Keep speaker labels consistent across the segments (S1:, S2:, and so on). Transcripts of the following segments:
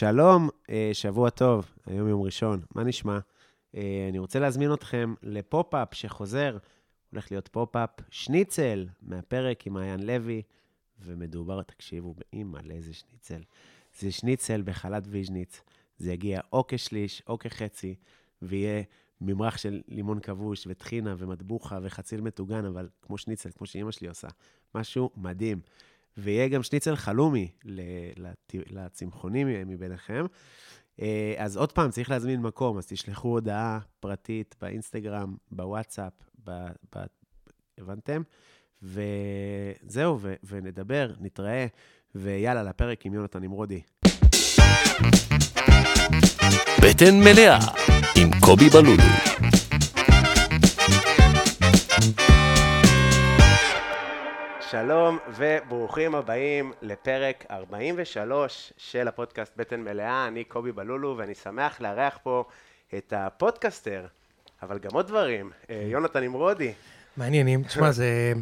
S1: שלום, אה, שבוע טוב, היום יום ראשון, מה נשמע? אה, אני רוצה להזמין אתכם לפופ-אפ שחוזר, הולך להיות פופ-אפ שניצל מהפרק עם מעיין לוי, ומדובר, תקשיבו, באימא, לאיזה שניצל. זה שניצל בחלת ויז'ניץ, זה יגיע או כשליש או כחצי, ויהיה ממרח של לימון כבוש וטחינה ומטבוחה וחציל מטוגן, אבל כמו שניצל, כמו שאימא שלי עושה, משהו מדהים. ויהיה גם שניצל חלומי ל- לת- לצמחונים מביניכם. אה, אז עוד פעם, צריך להזמין מקום, אז תשלחו הודעה פרטית באינסטגרם, בוואטסאפ, ב... ב... הבנתם? וזהו, ו... ונדבר, נתראה, ויאללה, לפרק עם יונתן נמרודי.
S2: בטן מלאה עם קובי בלולו.
S1: שלום וברוכים הבאים לפרק 43 של הפודקאסט בטן מלאה. אני קובי בלולו ואני שמח לארח פה את הפודקאסטר, אבל גם עוד דברים, אה,
S3: כן.
S1: יונתן נמרודי.
S3: מעניינים. תשמע, זה...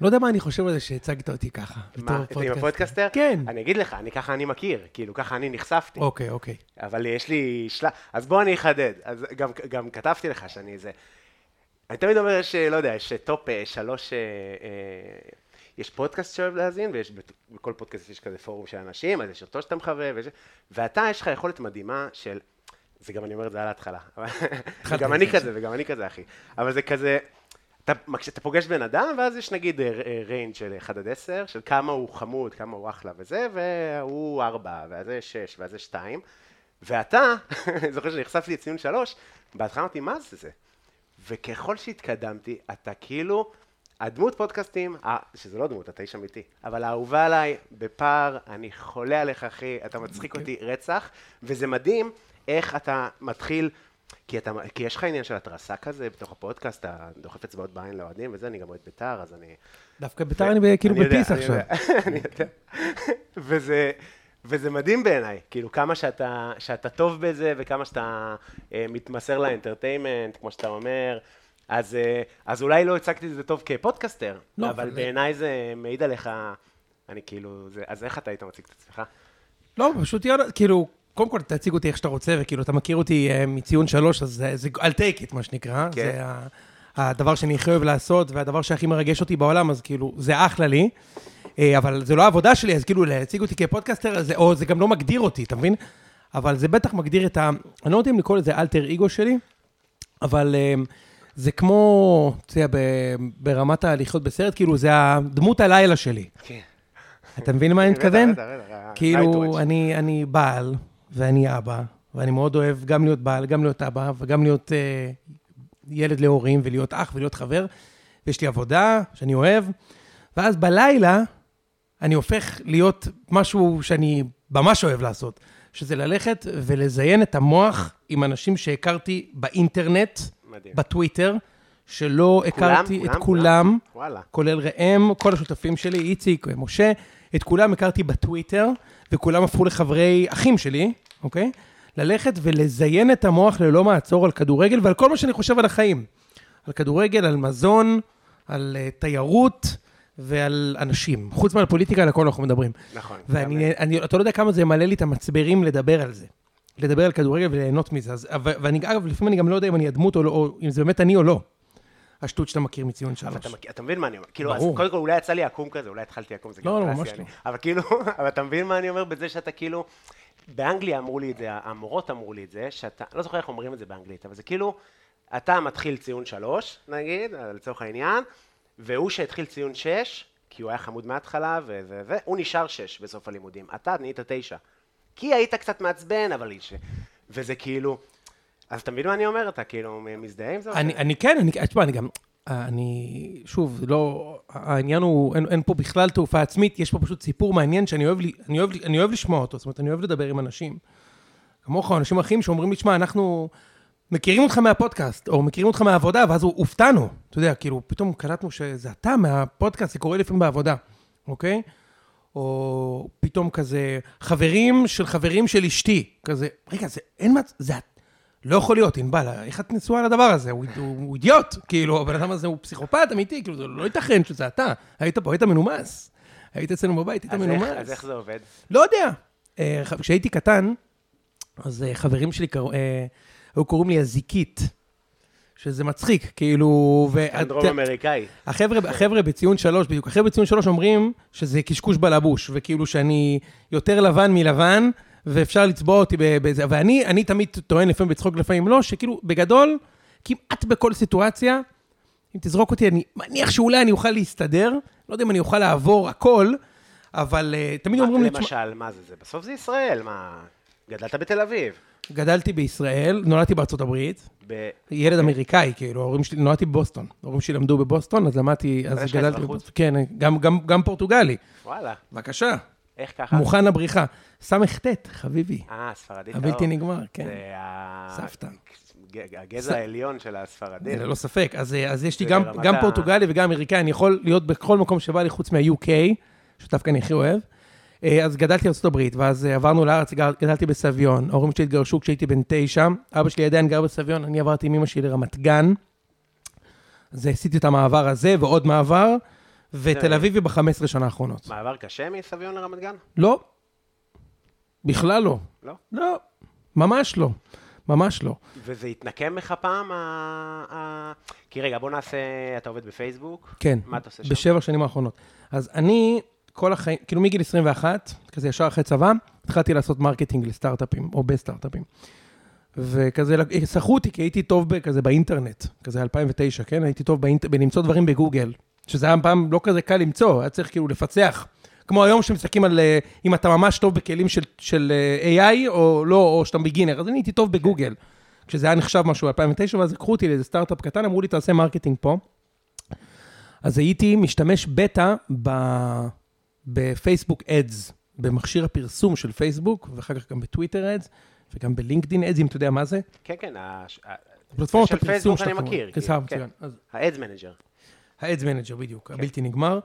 S3: לא יודע מה אני חושב על זה שהצגת אותי ככה. בתור
S1: מה, אתם עם
S3: פודקאסטר.
S1: הפודקאסטר?
S3: כן.
S1: אני אגיד לך, אני ככה אני מכיר, כאילו ככה אני נחשפתי.
S3: אוקיי, אוקיי.
S1: אבל יש לי של... אז בוא אני אחדד. אז גם, גם כתבתי לך שאני זה... אני תמיד אומר יש, לא יודע, יש טופ אה, שלוש... אה, אה, יש פודקאסט שאוהב להאזין, ויש בת- בכל פודקאסט יש כזה פורום של אנשים, אז יש אותו שאתה מחבב, ויש... ואתה, יש לך יכולת מדהימה של... זה גם אני אומר את זה על ההתחלה. גם
S3: את
S1: אני
S3: זה.
S1: כזה, וגם אני כזה, אחי. אבל זה כזה... אתה, כשאתה פוגש בן אדם, ואז יש נגיד אה, אה, ריינג' של 1 עד 10, של כמה הוא חמוד, כמה הוא אחלה וזה, והוא 4, ואז זה 6, ואז זה 2, ואתה, זוכר שנחשפתי לציון 3, בהתחלה אמרתי, מה זה זה? וככל שהתקדמתי, אתה כאילו, הדמות פודקאסטים, אה, שזה לא דמות, אתה איש אמיתי, אבל האהובה עליי, בפער, אני חולה עליך, אחי, אתה מצחיק אותי רצח, וזה מדהים איך אתה מתחיל, כי, אתה, כי יש לך עניין של התרסה כזה בתוך הפודקאסט, אתה דוחף אצבעות בעין לאוהדים וזה, אני גם אוהד בית"ר, אז אני...
S3: דווקא ביתר אני ב- כאילו
S1: אני יודע,
S3: בפיס
S1: אני
S3: עכשיו.
S1: יודע, אני יודע. וזה... וזה מדהים בעיניי, כאילו כמה שאתה, שאתה טוב בזה וכמה שאתה אה, מתמסר לאנטרטיימנט, כמו שאתה אומר, אז, אה, אז אולי לא הצגתי את זה טוב כפודקאסטר,
S3: לא,
S1: אבל
S3: אבל-
S1: בעיניי זה מעיד עליך, אני כאילו, זה, אז איך אתה היית מציג את עצמך?
S3: לא, פשוט יאללה, כאילו, קודם כל תציג אותי איך שאתה רוצה, וכאילו, אתה מכיר אותי אה, מציון שלוש, אז אה, זה- זה I'll take it, מה שנקרא.
S1: כן.
S3: זה ה- הדבר שאני הכי אוהב לעשות, והדבר שהכי מרגש אותי בעולם, אז כאילו, זה אחלה לי. אה, אבל זה לא העבודה שלי, אז כאילו, להציג אותי כפודקאסטר, זה- או זה גם לא מגדיר אותי, אתה מבין? אבל זה בטח מגדיר את ה... אני לא יודע אם לקרוא לזה אלטר אגו שלי, אבל אמ, זה כמו, אתה יודע, ב- ברמת ההליכות בסרט, כאילו, זה הדמות הלילה שלי.
S1: כן.
S3: אתה מבין מה אני
S1: בטח,
S3: מתכוון?
S1: בטח, בטח,
S3: כאילו,
S1: ה-night watch.
S3: אני, אני בעל, ואני אבא, ואני מאוד אוהב גם להיות בעל, גם להיות אבא, וגם להיות אה, ילד להורים, ולהיות אח, ולהיות חבר. ויש לי עבודה שאני אוהב, ואז בלילה אני הופך להיות משהו שאני ממש אוהב לעשות, שזה ללכת ולזיין את המוח עם אנשים שהכרתי באינטרנט,
S1: מדהים.
S3: בטוויטר, שלא הכרתי את כן. כולם.
S1: וואלה.
S3: כולל ראם, כל השותפים שלי, איציק, משה, את כולם הכרתי בטוויטר, וכולם הפכו לחברי אחים שלי, אוקיי? ללכת ולזיין את המוח ללא מעצור על כדורגל ועל כל מה שאני חושב על החיים. על כדורגל, על מזון, על uh, תיירות ועל אנשים. חוץ מעל פוליטיקה, על הכל אנחנו מדברים.
S1: נכון. גם-
S3: ואני, אני, אתה לא יודע כמה זה מלא לי את המצברים לדבר על זה. לדבר על כדורגל וליהנות מזה. אז, ו- ואני, אגב, לפעמים אני גם לא יודע אם אני הדמות או לא, או אם זה באמת אני או לא. השטות שאתה מכיר מציון שלוש.
S1: אבל אתה, מכיר- אתה מבין מה אני אומר, כאילו, אז
S3: ברור.
S1: קודם כל אולי יצא לי עקום כזה, אולי התחלתי עקום, זה
S3: לא,
S1: גם
S3: לא,
S1: קלאסי,
S3: ממש
S1: אני-
S3: לא.
S1: אבל כאילו, אבל אתה מבין מה אני אומר בזה שאתה כאילו, באנגליה אמרו לי את זה, המורות אמרו לי את זה, שאתה, לא זוכר איך אומרים את זה באנגלית, אבל זה כאילו, אתה מתחיל ציון שלוש, נגיד, אה, לצורך העניין, והוא שהתחיל ציון שש, כי הוא היה חמוד מההתחלה, ו- ו- ו- הוא נשאר שש בסוף הלימודים, אתה נהיית תשע. כי היית קצת מעצבן, אבל איש... וזה כאילו, אז אתה מבין מה אני אומר? אתה כאילו מזדהה עם זה? או
S3: אני,
S1: ש-
S3: אני כן, אני, תשמע, אני גם, אה, אני, שוב, לא, העניין הוא, אין, אין פה בכלל תעופה עצמית, יש פה פשוט סיפור מעניין שאני אוהב, לי- אני אוהב, לי- אני אוהב לשמוע אותו, זאת אומרת, אני אוהב לדבר עם אנשים. כמוך, אנשים אחרים שאומרים לי, שמע, אנחנו מכירים אותך מהפודקאסט, או מכירים אותך מהעבודה, ואז הוא- הופתענו, אתה יודע, כאילו, פתאום קלטנו שזה אתה מהפודקאסט, זה קורה לפעמים בעבודה, אוקיי? או פתאום כזה, חברים של חברים של אשתי, כזה, רגע, זה אין מצב, זה את- לא יכול להיות, ענבל, איך את נשואה לדבר הזה? הוא, הוא, הוא אידיוט, כאילו, הבן אדם הזה הוא פסיכופת אמיתי, כאילו, זה לא ייתכן שזה אתה, היית פה, היית מנומס, היית אצלנו בבית, היית
S1: אז איך-
S3: מנומס.
S1: אז איך זה עובד?
S3: לא יודע. אה, ח- כשהייתי קטן, אז אה, חברים שלי קראו- אה, היו קוראים לי הזיקית, שזה מצחיק, כאילו... ואת-
S4: כן, דרום אמריקאי.
S3: החבר'ה, החבר'ה בציון שלוש, בדיוק, החבר'ה בציון שלוש אומרים שזה קשקוש בלבוש, וכאילו שאני יותר לבן מלבן, ואפשר לצבוע אותי ב- בזה, ואני אני תמיד טוען לפעמים בצחוק, לפעמים לא, שכאילו, בגדול, כמעט בכל סיטואציה, אם תזרוק אותי, אני מניח שאולי אני אוכל להסתדר, לא יודע אם אני אוכל לעבור הכל, אבל אה, תמיד אומרים לי, "תשמע,
S4: למשל, מה זה זה? בסוף זה ישראל, מה? גדלת בתל אביב.
S3: גדלתי בישראל, נולדתי בארצות הברית,
S4: ב-
S3: ילד אמריקאי, כאילו, ההורים שלי, נולדתי בבוסטון. ההורים שלי למדו בבוסטון, אז למדתי,
S4: אבל יש
S3: אז
S4: לך
S3: גדלתי
S4: אזרחות.
S3: בבוסטון. כן, גם, גם, גם פורטוגלי.
S4: וואלה,
S3: בבקשה.
S4: איך ככה?
S3: מוכן לבריחה. סט, חביבי.
S4: אה, ספרדית.
S3: הבלתי
S4: טהור.
S3: נגמר, כן.
S4: זה ה-
S3: סבתא.
S4: ג-
S3: ס-
S4: הגזע העליון של הספרדים.
S3: ללא ספק. אז, אה, אז יש לי
S4: זה
S3: גם,
S4: ברמת
S3: גם
S4: ה-
S3: פורטוגלי וגם אמריקאי, אני יכול להיות בכל מקום שבא לי חוץ מה-UK, שדווקא אני הכי אוהב. אה, אז גדלתי בארצות הברית, ואז אה, עברנו לארץ, גר- גדלתי בסביון. ההורים שלי התגרשו כשהייתי בן תשע, אבא שלי עדיין גר בסביון, אני עברתי עם אמא שלי לרמת גן. אז עשיתי את המעבר הזה ועוד מעבר, ותל
S4: זה-
S3: אביב היא ב-15 שנה האחרונות.
S4: מעבר קשה מסביון לרמת גן?
S3: לא. בכלל לא.
S4: לא?
S3: לא. ממש לא. ממש לא.
S4: וזה התנקם לך פעם? ה- ה- כי רגע, בוא נעשה, אתה עובד בפייסבוק?
S3: כן.
S4: מה אתה עושה שם?
S3: בשבע שנים האחרונות. אז אני, כל החיים, כאילו מגיל 21, כזה ישר אחרי צבא, התחלתי לעשות מרקטינג לסטארט-אפים, או בסטארט-אפים. וכזה, לק- סחרו אותי, כי הייתי טוב ב- כזה באינטרנט, כזה 2009, כן? הייתי טוב באינט... בלמצוא דברים בגוגל, שזה היה פעם לא כזה קל למצוא, היה צריך כאילו לפצח. כמו היום שמסתכלים על אה, אם אתה ממש טוב בכלים של, של אה, AI או לא, או שאתה בגינר, אז אני הייתי טוב בגוגל, כשזה היה נחשב משהו ב-2009, ואז לקחו אותי לאיזה סטארט-אפ קטן, אמרו לי, תעשה מרקטינג פה. אז הייתי משתמש בטא ב... בפייסבוק אדס, במכשיר הפרסום של פייסבוק, ואחר כך גם בטוויטר אדס, וגם בלינקדין אדס, אם אתה יודע מה זה.
S4: כן, כן. הש- ה-
S3: פלטפורמת
S4: של
S3: הפרסום
S4: פייסבוק אני
S3: שאתה-
S4: מכיר,
S3: כן,
S4: כאילו,
S3: סבבה,
S4: כן.
S3: מצוין. אז
S4: ה-Ads Manager.
S3: האדס מנג'ר בדיוק, הבלתי נגמר.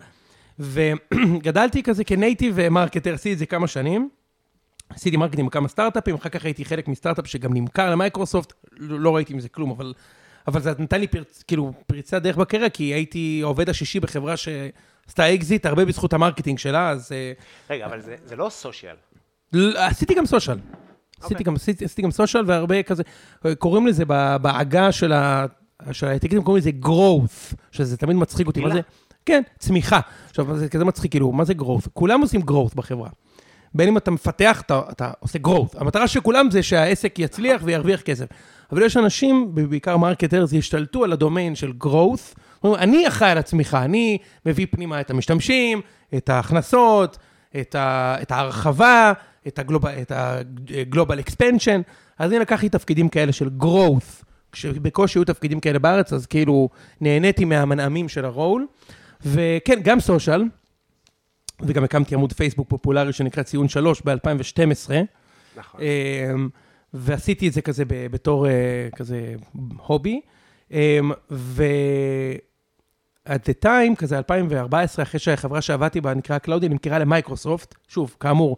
S3: וגדלתי כזה כנייטיב מרקטר, עשיתי את זה כמה שנים. עשיתי מרקטינג בכמה סטארט-אפים, אחר כך הייתי חלק מסטארט-אפ שגם נמכר למייקרוסופט, לא לא ראיתי מזה כלום, אבל, אבל זה נתן לי פרצ, כאילו, פריצת דרך בקריירה, כי הייתי העובד השישי בחברה שעשתה אקזיט, הרבה בזכות המרקטינג שלה, אז אה,
S4: רגע, אבל זה זה לא סושיאל.
S3: ל- עשיתי גם סושיאל. עשיתי גם, עשיתי, עשיתי גם סושיאל והרבה כזה, אה, קוראים לזה ב- בעגה של ה... של ההייטקיסטים, קוראים לזה growth, שזה תמיד מצחיק אותי. מה
S4: מילה.
S3: זה? כן, צמיחה. עכשיו, מה זה כזה מצחיק, כאילו, מה זה growth? כולם עושים growth בחברה. בין אם אתה מפתח, אתה, אתה עושה growth. המטרה של כולם זה שהעסק יצליח וירוויח כסף. אבל יש אנשים, בעיקר מרקטרס, השתלטו על הדומיין של growth. אומרים, אני אחראי על הצמיחה, אני מביא פנימה את המשתמשים, את ההכנסות, את, ה, את ההרחבה, את ה-global ה- global expansion. אז אני לקחתי תפקידים כאלה של growth, כשבקושי היו תפקידים כאלה בארץ, אז כאילו נהניתי מהמנעמים של הרול. וכן, גם סושיאל. וגם הקמתי עמוד פייסבוק פופולרי שנקרא ציון שלוש ב-2012.
S4: נכון.
S3: אמ, ועשיתי את זה כזה ב- בתור אה, כזה הובי. אמ, ו... at the time, כזה 2014, אחרי שהחברה שעבדתי בה, נקראה קלאודי, נמכרה למייקרוסופט. שוב, כאמור,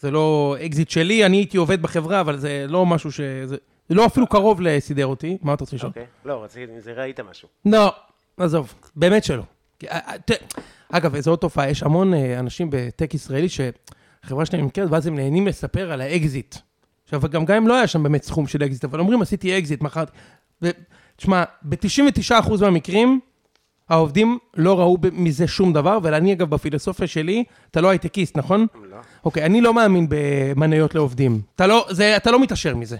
S3: זה לא אקזיט שלי, אני הייתי עובד בחברה, אבל זה לא משהו ש... זה זה לא אפילו קרוב לסידר אותי. מה אתה רוצה לשאול?
S4: אוקיי. לא, רציתי, אם זה ראית משהו.
S3: לא, עזוב, באמת שלא. כי, אה, אה, ת- אגב, זו עוד תופעה, יש המון אה, אנשים בטק ישראלי שהחברה שלהם נמכרת, ואז הם נהנים לספר על האקזיט. עכשיו, גם גם אם לא היה שם באמת סכום של אקזיט, אבל אומרים, עשיתי אקזיט, מכרתי. ו- תשמע, ב-99% מהמקרים, העובדים לא ראו ב- מזה שום דבר, ואני, אגב, בפילוסופיה שלי, אתה לא הייטקיסט, נכון?
S4: לא.
S3: אוקיי, אני לא מאמין במניות לעובדים. אתה לא, זה, אתה לא מתעשר מזה.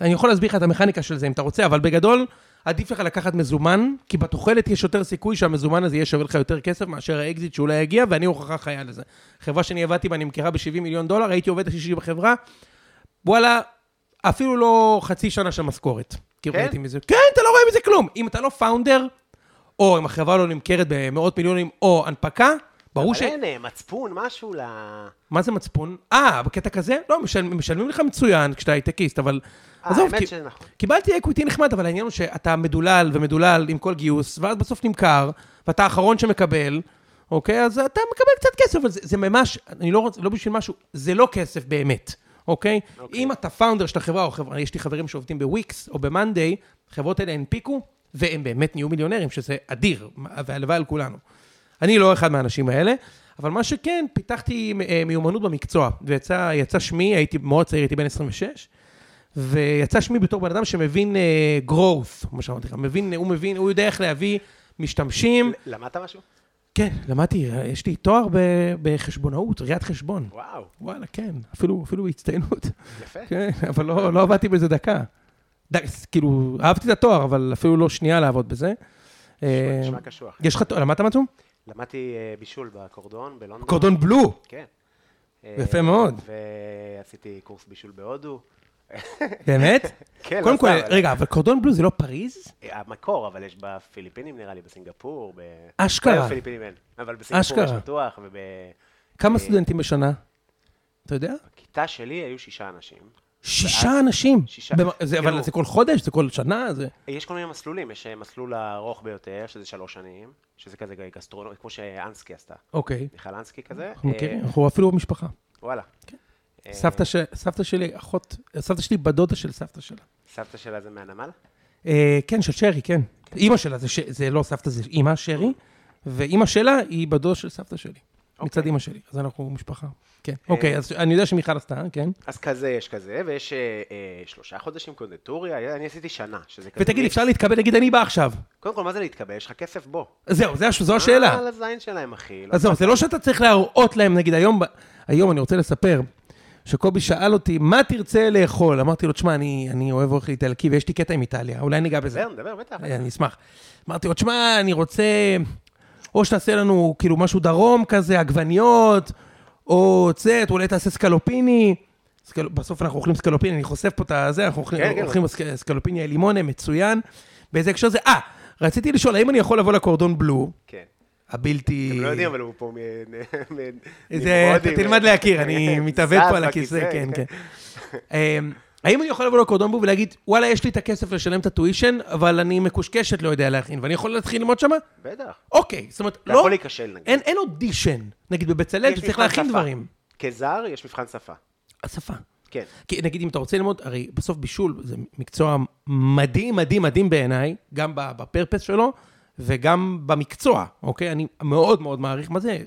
S3: אני יכול להסביר לך את המכניקה של זה אם אתה רוצה, אבל בגדול, עדיף לך לקחת מזומן, כי בתוחלת יש יותר סיכוי שהמזומן הזה יהיה שווה לך יותר כסף מאשר האקזיט שאולי יגיע, ואני הוכחה חיה לזה. חברה שאני עבדתי בה נמכרה ב-70 מיליון דולר, הייתי עובד השישי בחברה, וואלה, אפילו לא חצי שנה של משכורת. כי
S4: כן?
S3: ראיתי מזה, כן, אתה לא רואה מזה כלום. אם אתה לא פאונדר, או אם החברה לא נמכרת במאות מיליונים, או הנפקה, ברור ש...
S4: אבל אין אה, מצפון, משהו ל...
S3: מה זה מצפון? אה, בקטע כזה? לא, משל, משלמים לך מצוין כשאתה הייטקיסט, אבל...
S4: אה, האמת
S3: כי-
S4: שנכון.
S3: קיבלתי אקוויטי נחמד, אבל העניין הוא שאתה מדולל ומדולל עם כל גיוס, ואז בסוף נמכר, ואתה האחרון שמקבל, אוקיי? אז אתה מקבל קצת כסף, אבל זה, זה ממש, אני לא רוצה, לא בשביל משהו, זה לא כסף באמת, אוקיי?
S4: אוקיי.
S3: אם אתה פאונדר של החברה, או חברה, יש לי חברים שעובדים בוויקס או במאנדיי, החברות האלה הנפיקו, והם באמת נהיו מיליונרים, שזה אדיר, והלוואי על כולנו. אני לא אחד מהאנשים האלה, אבל מה שכן, פיתחתי אה, מיומנות במקצוע, ויצא יצא שמי, הייתי מאוד צעיר, הייתי בן 26, ויצא שמי בתור בן אדם שמבין אה, growth, כמו שאמרתי לך, מבין, הוא מבין, הוא יודע איך להביא משתמשים.
S1: למדת משהו?
S3: כן, למדתי, אה, יש לי תואר ב- בחשבונאות, ראיית חשבון.
S1: וואו,
S3: וואלה, כן, אפילו, אפילו בהצטיינות.
S1: יפה.
S3: כן, אבל לא, לא עבדתי בזה דקה. ד- כאילו, אהבתי את התואר, אבל אפילו לא שנייה לעבוד בזה. אה,
S1: נשמע קשוח.
S3: יש לך, תואר- למדת משהו?
S1: למדתי אה, בישול בקורדון בלונדון.
S3: קורדון בלו.
S1: כן.
S3: יפה
S1: אה,
S3: מאוד.
S1: ועשיתי קורס בישול בהודו.
S3: באמת?
S1: כן,
S3: קודם
S1: לא
S3: כל,
S1: סתם, אבל-
S3: רגע, אבל קורדון בלו זה לא פריז?
S1: אה, המקור, אבל יש בפיליפינים נראה לי, בסינגפור. ב...
S3: אשכרה.
S1: לא, בפיליפינים אין, אבל בסינגפור יש
S3: אשכרה.
S1: בטוח, וב...
S3: כמה
S1: אה,
S3: סטודנטים בשנה? אתה יודע?
S1: בכיתה שלי היו שישה אנשים.
S3: שישה אנשים.
S1: שישה.
S3: במה- זה-
S1: כאילו-
S3: אבל זה כל חודש? זה כל שנה? זה...
S1: יש כל מיני מסלולים, יש אה, מסלול הארוך ביותר, שזה שלוש שנים, שזה כזה גסטרונומי, כמו שאנסקי עשתה.
S3: אוקיי.
S1: מיכל אנסקי כזה.
S3: אנחנו
S1: אה,
S3: מכירים, אנחנו אפילו במשפחה.
S1: וואלה. אה,
S3: סבתא ש- סבתא שלי, אחות, סבתא שלי בת דודה של סבתא שלה.
S1: סבתא שלה זה מהנמל?
S3: אה, כן, של שרי, כן. אימא שלה, זה ש- זה לא סבתא, זה אימא שרי, ואימא שלה היא בת דודה של סבתא שלי.
S1: אוקיי.
S3: מצד אימא שלי, אז אנחנו משפחה. כן. אוקיי, אז אני יודע שמיכל עשתה, כן.
S1: אה. אז כזה יש כזה, ויש אה, אה, שלושה חודשים קונדטוריה, אני עשיתי שנה, שזה כזה...
S3: ותגיד,
S1: מיקס.
S3: אפשר להתקבל, להגיד, אני בא עכשיו.
S1: קודם כל, מה זה להתקבל? יש לך כסף, בוא.
S3: זהו, זה הש- זו השאלה.
S1: מה על הזין שלהם, אחי? לא
S3: לא, אז זהו, זה לא שאתה צריך להראות להם, נגיד, היום, ב- היום אני רוצה לספר, שקובי שאל אותי, מה תרצה לאכול? אמרתי לו, תשמע, אני, אני אוהב אוכל איטלקי ויש לי קטע עם איטליה, אולי ניגע בזה.
S1: נדבר, נדבר, בטח.
S3: אה, אני אשמח. אמרתי לו, תשמע, אני רוצה, או שתעשה לנו כאילו משהו דרום כזה, עגבניות, או צאת, אולי תעשה סקלופיני. סקל... בסוף אנחנו אוכלים סקלופיני, אני חושף פה את הזה, אנחנו אוכלים,
S1: כן, כן.
S3: אוכלים סק... סקלופיני עם לימונה, מצוין. באיזה הקשר זה, אה, רציתי לשאול, האם אני יכול לבוא לקורדון בלו,
S1: כן.
S3: הבלתי...
S1: אתם לא יודעים, אבל הוא פה מ... מ-
S3: אה, זה,
S1: נמרודים.
S3: אתה תלמד להכיר, אני מתאבד
S1: זז
S3: פה על הכיסא,
S1: בכיסא.
S3: כן, כן. אמ, האם אני יכול לבוא לקורדון בו ולהגיד, וואלה, יש לי את הכסף לשלם את הטווישן, אבל אני מקושקשת, לא יודע להכין, ואני יכול להתחיל ללמוד שמה?
S1: בטח.
S3: אוקיי, זאת אומרת,
S1: אתה
S3: לא...
S1: יכול להיכשל, נגיד.
S3: אין אין אודישן. נגיד בבצלאל,
S1: יש
S3: אתה צריך
S1: מבחן
S3: להכין
S1: שפה.
S3: דברים.
S1: כזר, יש מבחן שפה.
S3: השפה.
S1: כן.
S3: כי נגיד, אם אתה רוצה ללמוד, הרי בסוף בישול זה מקצוע מדהים, מדהים, מדהים בעיניי, גם ב- בפרפס שלו וגם במקצוע, אוקיי? אני מאוד מאוד מעריך מה זה. אה,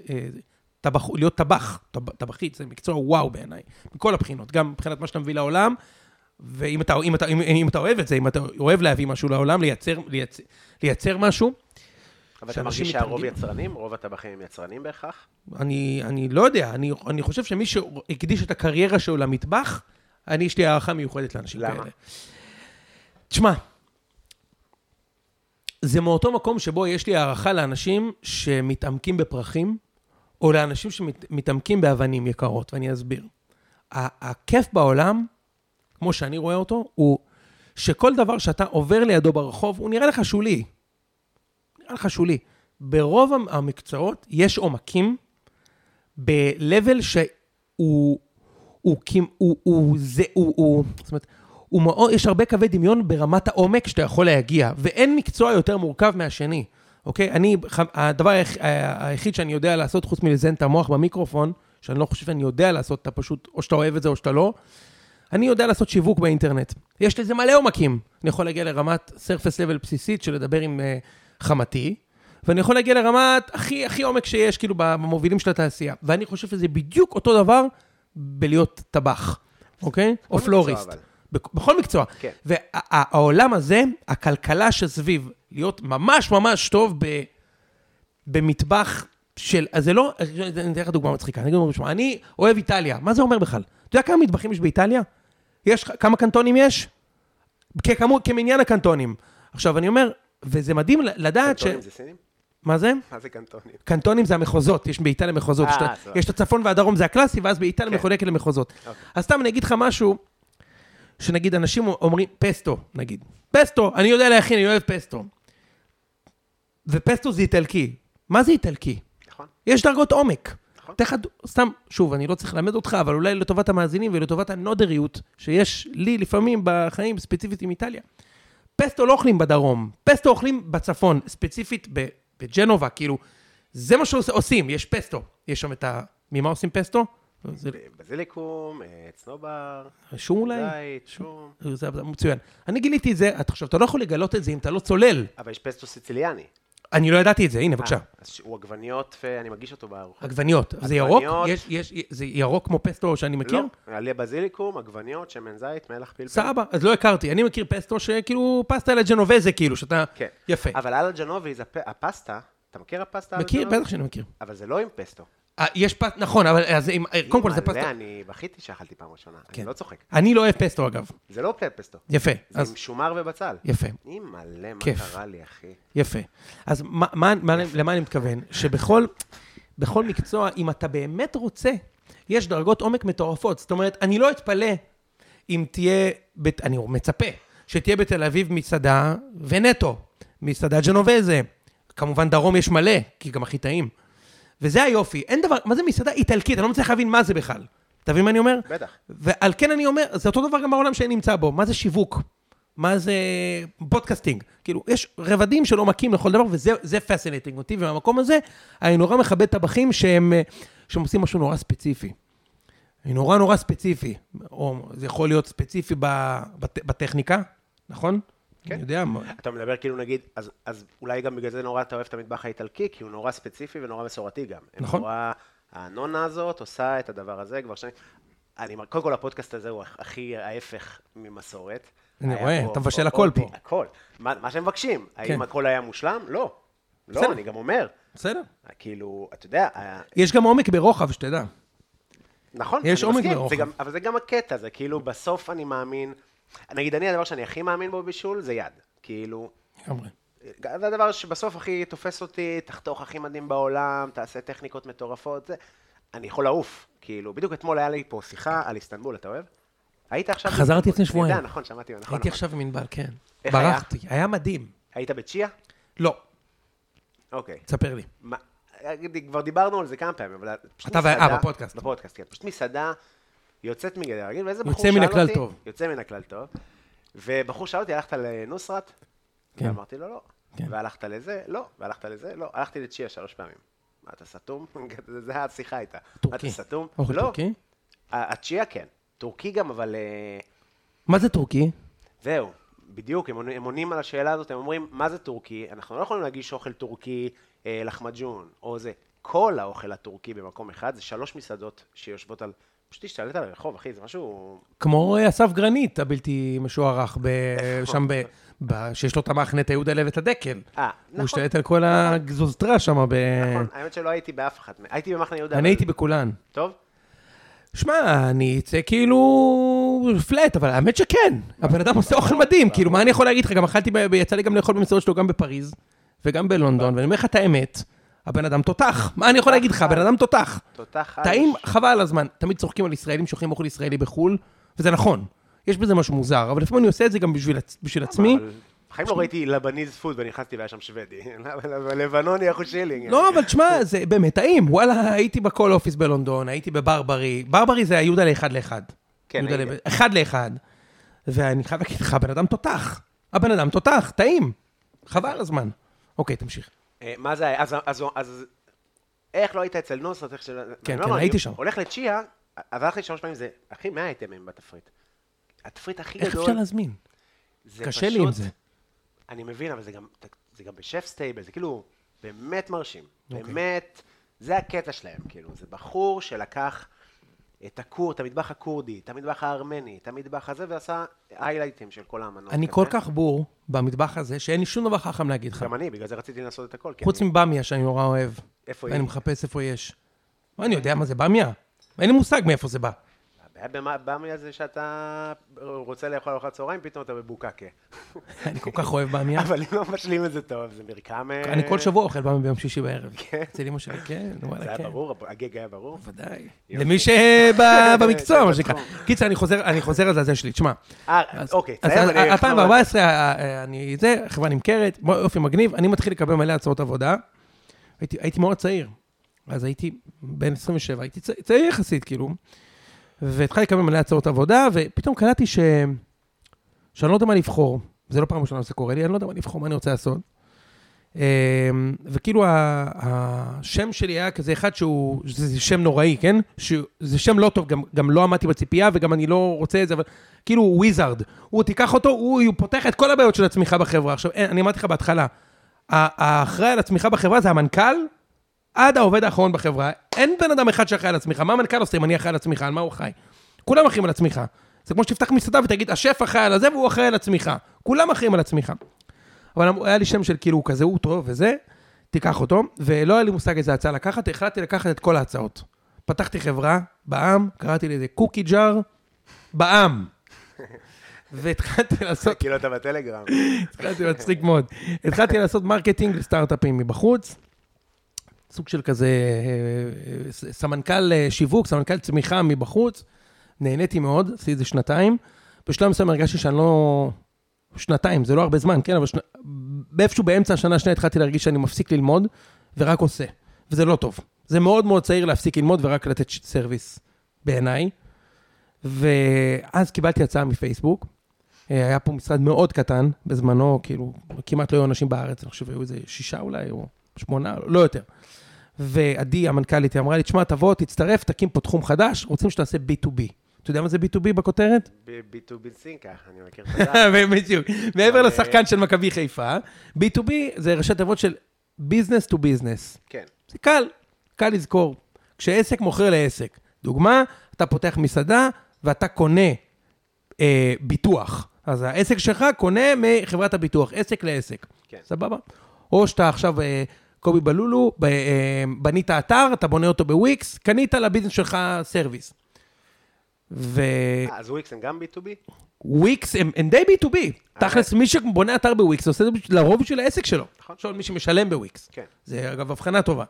S3: טבח, להיות טבח, טב- טבחית, זה מקצוע וואו בעיניי, מכל הבחינות, גם מבחינת מה שאתה מביא לעולם, ואם אתה, אם אתה, אם, אם אתה אוהב את זה, אם אתה אוהב להביא משהו לעולם, לייצר, לייצר, לייצר משהו,
S1: אבל אתה
S3: שאנשים
S1: מרגיש שהרוב
S3: מתרגלים.
S1: יצרנים, רוב הטבחים הם יצרנים בהכרח?
S3: אני, אני לא יודע, אני, אני חושב שמי שהקדיש את הקריירה שלו למטבח, אני, יש לי הערכה מיוחדת לאנשים
S1: למה?
S3: כאלה. תשמע, זה מאותו מקום שבו יש לי הערכה לאנשים שמתעמקים בפרחים, או לאנשים שמתעמקים באבנים יקרות, ואני אסביר. ה- הכיף בעולם, כמו שאני רואה אותו, הוא שכל דבר שאתה עובר לידו ברחוב, הוא נראה לך שולי. נראה לך שולי. ברוב המ- המקצועות יש עומקים ב-level שהוא... הוא, כמ- הוא, הוא, זה, הוא, הוא, זאת אומרת, הוא מאוד, יש הרבה קווי דמיון ברמת העומק שאתה יכול להגיע, ואין מקצוע יותר מורכב מהשני, אוקיי? אני, ח- הדבר היח- ה- היחיד שאני יודע לעשות, חוץ מלזיין את המוח במיקרופון, שאני לא חושב שאני יודע לעשות, אתה פשוט, או שאתה אוהב את זה או שאתה לא, אני יודע לעשות שיווק באינטרנט. יש לזה מלא עומקים. אני יכול להגיע לרמת סרפס לבל בסיסית של לדבר עם אה, חמתי, ואני יכול להגיע לרמת הכי, הכי עומק שיש, כאילו, במובילים של התעשייה. ואני חושב שזה בדיוק אותו דבר בלהיות טבח, אוקיי? או
S1: מקצוע,
S3: פלוריסט.
S1: אבל.
S3: בכ- בכל מקצוע.
S1: כן.
S3: והעולם הזה, הכלכלה שסביב, להיות ממש ממש טוב ב... במטבח של... אז זה לא... אני אתן לך דוגמה מצחיקה. אני אומר, שמע, אני אוהב איטליה. מה זה אומר בכלל? אתה יודע כמה מטבחים יש באיטליה? יש... לך- כמה קנטונים יש? ככמות, כמניין הקנטונים. עכשיו, אני אומר, וזה מדהים ל- לדעת אה, ש...
S1: קנטונים זה סינים?
S3: מה זה?
S1: מה זה קנטונים?
S3: קנטונים זה המחוזות, יש באיטליה מחוזות.
S1: אה,
S3: יש את-
S1: סבבה.
S3: יש את הצפון והדרום זה הקלאסי, ואז באיטליה
S1: כן.
S3: מחולקת למחוזות.
S1: אוקיי.
S3: אז סתם אני אגיד לך משהו, שנגיד אנשים אומרים, פסטו, נגיד. פסטו, אני יודע להכין, אני אוהב פסטו. ופסטו זה איטלקי. מה זה איטלקי?
S1: נכון?
S3: יש דרגות עומק.
S1: נכון.
S3: אתן לך, דו- סתם, שוב, אני לא צריך ללמד אותך, אבל אולי לטובת המאזינים ולטובת הנודריות שיש לי לפעמים בחיים, ספציפית עם איטליה. פסטו לא אוכלים בדרום, פסטו אוכלים בצפון, ספציפית ב- בג'נובה, כאילו, זה מה שעושים, יש פסטו. יש שם את ה... ממה עושים פסטו? זה
S1: בזיליקום, אה, צנובר,
S3: שום אולי?
S1: זית, שום.
S3: זה- זה מצוין. אני גיליתי את זה, את- עכשיו, אתה לא יכול לגלות את זה אם אתה לא צולל.
S1: אבל יש פסטו סיציליאני.
S3: אני לא ידעתי את זה, הנה, בבקשה.
S1: אה, אז הוא עגבניות, ואני מגיש אותו בארוחה.
S3: עגבניות. זה ירוק?
S1: עגבניות.
S3: יש, יש, זה ירוק כמו פסטו שאני מכיר?
S1: לא, עלי בזיליקום, עגבניות, שמן זית, מלח פלפל.
S3: סבבה, אז לא הכרתי. אני מכיר פסטו שכאילו פסטה לג'נובזה, כאילו, שאתה...
S1: כן.
S3: יפה.
S1: אבל על הג'נובי, זה הפ- הפסטה, אתה מכיר הפסטה על
S3: מכיר,
S1: הג'נובי?
S3: בטח שאני מכיר.
S1: אבל זה לא עם פסטו.
S3: אה, יש פסטה, נכון, אבל אז אם- קודם כל זה
S1: אימא'לה,
S3: פסטה.
S1: אני בכיתי שאכלתי פעם ראשונה,
S3: כן.
S1: אני לא צוחק.
S3: אני לא אוהב פסטו, אגב.
S1: זה לא פלפל פסטו,
S3: יפה.
S1: זה
S3: אז
S1: עם שומר ובצל.
S3: יפה.
S1: אימא'לה, מה
S3: כיף.
S1: קרה לי, אחי?
S3: יפה. אז מה, מה, מה, למה אני מתכוון? שבכל בכל מקצוע, אם אתה באמת רוצה, יש דרגות עומק מטורפות. זאת אומרת, אני לא אתפלא אם תהיה, בת, אני מצפה, שתהיה בתל אביב מסעדה ונטו, מסעדה ג'נובזה. כמובן, דרום יש מלא, כי גם הכי טעים. וזה היופי. אין דבר, מה זה מסעדה איטלקית? אני לא מצליח להבין מה זה בכלל. אתה מבין מה אני אומר?
S1: בטח.
S3: ועל כן אני אומר, זה אותו דבר גם בעולם שאני נמצא בו. מה זה שיווק? מה זה פודקאסטינג? כאילו, יש רבדים שלא מכים לכל דבר, וזה פסינטינג אותי, ומהמקום הזה, אני נורא מכבד טבחים שהם, אה, שהם עושים משהו נורא ספציפי. אני נורא נורא ספציפי, או זה יכול להיות ספציפי ב- בט- בטכניקה, נכון?
S1: כן.
S3: אני יודע, מה-
S1: אתה מדבר כאילו נגיד, אז, אז אולי גם בגלל זה נורא אתה אוהב את המטבח האיטלקי, כי הוא נורא ספציפי ונורא מסורתי גם. הם
S3: נכון.
S1: נורא, הנונה הזאת עושה את הדבר הזה כבר שנים. אני, מר- קודם כל הפודקאסט הזה הוא הכ- הכי ההפך ממסורת.
S3: אני
S1: היה
S3: רואה,
S1: פה-
S3: אתה מבשל
S1: פה-
S3: הכל פה.
S1: הכל. מה, מה שמבקשים,
S3: כן.
S1: האם הכל היה מושלם? לא.
S3: בסדר.
S1: לא, אני גם אומר.
S3: בסדר.
S1: כאילו, אתה יודע, ה-
S3: יש גם עומק ברוחב, שתדע.
S1: נכון,
S3: יש
S1: אני
S3: עומק
S1: מסכים,
S3: ברוחב.
S1: זה גם, אבל זה גם הקטע, זה כאילו בסוף אני מאמין, נגיד אני הדבר שאני הכי מאמין בו בישול זה יד, כאילו,
S3: לגמרי.
S1: זה הדבר שבסוף הכי תופס אותי, תחתוך הכי מדהים בעולם, תעשה טכניקות מטורפות, זה, אני יכול לעוף, כאילו, בדיוק אתמול היה לי פה שיחה על איסטנבול, אתה אוהב? היית עכשיו...
S3: חזרתי
S1: באיסטנבול,
S3: לפני שבועיים.
S1: נהדר, נכון, שמעתי, נכון,
S3: הייתי
S1: נכון.
S3: עכשיו עם ענבל, כן.
S1: איך היה?
S3: ברחתי, היה מדהים.
S1: היית בצ'יה?
S3: לא,
S1: אוקיי.
S3: תספר לי.
S1: מה- כבר דיברנו על זה כמה פעמים, אבל... פשוט
S3: אתה וה-
S1: מסעדה-
S3: אה, בפודקאסט.
S1: בפודקאסט, כן. פשוט מסעדה יוצאת מגדר הרגיל, ואיזה
S3: יוצא
S1: בחור שאל
S3: מן
S1: אותי...
S3: הכלל טוב.
S1: יוצא מן הכלל טוב. ובחור שאל אותי, הלכת לנוסרת?
S3: כן.
S1: ואמרתי לו, לא.
S3: כן.
S1: והלכת לזה? לא. והלכת לזה? לא. הלכתי לצ'יה שלוש פעמים. מה, אתה סתום? זה השיחה הייתה. מה,
S3: טורקי.
S1: אתה סתום?
S3: אוכל
S1: לא.
S3: טורקי?
S1: ה- הצ'יה כן. טורקי גם, אבל... אה,
S3: מה זה טורקי?
S1: זהו, בדיוק, הם עונים, הם עונים על השאלה הזאת, הם אומרים, מה זה טורקי? אנחנו לא יכולים להגיש אוכל טורקי אה, לחמג'ון, או זה. כל האוכל הטורקי במקום אחד, זה שלוש מסעדות שיושבות על... פשוט תשתלט על הרחוב, אחי, זה משהו...
S3: כמו אה, אסף גרנית הבלתי משוערך, ב... שם ב... ב... שיש לו את המחנת יהודה לב את הדקל.
S1: נכון. אה,
S3: הוא
S1: נכון,
S3: השתלט על כל הגזוזתרה שם ב...
S1: נכון, האמת שלא הייתי באף אחת, מה- הייתי במחנה יהודה. אבל-
S3: אני הייתי בכולן.
S1: טוב?
S3: שמע, אני אצא כאילו פלט, אבל האמת שכן. הבן אדם עושה אוכל מדהים, כאילו, מה אני יכול להגיד לך? גם אכלתי, ב- יצא לי גם לאכול במסעדות שלו גם בפריז וגם בלונדון, ואני אומר לך את האמת, הבן אדם תותח. מה אני יכול להגיד לך? הבן אדם תותח.
S1: תותח על...
S3: טעים, חבל על הזמן. תמיד צוחקים על ישראלים שאוכלים אוכל ישראלי בחו"ל, וזה נכון. יש בזה משהו מוזר, אבל לפעמים אני עושה את זה גם בשביל, עצ- בשביל עצמי.
S1: אבל בחיים לא ראיתי לבניז פוד ונכנסתי והיה שם שוודי. אבל לבנוני אחו שלי.
S3: לא, אבל תשמע, זה באמת טעים. וואלה, הייתי בכל אופיס בלונדון, הייתי בברברי. ברברי זה היהודה לאחד לאחד.
S1: כן,
S3: יהודה
S1: הייתי.
S3: לאחד- אחד לאחד. ואני חייב להגיד לך, הבן אדם תותח. הבן אדם תותח, טעים. חבל על הזמן. אוקיי, תמשיך.
S1: אה, מה זה היה? אז, אז, אז איך לא היית אצל נוסרת? איך שלא...
S3: כן,
S1: אני לא
S3: כן,
S1: אומר,
S3: הייתי
S1: אני
S3: שם.
S1: הולך לצ'יה, אז הלכתי שלוש פעמים, זה הכי 100 אייטמים בתפריט. התפריט הכי
S3: איך
S1: גדול,
S3: אפשר להזמין?
S1: זה
S3: קשה לי עם זה.
S1: אני מבין, אבל זה גם, זה גם בשף סטייבל, זה כאילו באמת מרשים.
S3: אוקיי.
S1: באמת, זה הקטע שלהם, כאילו, זה בחור שלקח את הכור, את המטבח הכורדי, את המטבח הארמני, את המטבח הזה, ועשה היילייטים של כל האמנות.
S3: אני
S1: לא כזה.
S3: כל כך בור במטבח הזה, שאין לי שום דבר חכם להגיד לך.
S1: גם אני, בגלל זה רציתי לעשות את הכל. כי
S3: חוץ
S1: אני-
S3: מבמיה, שאני נורא אוהב.
S1: איפה
S3: אני
S1: היא?
S3: מחפש איפה יש. מה, אני יודע מה זה במיה? אין לי מושג מאיפה זה בא.
S1: הבעיה במה- במיה זה שאתה רוצה לאכול ארוחת צהריים, פתאום אתה בבוקקה.
S3: כן. אני כל כך אוהב במיה.
S1: אבל אם לא משלים את זה טוב, זה מרקם... אה,
S3: אני כל שבוע אוכל במיה ביום שישי בערב. אצל אמא שלי, כן, וואלה,
S1: זה
S3: כן.
S1: היה ברור, הגג היה ברור.
S3: ודאי.
S1: יופי.
S3: למי שבמקצוע, מה
S1: בתחום.
S3: שנקרא. קיצר, אני חוזר- אני חוזר על זה, על זה שלי. תשמע,
S1: אה,
S3: אז-
S1: אוקיי,
S3: אז
S1: תסיים, אני אחזור על
S3: 2014, אה, אה, אני זה, חברה נמכרת, בוא, יופי מגניב, אני מתחיל לקבל מלא הצעות עבודה. הייתי- הייתי מאוד צעיר, אז הייתי בן 27, הייתי צע- צעיר יחסית, כאילו. והתחלתי לקבל מלא הצעות עבודה, ופתאום קלטתי ש... שאני לא יודע מה לבחור. זה לא פעם ראשונה שזה קורה לי, אני לא יודע מה לבחור, מה אני רוצה לעשות. אמ, וכאילו ה- השם שלי היה כזה אחד שהוא, זה זה שם נוראי, כן? שהוא- זה שם לא טוב, גם, גם לא עמדתי בציפייה וגם אני לא רוצה את זה, אבל כאילו הוא וויזארד. הוא תיקח אותו, הוא הוא פותח את כל הבעיות של עצמך בחברה. עכשיו, אין, אני אמרתי לך בהתחלה, ה- האחראי על הצמיחה בחברה זה המנכ"ל, עד העובד האחרון בחברה. אין בן אדם אחד שאחראי על הצמיחה. מה המנכ"ל עושה אם אני אחראי על הצמיחה? על מה הוא אחראי? כולם אחראים על הצמיחה. זה כמו שתפתח מסעדה ותגיד, השף אחראי על הזה והוא אחראי על הצמיחה. כולם אחראים על הצמיחה. אבל היה לי שם של כאילו, הוא כזה, הוא טוב וזה, תיקח אותו, ולא היה לי מושג איזה הצעה לקחת, החלטתי לקחת את כל ההצעות. פתחתי חברה בע"מ, קראתי לזה קוקי ג'אר, בע"מ. והתחלתי לעשות
S1: כאילו אתה בטלגרם.
S3: התחלתי מצחיק מאוד. התחלתי לעשות מרקטינג לסטארט-אפים מבחוץ, סוג של כזה אה, אה, ס- סמנכ"ל אה, שיווק, סמנכ"ל צמיחה מבחוץ. נהניתי מאוד, עשיתי את זה שנתיים. בשלב מסוים הרגשתי שאני לא... שנתיים, זה לא הרבה זמן, כן, אבל שנ... באיפשהו באמצע השנה השנייה התחלתי להרגיש שאני מפסיק ללמוד ורק עושה, וזה לא טוב. זה מאוד מאוד צעיר להפסיק ללמוד ורק לתת ש- סרוויס, בעיניי. ואז קיבלתי הצעה מפייסבוק, אה, היה פה משרד מאוד קטן בזמנו, כאילו, כמעט לא היו אנשים בארץ, אני חושב היו איזה שישה אולי, או שמונה, לא יותר. ועדי, המנכ"לית, היא אמרה לי, תשמע, תבוא, תצטרף, תקים פה תחום חדש, רוצים שתעשה B2B. אתה יודע מה זה B2B בכותרת?
S4: ביטובין סינקה, אה, אני מכיר את
S3: בדיוק. מעבר לשחקן של מכבי חיפה, B2B זה ראשי תיבות של Business to Business.
S4: כן.
S3: זה קל, קל לזכור. כשעסק מוכר לעסק, דוגמה, אתה פותח מסעדה ואתה קונה אה, ביטוח. אז העסק שלך קונה מחברת הביטוח, עסק לעסק.
S4: כן.
S3: סבבה? או שאתה עכשיו אה, קובי בלולו, ב, אה, בנית אתר, אתה בונה אותו בוויקס, קנית לביזנס שלך סרוויס. וויקס
S4: אה, אז וויקס הם גם B2B?
S3: הם, הם די B2B. תכלס, מי שבונה אתר בוויקס עושה את זה בשביל- לרוב בשביל העסק שלו.
S4: נכון.
S3: עכשיו, מי שמשלם בוויקס.
S4: כן.
S3: זה אגב הבחנה טובה.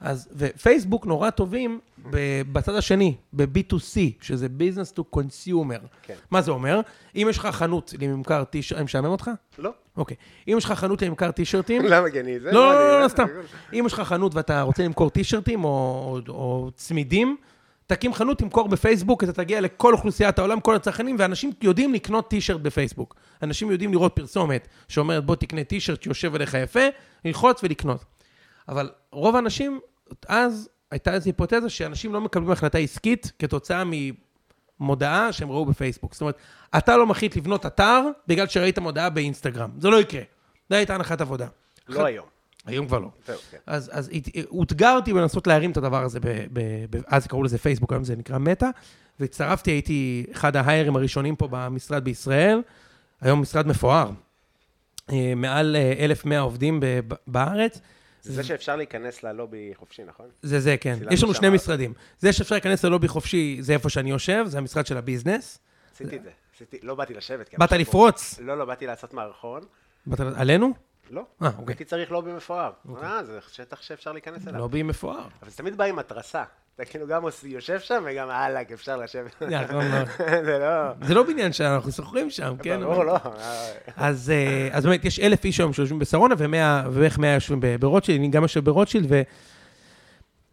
S3: אז, ופייסבוק נורא טובים
S4: Mm.
S3: ב- בצד השני, ב-B2C, שזה business to consumer.
S4: כן.
S3: מה זה אומר? אם יש לך חנות לממכר טישרט, אני משעמם אותך?
S4: לא.
S3: אוקיי. אם יש לך חנות לממכר טישרטים...
S4: למה כי אני זה?
S3: לא, לא,
S4: אני-
S3: לא, לא, סתם. אם יש לך חנות ואתה רוצה למכור טישרטים או, או, או צמידים, תקים חנות, תמכור בפייסבוק, אתה תגיע לכל אוכלוסיית העולם, כל הצרכנים, ואנשים יודעים לקנות טישרט בפייסבוק. אנשים יודעים לראות פרסומת שאומרת, בוא תקנה טישרט שיושב עליך יפה, ללחוץ ולקנות. אבל רוב האנשים, אז הייתה איזו היפותזה שאנשים לא מקבלים החלטה עסקית כתוצאה ממודעה שהם ראו בפייסבוק. זאת אומרת, אתה לא מחליט לבנות אתר בגלל שראית מודעה באינסטגרם. זה לא יקרה. זו הייתה הנחת עבודה.
S4: לא היום.
S3: היום כבר לא.
S4: זהו, כן.
S3: אז, אז הת- אותגרתי בלנסות להרים את הדבר הזה, ב, ב, ב, אז קראו לזה פייסבוק, היום זה נקרא מטא, והצטרפתי, הייתי אחד ההיירים הראשונים פה במשרד בישראל, היום משרד מפואר, אה, מעל אה, 1,100 עובדים ב, ב, בארץ.
S4: זה זה שאפשר להיכנס ללובי חופשי, נכון?
S3: זה זה, כן.
S4: צילמנו
S3: יש לנו
S4: שם
S3: שני
S4: אז.
S3: משרדים. זה שאפשר להיכנס ללובי חופשי, זה איפה שאני יושב, זה המשרד של הביזנס.
S4: עשיתי את זה. עשיתי, לא באתי לשבת. כי
S3: באת
S4: אנשים כן, פה-
S3: לפרוץ?
S4: לא, לא, באתי לעשות מערכון.
S3: באת עלינו?
S4: לא.
S3: אה, אוקיי.
S4: הייתי צריך לובי מפואר. אה, זה שטח שאפשר להיכנס אליו.
S3: לובי מפואר.
S4: אבל זה תמיד בא עם התרסה. אתה כאילו גם עוש- יושב שם וגם וואלכ, אפשר לשבת.
S3: נכון מאוד.
S4: זה לא...
S3: זה לא בניין שאנחנו שוכרים שם, כן? אבל-
S4: ברור, לא. אה,
S3: אז, אה, אז באמת, יש אלף איש היום שיושבים בשרונה, ומאה- ובערך מאה יושבים ב- ברוטשילד, אני גם יושב ברוטשילד, ו...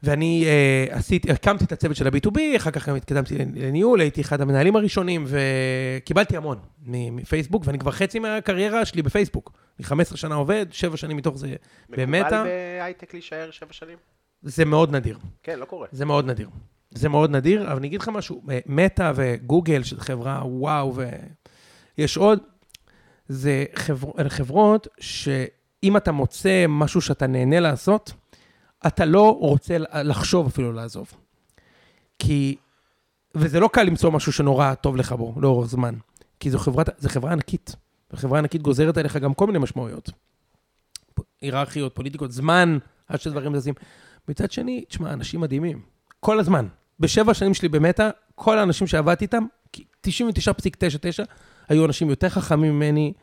S3: ואני אה, עשיתי, הקמתי את הצוות של ה-B2B, אחר כך גם התקדמתי לניהול, הייתי אחד המנהלים הראשונים, וקיבלתי המון מ- מפייסבוק, ואני כבר חצי מהקריירה שלי בפייסבוק. אני 15 שנה עובד, 7 שנים מתוך זה במטא,
S4: מקובל בהייטק להישאר שבע שנים?
S3: זה מאוד נדיר.
S4: כן, לא קורה.
S3: זה מאוד נדיר. זה מאוד נדיר, אבל אני אגיד לך משהו, מטא וגוגל, שזו חברה וואו, ויש עוד, זה חבר... אלה חברות שאם אתה מוצא משהו שאתה נהנה לעשות, אתה לא רוצה לחשוב אפילו לעזוב. כי, וזה לא קל למצוא משהו שנורא טוב לך בו לאורך זמן, כי זו חברת, זו חברה ענקית, וחברה ענקית גוזרת עליך גם כל מיני משמעויות. פ- היררכיות, פוליטיקות, זמן, עד שדברים זזים. מצד שני, תשמע, אנשים מדהימים. כל הזמן. בשבע שנים שלי במטא, כל האנשים שעבדתי איתם, 99.99, היו אנשים יותר חכמים ממני,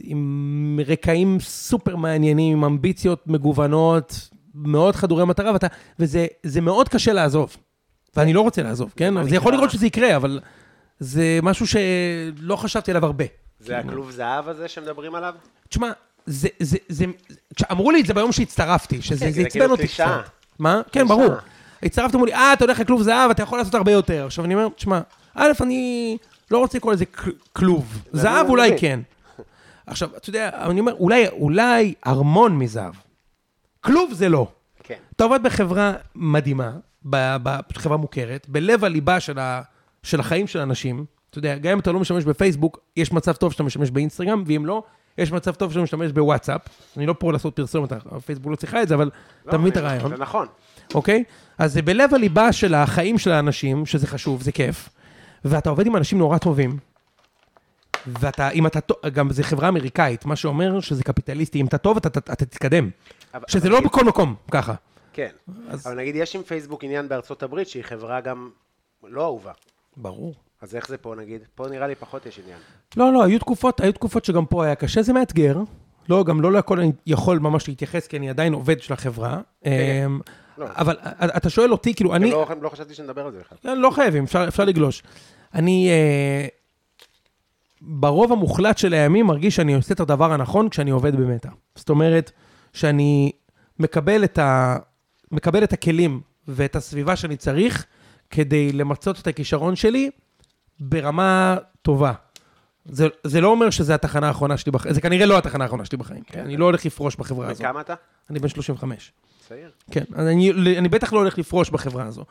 S3: עם רקעים סופר מעניינים, עם אמביציות מגוונות, מאוד חדורי מטרה, ואתה, וזה זה מאוד קשה לעזוב. ואני לא רוצה לעזוב, כן?
S4: מה
S3: אבל זה יכול
S4: נקרא?
S3: לקרות שזה יקרה, אבל זה משהו שלא חשבתי עליו הרבה.
S4: זה הכלוב זהב הזה שמדברים עליו?
S3: תשמע, זה, זה, זה, כשאמרו לי את זה ביום שהצטרפתי,
S4: כן,
S3: שזה
S4: כי
S3: זה
S4: זה כאילו
S3: עצבן אותי קצת.
S4: קלישאה.
S3: מה? כן,
S4: קלישאה.
S3: ברור. הצטרפתי, אמרו לי, אה, אתה הולך לכלוב זהב, אתה יכול לעשות הרבה יותר. עכשיו אני אומר, תשמע, א', אני לא רוצה לקרוא לזה כל- כלוב. זהב
S4: אני
S3: אולי
S4: מבין.
S3: כן. עכשיו, אתה יודע, אני אומר, אולי, אולי ארמון מזהב. כלוב זה לא.
S4: כן.
S3: אתה עובד בחברה מדהימה, ב- ב- חברה מוכרת, בלב הליבה של, ה, של החיים של אנשים. אתה יודע, גם אם אתה לא משתמש בפייסבוק, יש מצב טוב שאתה משתמש באינסטגרם, ואם לא, יש מצב טוב שאני משתמש בוואטסאפ, אני לא פה לעשות פרסומת, הפייסבוק לא צריכה את זה, אבל אתה מבין את הרעיון,
S1: זה נכון.
S3: אוקיי? אז זה בלב הליבה של החיים של האנשים, שזה חשוב, זה כיף, ואתה עובד עם אנשים נורא טובים, ואתה, אם אתה טוב, גם זה חברה אמריקאית, מה שאומר שזה קפיטליסטי, אם אתה טוב, אתה, אתה, אתה תתקדם.
S1: אבל-
S3: שזה
S1: אבל
S3: לא
S1: נגיד-
S3: בכל מקום, ככה.
S1: כן.
S3: אז-
S1: אבל נגיד, יש עם פייסבוק עניין בארצות הברית, שהיא חברה גם לא אהובה.
S3: ברור.
S1: אז איך זה פה, נגיד? פה נראה לי פחות יש עניין.
S3: לא, לא, היו תקופות, היו תקופות שגם פה היה קשה, זה מאתגר. לא, גם לא לכל אני יכול ממש להתייחס, כי אני עדיין עובד של החברה. אמ,
S1: לא.
S3: אבל אה, אתה שואל אותי, כאילו, אני...
S1: לא, לא חשבתי שנדבר על זה בכלל.
S3: לא חייבים, אפשר, אפשר לגלוש. אני אה, ברוב המוחלט של הימים מרגיש שאני עושה את הדבר הנכון כשאני עובד במטא. זאת אומרת, שאני מקבל את, ה, מקבל את הכלים ואת הסביבה שאני צריך כדי למצות את הכישרון שלי ברמה טובה. זה, זה לא אומר שזו התחנה האחרונה שלי בחיים, זה כנראה לא התחנה האחרונה שלי בחיים. כן, אני לא הולך לפרוש בחברה הזאת.
S1: וכמה אתה?
S3: אני בן 35.
S1: צעיר.
S3: כן, אז אני, אני בטח לא הולך לפרוש בחברה הזו,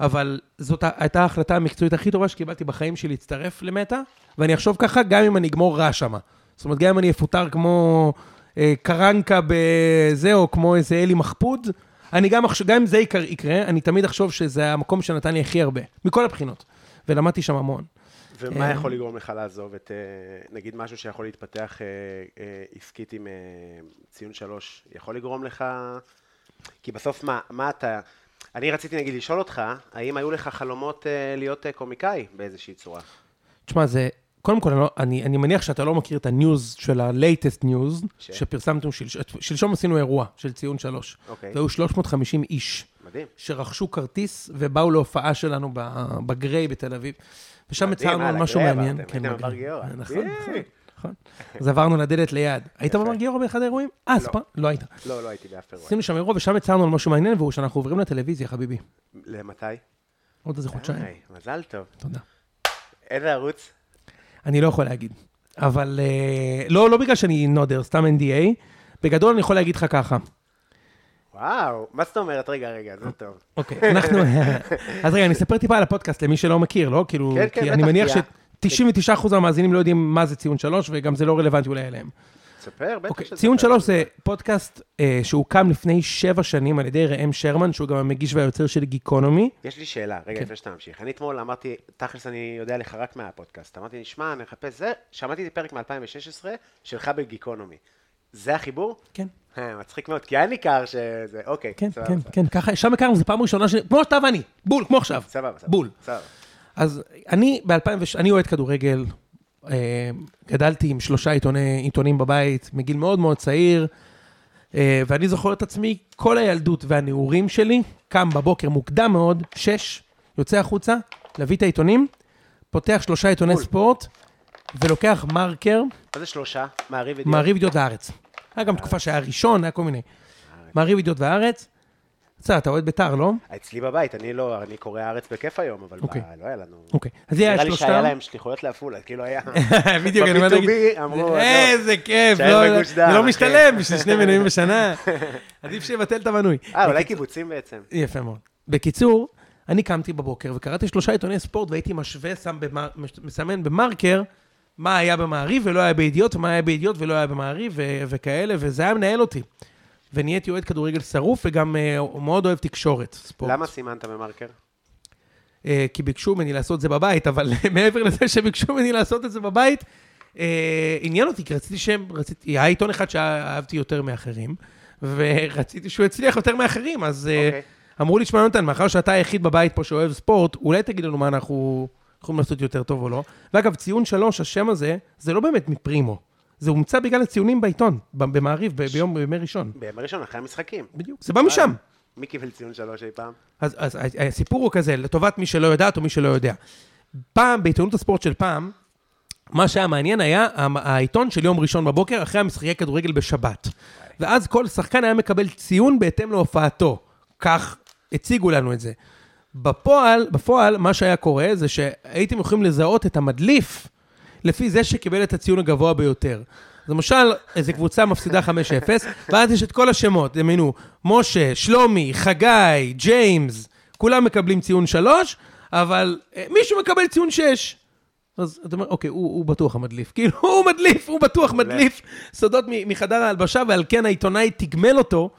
S3: אבל זאת ה- הייתה ההחלטה המקצועית הכי טובה שקיבלתי בחיים שלי להצטרף למטא, ואני אחשוב ככה גם אם אני אגמור רע שמה. זאת אומרת, גם אם אני אפוטר כמו אה, קרנקה בזה, או כמו איזה אלי מחפוד, אני גם אחשוב, גם אם זה יקר- יקרה, אני תמיד אחשוב שזה המקום שנתן לי הכי הרבה, מכל הבחינות, ולמדתי שם המון.
S1: ומה
S3: אה.
S1: יכול לגרום לך לעזוב את, אה, נגיד, משהו שיכול להתפתח אה, אה, עסקית עם אה, ציון שלוש, יכול לגרום לך... כי בסוף מה, מה אתה... אני רציתי, נגיד, לשאול אותך, האם היו לך חלומות אה, להיות אה, קומיקאי באיזושהי צורה?
S3: תשמע, זה... קודם כל, אני, לא- אני, אני מניח שאתה לא מכיר את הניוז של ה-latest news,
S1: ש-
S3: ש... שפרסמתם שלשום, שלשום עשינו אירוע של ציון שלוש.
S1: אוקיי.
S3: והיו 350 איש.
S1: מדהים.
S3: שרכשו כרטיס ובאו להופעה שלנו ב- בגריי בתל אביב. ושם
S1: מדהים,
S3: הצהרנו
S1: אה,
S3: על משהו
S1: לגריי
S3: מעניין. כן,
S1: עברתם, הייתם בבר גיורא.
S3: נכון,
S1: יאי.
S3: נכון, נכון. אז עברנו לדלת ליד. היית בבר גיורא באחד האירועים? אה, ספ... לא היית.
S1: לא, לא הייתי באף אירוע.
S3: עשינו שם אירוע ושם הצהרנו על משהו מעניין, והוא שאנחנו עוברים לטלוויזיה, חביבי.
S1: למתי?
S3: עוד איזה חודשיים.
S1: היי, מזל טוב.
S3: תודה.
S1: איזה ערוץ?
S3: אני לא יכול להגיד. אבל אה, לא, לא בגלל שאני נודר, סתם NDA. בגדול אני יכול להגיד לך ככה.
S1: וואו, מה זאת אומרת? רגע, רגע, זה טוב.
S3: אוקיי, אנחנו... אז רגע, אני אספר טיפה על הפודקאסט למי שלא מכיר, לא? כאילו,
S1: כן, כן,
S3: כי
S1: בטח,
S3: אני מניח
S1: כי ה-
S3: ש-99% מהמאזינים לא יודעים מה זה ציון שלוש, וגם זה לא רלוונטי אולי אליהם.
S1: תספר, בטח לא
S3: אוקיי,
S1: שתספר.
S3: ציון שלוש זה פודקאסט אה, שהוקם לפני שבע שנים על ידי ראם שרמן, שהוא גם המגיש והיוצר של גיקונומי.
S1: יש לי שאלה, רגע,
S3: כן.
S1: לפני שאתה ממשיך. אני אתמול אמרתי, תכלס אני יודע לך רק מהפודקאסט. אמרתי, נשמע, אני אחפש זה, שמעתי את הפרק מ-2016 שלך בגיקונומי. זה החיבור?
S3: כן.
S1: אה, מצחיק מאוד, כי היה ניכר שזה, אוקיי,
S3: כן,
S1: סבבה,
S3: כן,
S1: סבבה.
S3: כן, ככה, שם הכרנו, זו פעם ראשונה ש... כמו שאתה ואני, בול, כמו עכשיו.
S1: סבבה, סבבה.
S3: בול.
S1: סבבה.
S3: אז אני ב-2006, אני אוהד כדורגל, אה, גדלתי עם שלושה עיתוני, עיתונים בבית, מגיל מאוד מאוד צעיר, אה, ואני זוכר את עצמי, כל הילדות והנעורים שלי, קם בבוקר מוקדם מאוד, שש, יוצא החוצה, להביא את העיתונים, פותח שלושה עיתוני ספורט, ולוקח מרקר,
S1: מה זה שלושה? מעריב ודיוק?
S3: מעריב ידיעות והארץ. היה גם תקופה שהיה ראשון, היה כל מיני.
S1: אה, כן.
S3: מעריב ידיעות והארץ. בסדר, אתה אוהד בית"ר, לא? אוקיי.
S1: אצלי בבית, אני לא, אני קורא הארץ בכיף היום, אבל
S3: אוקיי.
S1: ב- לא היה לנו...
S3: אז זה היה
S1: נראה לי
S3: שלושתם.
S1: שהיה להם שליחויות לעפולה, כאילו היה...
S3: בדיוק, אני אומר
S1: ב-B2B
S3: להגיד,
S1: אמרו, "לא, "עזוב,
S3: איזה כיף,
S1: תישאר
S3: לא-
S1: בגוש דן, כן."
S3: זה לא
S1: אחי."
S3: משתלם בשביל שני מנויים בשנה. עדיף שיבטל את המנוי.
S1: אה, אולי קיבוצים בעצם.
S3: יפה מאוד. בקיצור, אני קמתי בבוקר וקראתי שלושה עיתוני ספורט והייתי משווה, שם במר- מש- מסמן במרקר, מה היה במעריב ולא היה בידיעות, ומה היה בידיעות ולא היה במעריב ו- וכאלה, וזה היה מנהל אותי. ונהייתי אוהד כדורגל שרוף וגם אה, מאוד אוהב תקשורת. ספורט.
S1: למה סימנת במרקר?
S3: אה, כי ביקשו ממני לעשות זה בבית, אבל מעבר לזה שביקשו ממני לעשות את זה בבית, אה, עניין אותי, כי רציתי שהם, רציתי, היה עיתון אחד שאהבתי יותר מאחרים, ורציתי שהוא יצליח יותר מאחרים, אז
S1: אוקיי.
S3: okay. אמרו לי, שמע, יונתן, מאחר שאתה היחיד בבית פה שאוהב ספורט, אולי תגיד לנו מה אנחנו יכולים לעשות יותר טוב או לא. ואגב, ציון שלוש, השם הזה, זה לא באמת מפרימו. זה הומצא בגלל הציונים בעיתון, ב- במעריב, ב- ביום, בימי ראשון.
S1: בימי ראשון, אחרי המשחקים.
S3: בדיוק. זה בא משם.
S1: מי קיבל ציון שלוש אי פעם?
S3: אז, אז הסיפור הוא כזה, לטובת מי שלא יודעת או מי שלא יודע. פעם, בעיתונות הספורט של פעם, מה שהיה מעניין היה המ- העיתון של יום ראשון בבוקר, אחרי המשחקי כדורגל בשבת. ואז כל שחקן היה מקבל ציון בהתאם להופעתו. כך הציגו לנו את זה. בפועל, בפועל, מה שהיה קורה זה שהייתם יכולים לזהות את המדליף לפי זה שקיבל את הציון הגבוה ביותר. אז למשל, איזו קבוצה מפסידה 5-0, ואז יש את כל השמות, דמיינו, משה, שלומי, חגי, ג'יימס, כולם מקבלים ציון 3, אבל אה, מישהו מקבל ציון 6. אז אתה אומר, אוקיי, הוא, הוא בטוח המדליף. כאילו, הוא מדליף, הוא בטוח מדליף סודות מ- מחדר ההלבשה, ועל כן העיתונאי תגמל אותו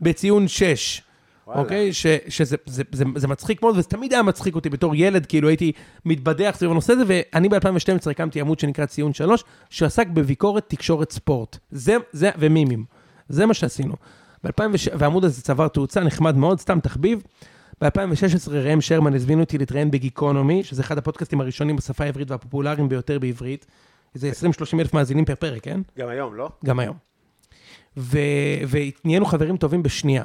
S3: בציון 6.
S4: וואלה.
S3: אוקיי? ש, שזה זה, זה, זה מצחיק מאוד, וזה תמיד היה מצחיק אותי בתור ילד, כאילו הייתי מתבדח סביב הנושא הזה, ואני ב-2012 הקמתי עמוד שנקרא ציון 3, שעסק בביקורת תקשורת ספורט. זה, זה, ומימים. זה מה שעשינו. ב-2006, והעמוד הזה צבר תאוצה, נחמד מאוד, סתם תחביב. ב-2016 ראם שרמן הזמין אותי להתראיין בגיקונומי, שזה אחד הפודקאסטים הראשונים בשפה העברית והפופולריים ביותר בעברית. זה 20-30 אלף מאזינים פר פרק, כן?
S4: גם היום, לא?
S3: גם היום. ו... ונהיינו חברים טובים בשנייה.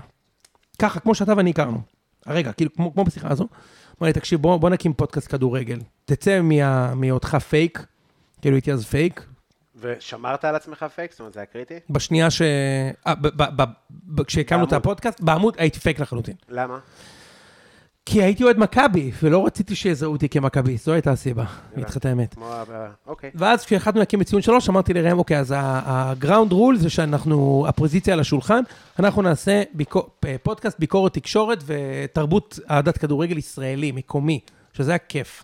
S3: ככה, כמו שאתה ואני הכרנו. הרגע, כאילו, כמו, כמו בשיחה הזו. אמר לי, תקשיב, בוא, בוא נקים פודקאסט כדורגל. תצא מה... מהיותך פייק, כאילו הייתי אז פייק,
S4: ושמרת על עצמך פייק? זאת אומרת, זה היה קריטי?
S3: בשנייה ש... אה, ב- ב- ב- ב- כשהקמנו את
S4: בעמוד.
S3: הפודקאסט, בעמוד הייתי פייק לחלוטין.
S4: למה?
S3: כי הייתי אוהד מכבי, ולא רציתי שיזהו אותי כמכביסט, זו הייתה הסיבה, אני אגיד לך את האמת.
S4: כמו... ה- אוקיי.
S3: ואז כשהחלטנו להקים את ציון שלוש, אמרתי לראם, אוקיי, אז הגראונד רול זה שאנחנו, הפוזיציה על השולחן, אנחנו נעשה ביקור, אה, פודקאסט ביקורת תקשורת ותרבות אהדת כדורגל ישראלי, מקומי, שזה היה כיף.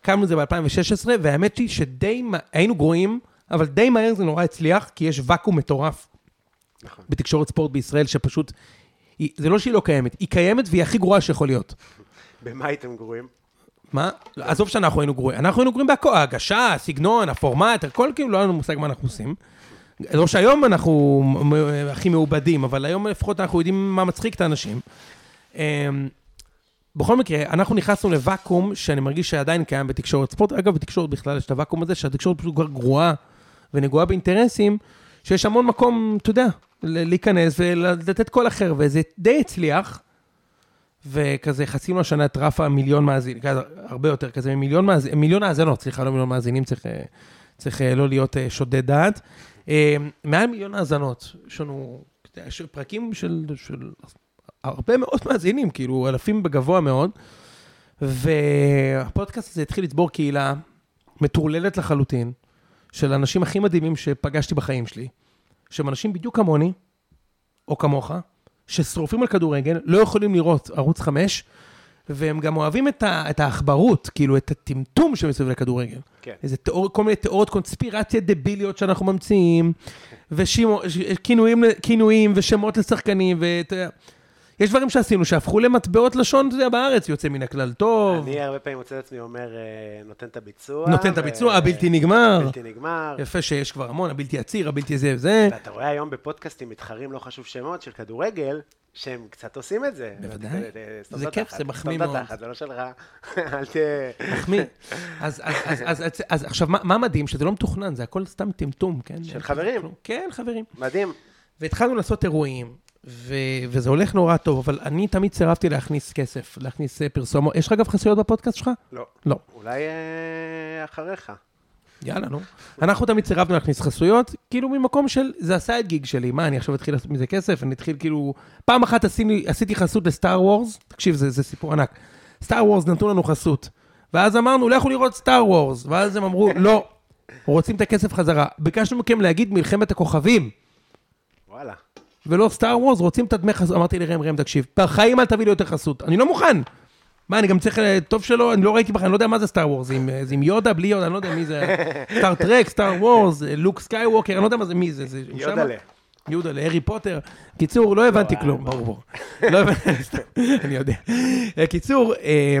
S3: הקמנו את זה ב-2016, והאמת היא שדי, מה- היינו גרועים, אבל די מהר זה נורא הצליח, כי יש ואקום מטורף
S4: נכון.
S3: בתקשורת ספורט בישראל, שפשוט, היא, זה לא שהיא לא קיימת, היא קיימת והיא הכי גרועה שיכול להיות.
S4: במה הייתם גרועים?
S3: מה? לא, עזוב שאנחנו היינו גרועים. אנחנו היינו גרועים בהכל, ההגשה, הסגנון, הפורמט, הכל כאילו לא היה לנו מושג מה אנחנו עושים. לא שהיום אנחנו מ- מ- הכי מעובדים, אבל היום לפחות אנחנו יודעים מה מצחיק את האנשים. אמ, בכל מקרה, אנחנו נכנסנו לוואקום שאני מרגיש שעדיין קיים בתקשורת ספורט. אגב, בתקשורת בכלל יש את הוואקום הזה, שהתקשורת פשוט כבר גרועה ונגועה באינטרסים, שיש המון מקום, אתה יודע, ל- להיכנס ולתת קול אחר, וזה די הצליח. וכזה חצינו השנה את רף המיליון מאזינים, כזה, הרבה יותר כזה, מיליון, מאזינים, מיליון האזנות, סליחה, לא מיליון מאזינים, צריך, אה, צריך אה, לא להיות אה, שודד דעת. אה, מעל מיליון האזנות, יש לנו אתה יודע, יש פרקים של, של הרבה מאוד מאזינים, כאילו אלפים בגבוה מאוד, והפודקאסט הזה התחיל לצבור קהילה מטורללת לחלוטין, של האנשים הכי מדהימים שפגשתי בחיים שלי, שהם אנשים בדיוק כמוני, או כמוך, ששרופים על כדורגל, לא יכולים לראות ערוץ 5, והם גם אוהבים את, ה, את העכברות, כאילו, את הטמטום שמסביב לכדורגל.
S4: כן.
S3: איזה תיאור, כל מיני תיאוריות קונספירציה דביליות שאנחנו ממציאים, וכינויים ושמות לשחקנים, ואתה יודע... יש דברים שעשינו שהפכו למטבעות לשון, אתה יודע, בארץ יוצא מן הכלל טוב,
S4: אני הרבה פעמים מוצא את עצמי אומר, אה, נותן את הביצוע.
S3: נותן את
S4: ו-
S3: הביצוע, הבלתי נגמר.
S4: בלתי נגמר.
S3: יפה שיש כבר המון, הבלתי עציר, הבלתי זה וזה.
S4: ואתה רואה היום בפודקאסטים מתחרים, לא חשוב שמות, של כדורגל, שהם קצת עושים את זה.
S3: בוודאי.
S4: אה, אה, סתום
S3: זה
S4: את
S3: כיף,
S4: התחת,
S3: זה מחמיא
S4: סתום את
S3: מאוד.
S4: התחת, זה לא שלך. אל תהיה...
S3: מחמיא. אז, אז, אז, אז, אז, אז עכשיו, מה, מה מדהים? שזה לא מתוכנן, זה הכל סתם טמטום, כן?
S4: של חברים.
S3: כן, חברים.
S4: מדהים.
S3: והתחלנו לעשות אירועים, ו, וזה הולך נורא טוב, אבל אני תמיד סירבתי להכניס כסף, להכניס אה, פרסומות. יש לך אגב חסויות בפודקאסט שלך?
S4: לא.
S3: לא.
S4: אולי אה, אחריך.
S3: יאללה, נו. אנחנו תמיד סירבנו להכניס חסויות, כאילו ממקום של, זה עשה את גיג שלי, מה, אני עכשיו אתחיל לעשות מזה כסף? אני אתחיל כאילו... פעם אחת עשיתי, עשיתי חסות לסטאר וורס, תקשיב, זה, זה סיפור ענק. סטאר וורס נתנו לנו חסות, ואז אמרנו, לכו לראות סטאר וורס, ואז הם אמרו, לא, רוצים את הכסף חזרה. ביקשנו מכם להגיד מלחמת הכוכבים.
S4: וואלה.
S3: ולא סטאר וורס, רוצים את הדמי חסות. אמרתי לראם, ראם, תקשיב, בחיים אל תביא לי יותר חסות. אני לא מוכן. מה, אני גם צריך, אה, טוב שלא, אני לא ראיתי בכלל, אני לא יודע מה זה סטאר וורס, אם, אה, זה עם יודה, בלי יודה, אני לא יודע מי זה, סטאר טרק, סטאר וורס, אה, לוק סקייווקר, אני לא יודע מה זה, מי זה, זה עם שמה?
S4: יודלה.
S3: יהודה להארי פוטר. קיצור, לא הבנתי כלום, ברור. ברור. לא הבנתי, סתם, אני יודע. אה, קיצור, אה,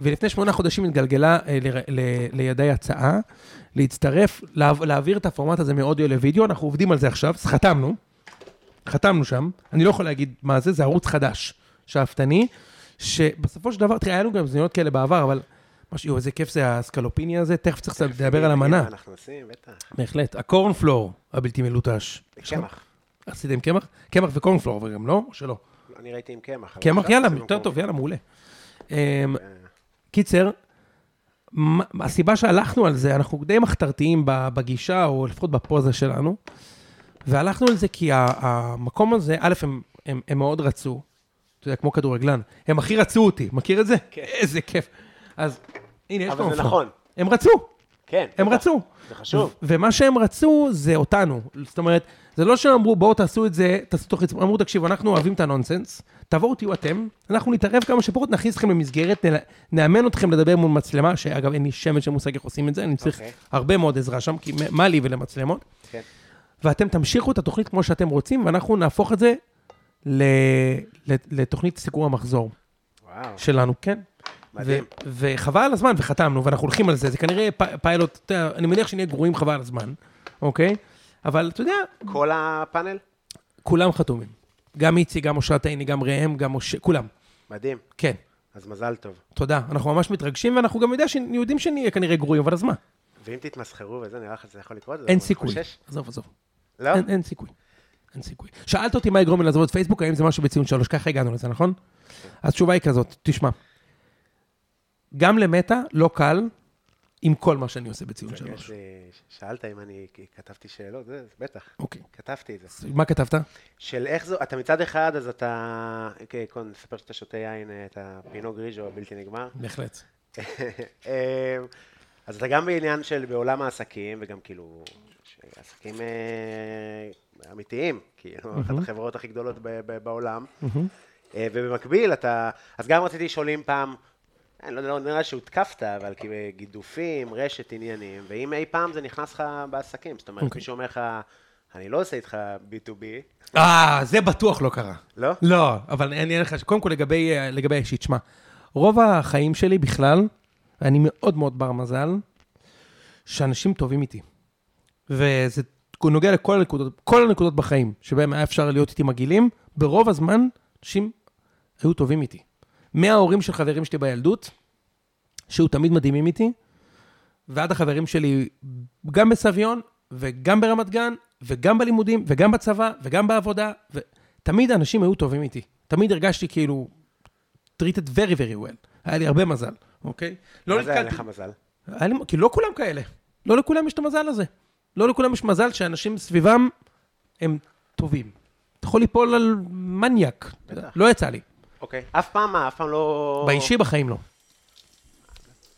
S3: ולפני שמונה חודשים התגלגלה אה, ל- ל- לידיי הצעה להצטרף, להב- להעביר את הפורמט הזה מאודיו לוידאו, אנחנו עובדים על זה עכשיו, אז חתמנו, חתמנו שם, אני לא יכול להגיד מה זה, זה ערוץ חדש, שאפתני, שבסופו של דבר, תראה, היה לנו גם זמניות כאלה בעבר, אבל... משהו, איזה כיף זה הסקלופיניה הזה, תכף צריך קצת לדבר על המנה.
S4: מה אנחנו עושים, בטח.
S3: בהחלט. הקורנפלור הבלתי מלוטש.
S4: קמח.
S3: עשיתם קמח? קמח וקורנפלור, אבל גם לא? או שלא?
S4: אני ראיתי עם קמח. לא אבל
S3: קמח,
S4: עכשיו
S3: יאללה,
S4: עושים
S3: יותר
S4: במקום-
S3: טוב, יאללה, מעולה. אמ,
S4: אה.
S3: קיצר, מה- הסיבה שהלכנו על זה, אנחנו די מחתרתיים ב- בגישה, או לפחות בפוזה שלנו, והלכנו על זה כי ה- המקום הזה, א', הם- הם הם מאוד רצו, אתה יודע, כמו כדורגלן, הם הכי רצו אותי, מכיר את זה? כן. איזה כיף. אז הנה, יש לנו
S4: אבל זה נכון.
S3: הם רצו.
S1: כן.
S3: הם
S1: בטח.
S3: רצו.
S1: זה חשוב.
S3: ו- ומה שהם רצו זה אותנו. זאת אומרת, זה לא שהם אמרו, בואו תעשו את זה, תעשו תוך עצמם, אמרו, תקשיבו, אנחנו אוהבים את הנונסנס, תבואו תהיו אתם, אנחנו נתערב כמה שפחות, נכניס אתכם למסגרת, נל- נאמן אתכם לדבר מול מצלמה, שאגב, אין לי שמץ של מושג איך עושים את זה, אני צריך
S1: אוקיי.
S3: הרבה מאוד עזרה שם, כי מה- מה לי ולמצלמות?
S1: כן.
S3: ואתם תמשיכו את התוכנית כמו שאתם רוצים, ואנחנו נהפוך את זה ל... ל- לתוכנית סיקור המחזור
S1: וואו.
S3: שלנו, כן?
S1: מדהים.
S3: ו- וחבל על הזמן, וחתמנו, ואנחנו הולכים על זה, זה כנראה פ- פיילוט, אתה יודע, אני מניח שנהיה גרועים חבל על הזמן, אוקיי? אבל אתה יודע,
S1: כל הפאנל?
S3: כולם חתומים. גם איציק, גם אושרת עיני, גם ראם, גם משה, כולם.
S1: מדהים.
S3: כן,
S1: אז מזל טוב.
S3: תודה. אנחנו ממש מתרגשים, ואנחנו גם יודע ש- יודעים שנהיה כנראה גרועים, אבל אז מה?
S1: ואם תתמסחרו וזה, נראה לך שזה יכול לקרות? זה
S3: אין
S1: לא
S3: סיכוי.
S1: חושש?
S3: עזוב, עזוב.
S1: לא?
S3: אין, אין סיכוי. אין סיכוי. שאלת אותי מה יגרום לי לעזוב את פייסבוק, האם זה משהו בציון שלוש, ככה הגענו לזה, נכון? אז התשובה היא כזאת, תשמע, גם למטה לא קל עם כל מה שאני עושה בציון
S1: יש
S3: שלוש.
S1: לי- ש- אה, שאלת אם אני כי כתבתי שאלות, זה זה בטח.
S3: אוקיי.
S1: כתבתי את זה.
S3: אז מה כתבת?
S1: של איך זו, אתה מצד אחד, אז אתה, אוקיי, קודם נספר שאתה שותה יין, אה, את הפינו גריז'ו הבלתי נגמר.
S3: בהחלט.
S1: אה, אז אתה גם בעניין של בעולם העסקים, וגם כאילו, ש- עסקים אה, אמיתיים, כאילו, אחת החברות הכי גדולות ב- ב- בעולם. אה, ובמקביל אתה, אז גם רציתי לשאול אם פעם, אני לא יודע, לא נראה שהותקפת, אבל כאילו גידופים, רשת, עניינים, ואם אי פעם זה נכנס לך בעסקים, זאת אומרת,
S3: אוקיי.
S1: מישהו אומר לך, אני לא עושה איתך B2B,
S3: אה, זה בטוח לא קרה.
S1: לא?
S3: לא, אבל אני אענה לך, קודם כל לגבי, אה, לגבי האישית, שמע, רוב החיים שלי בכלל, אני מאוד מאוד בר מזל, שאנשים טובים איתי. וזה נוגע לכל הנקודות, כל הנקודות בחיים, שבהם היה אפשר להיות איתי מגעילים, ברוב הזמן אנשים היו טובים איתי. מההורים של חברים שלי בילדות, שהיו תמיד מדהימים איתי, ועד החברים שלי גם בסביון, וגם ברמת גן, וגם בלימודים, וגם בצבא, וגם בעבודה, ותמיד האנשים היו טובים איתי. תמיד הרגשתי כאילו treated very very well. היה לי הרבה מזל, אוקיי? לא
S1: מה זה היה
S3: נתקלתי...
S1: לך מזל?
S3: היה לי, כי לא כולם כאלה. לא לכולם יש את המזל הזה. לא לכולם יש מזל שאנשים סביבם הם טובים. אתה יכול ליפול על מניאק. לא יצא לי.
S1: אוקיי. אף פעם מה, אף פעם לא...
S3: באישי בחיים לא.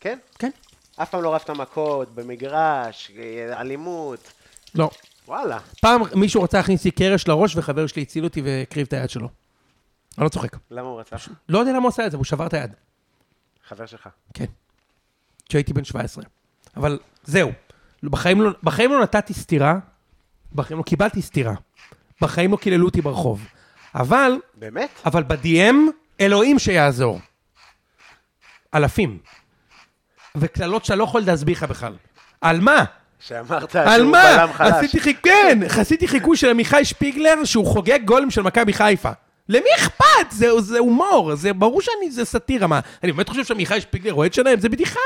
S1: כן?
S3: כן?
S1: אף פעם לא רבת מכות, במגרש, אה, אלימות,
S3: לא.
S1: וואלה.
S3: פעם מישהו רצה להכניס לי קרש לראש, וחבר שלי הציל אותי והקריב את היד שלו. אני לא צוחק.
S1: למה הוא רצח?
S3: לא יודע למה הוא עשה את זה, הוא שבר את היד.
S1: חבר שלך.
S3: כן. כשהייתי בן 17. אבל זהו. לא, בחיים לא, בחיים לא נתתי סטירה, בחיים לא קיבלתי סטירה. בחיים לא קיללו אותי ברחוב. אבל
S1: באמת?
S3: אבל ב-DM, אלוהים שיעזור. אלפים. וקללות שאתה לא יכול להסביר לך בכלל. על מה?
S1: שאמרת
S3: על
S1: שהוא
S3: מה?
S1: בלם חלש.
S3: עשיתי חיק... כן, עשיתי חיקוי של עמיחי שפיגלר שהוא חוגג גולם של מכבי חיפה. למי אכפת? זה, זה הומור, זה ברור שאני, זה סאטירה. מה, אני באמת חושב שעמיחי שפיגלר אוהד שלהם? זה בדיחה.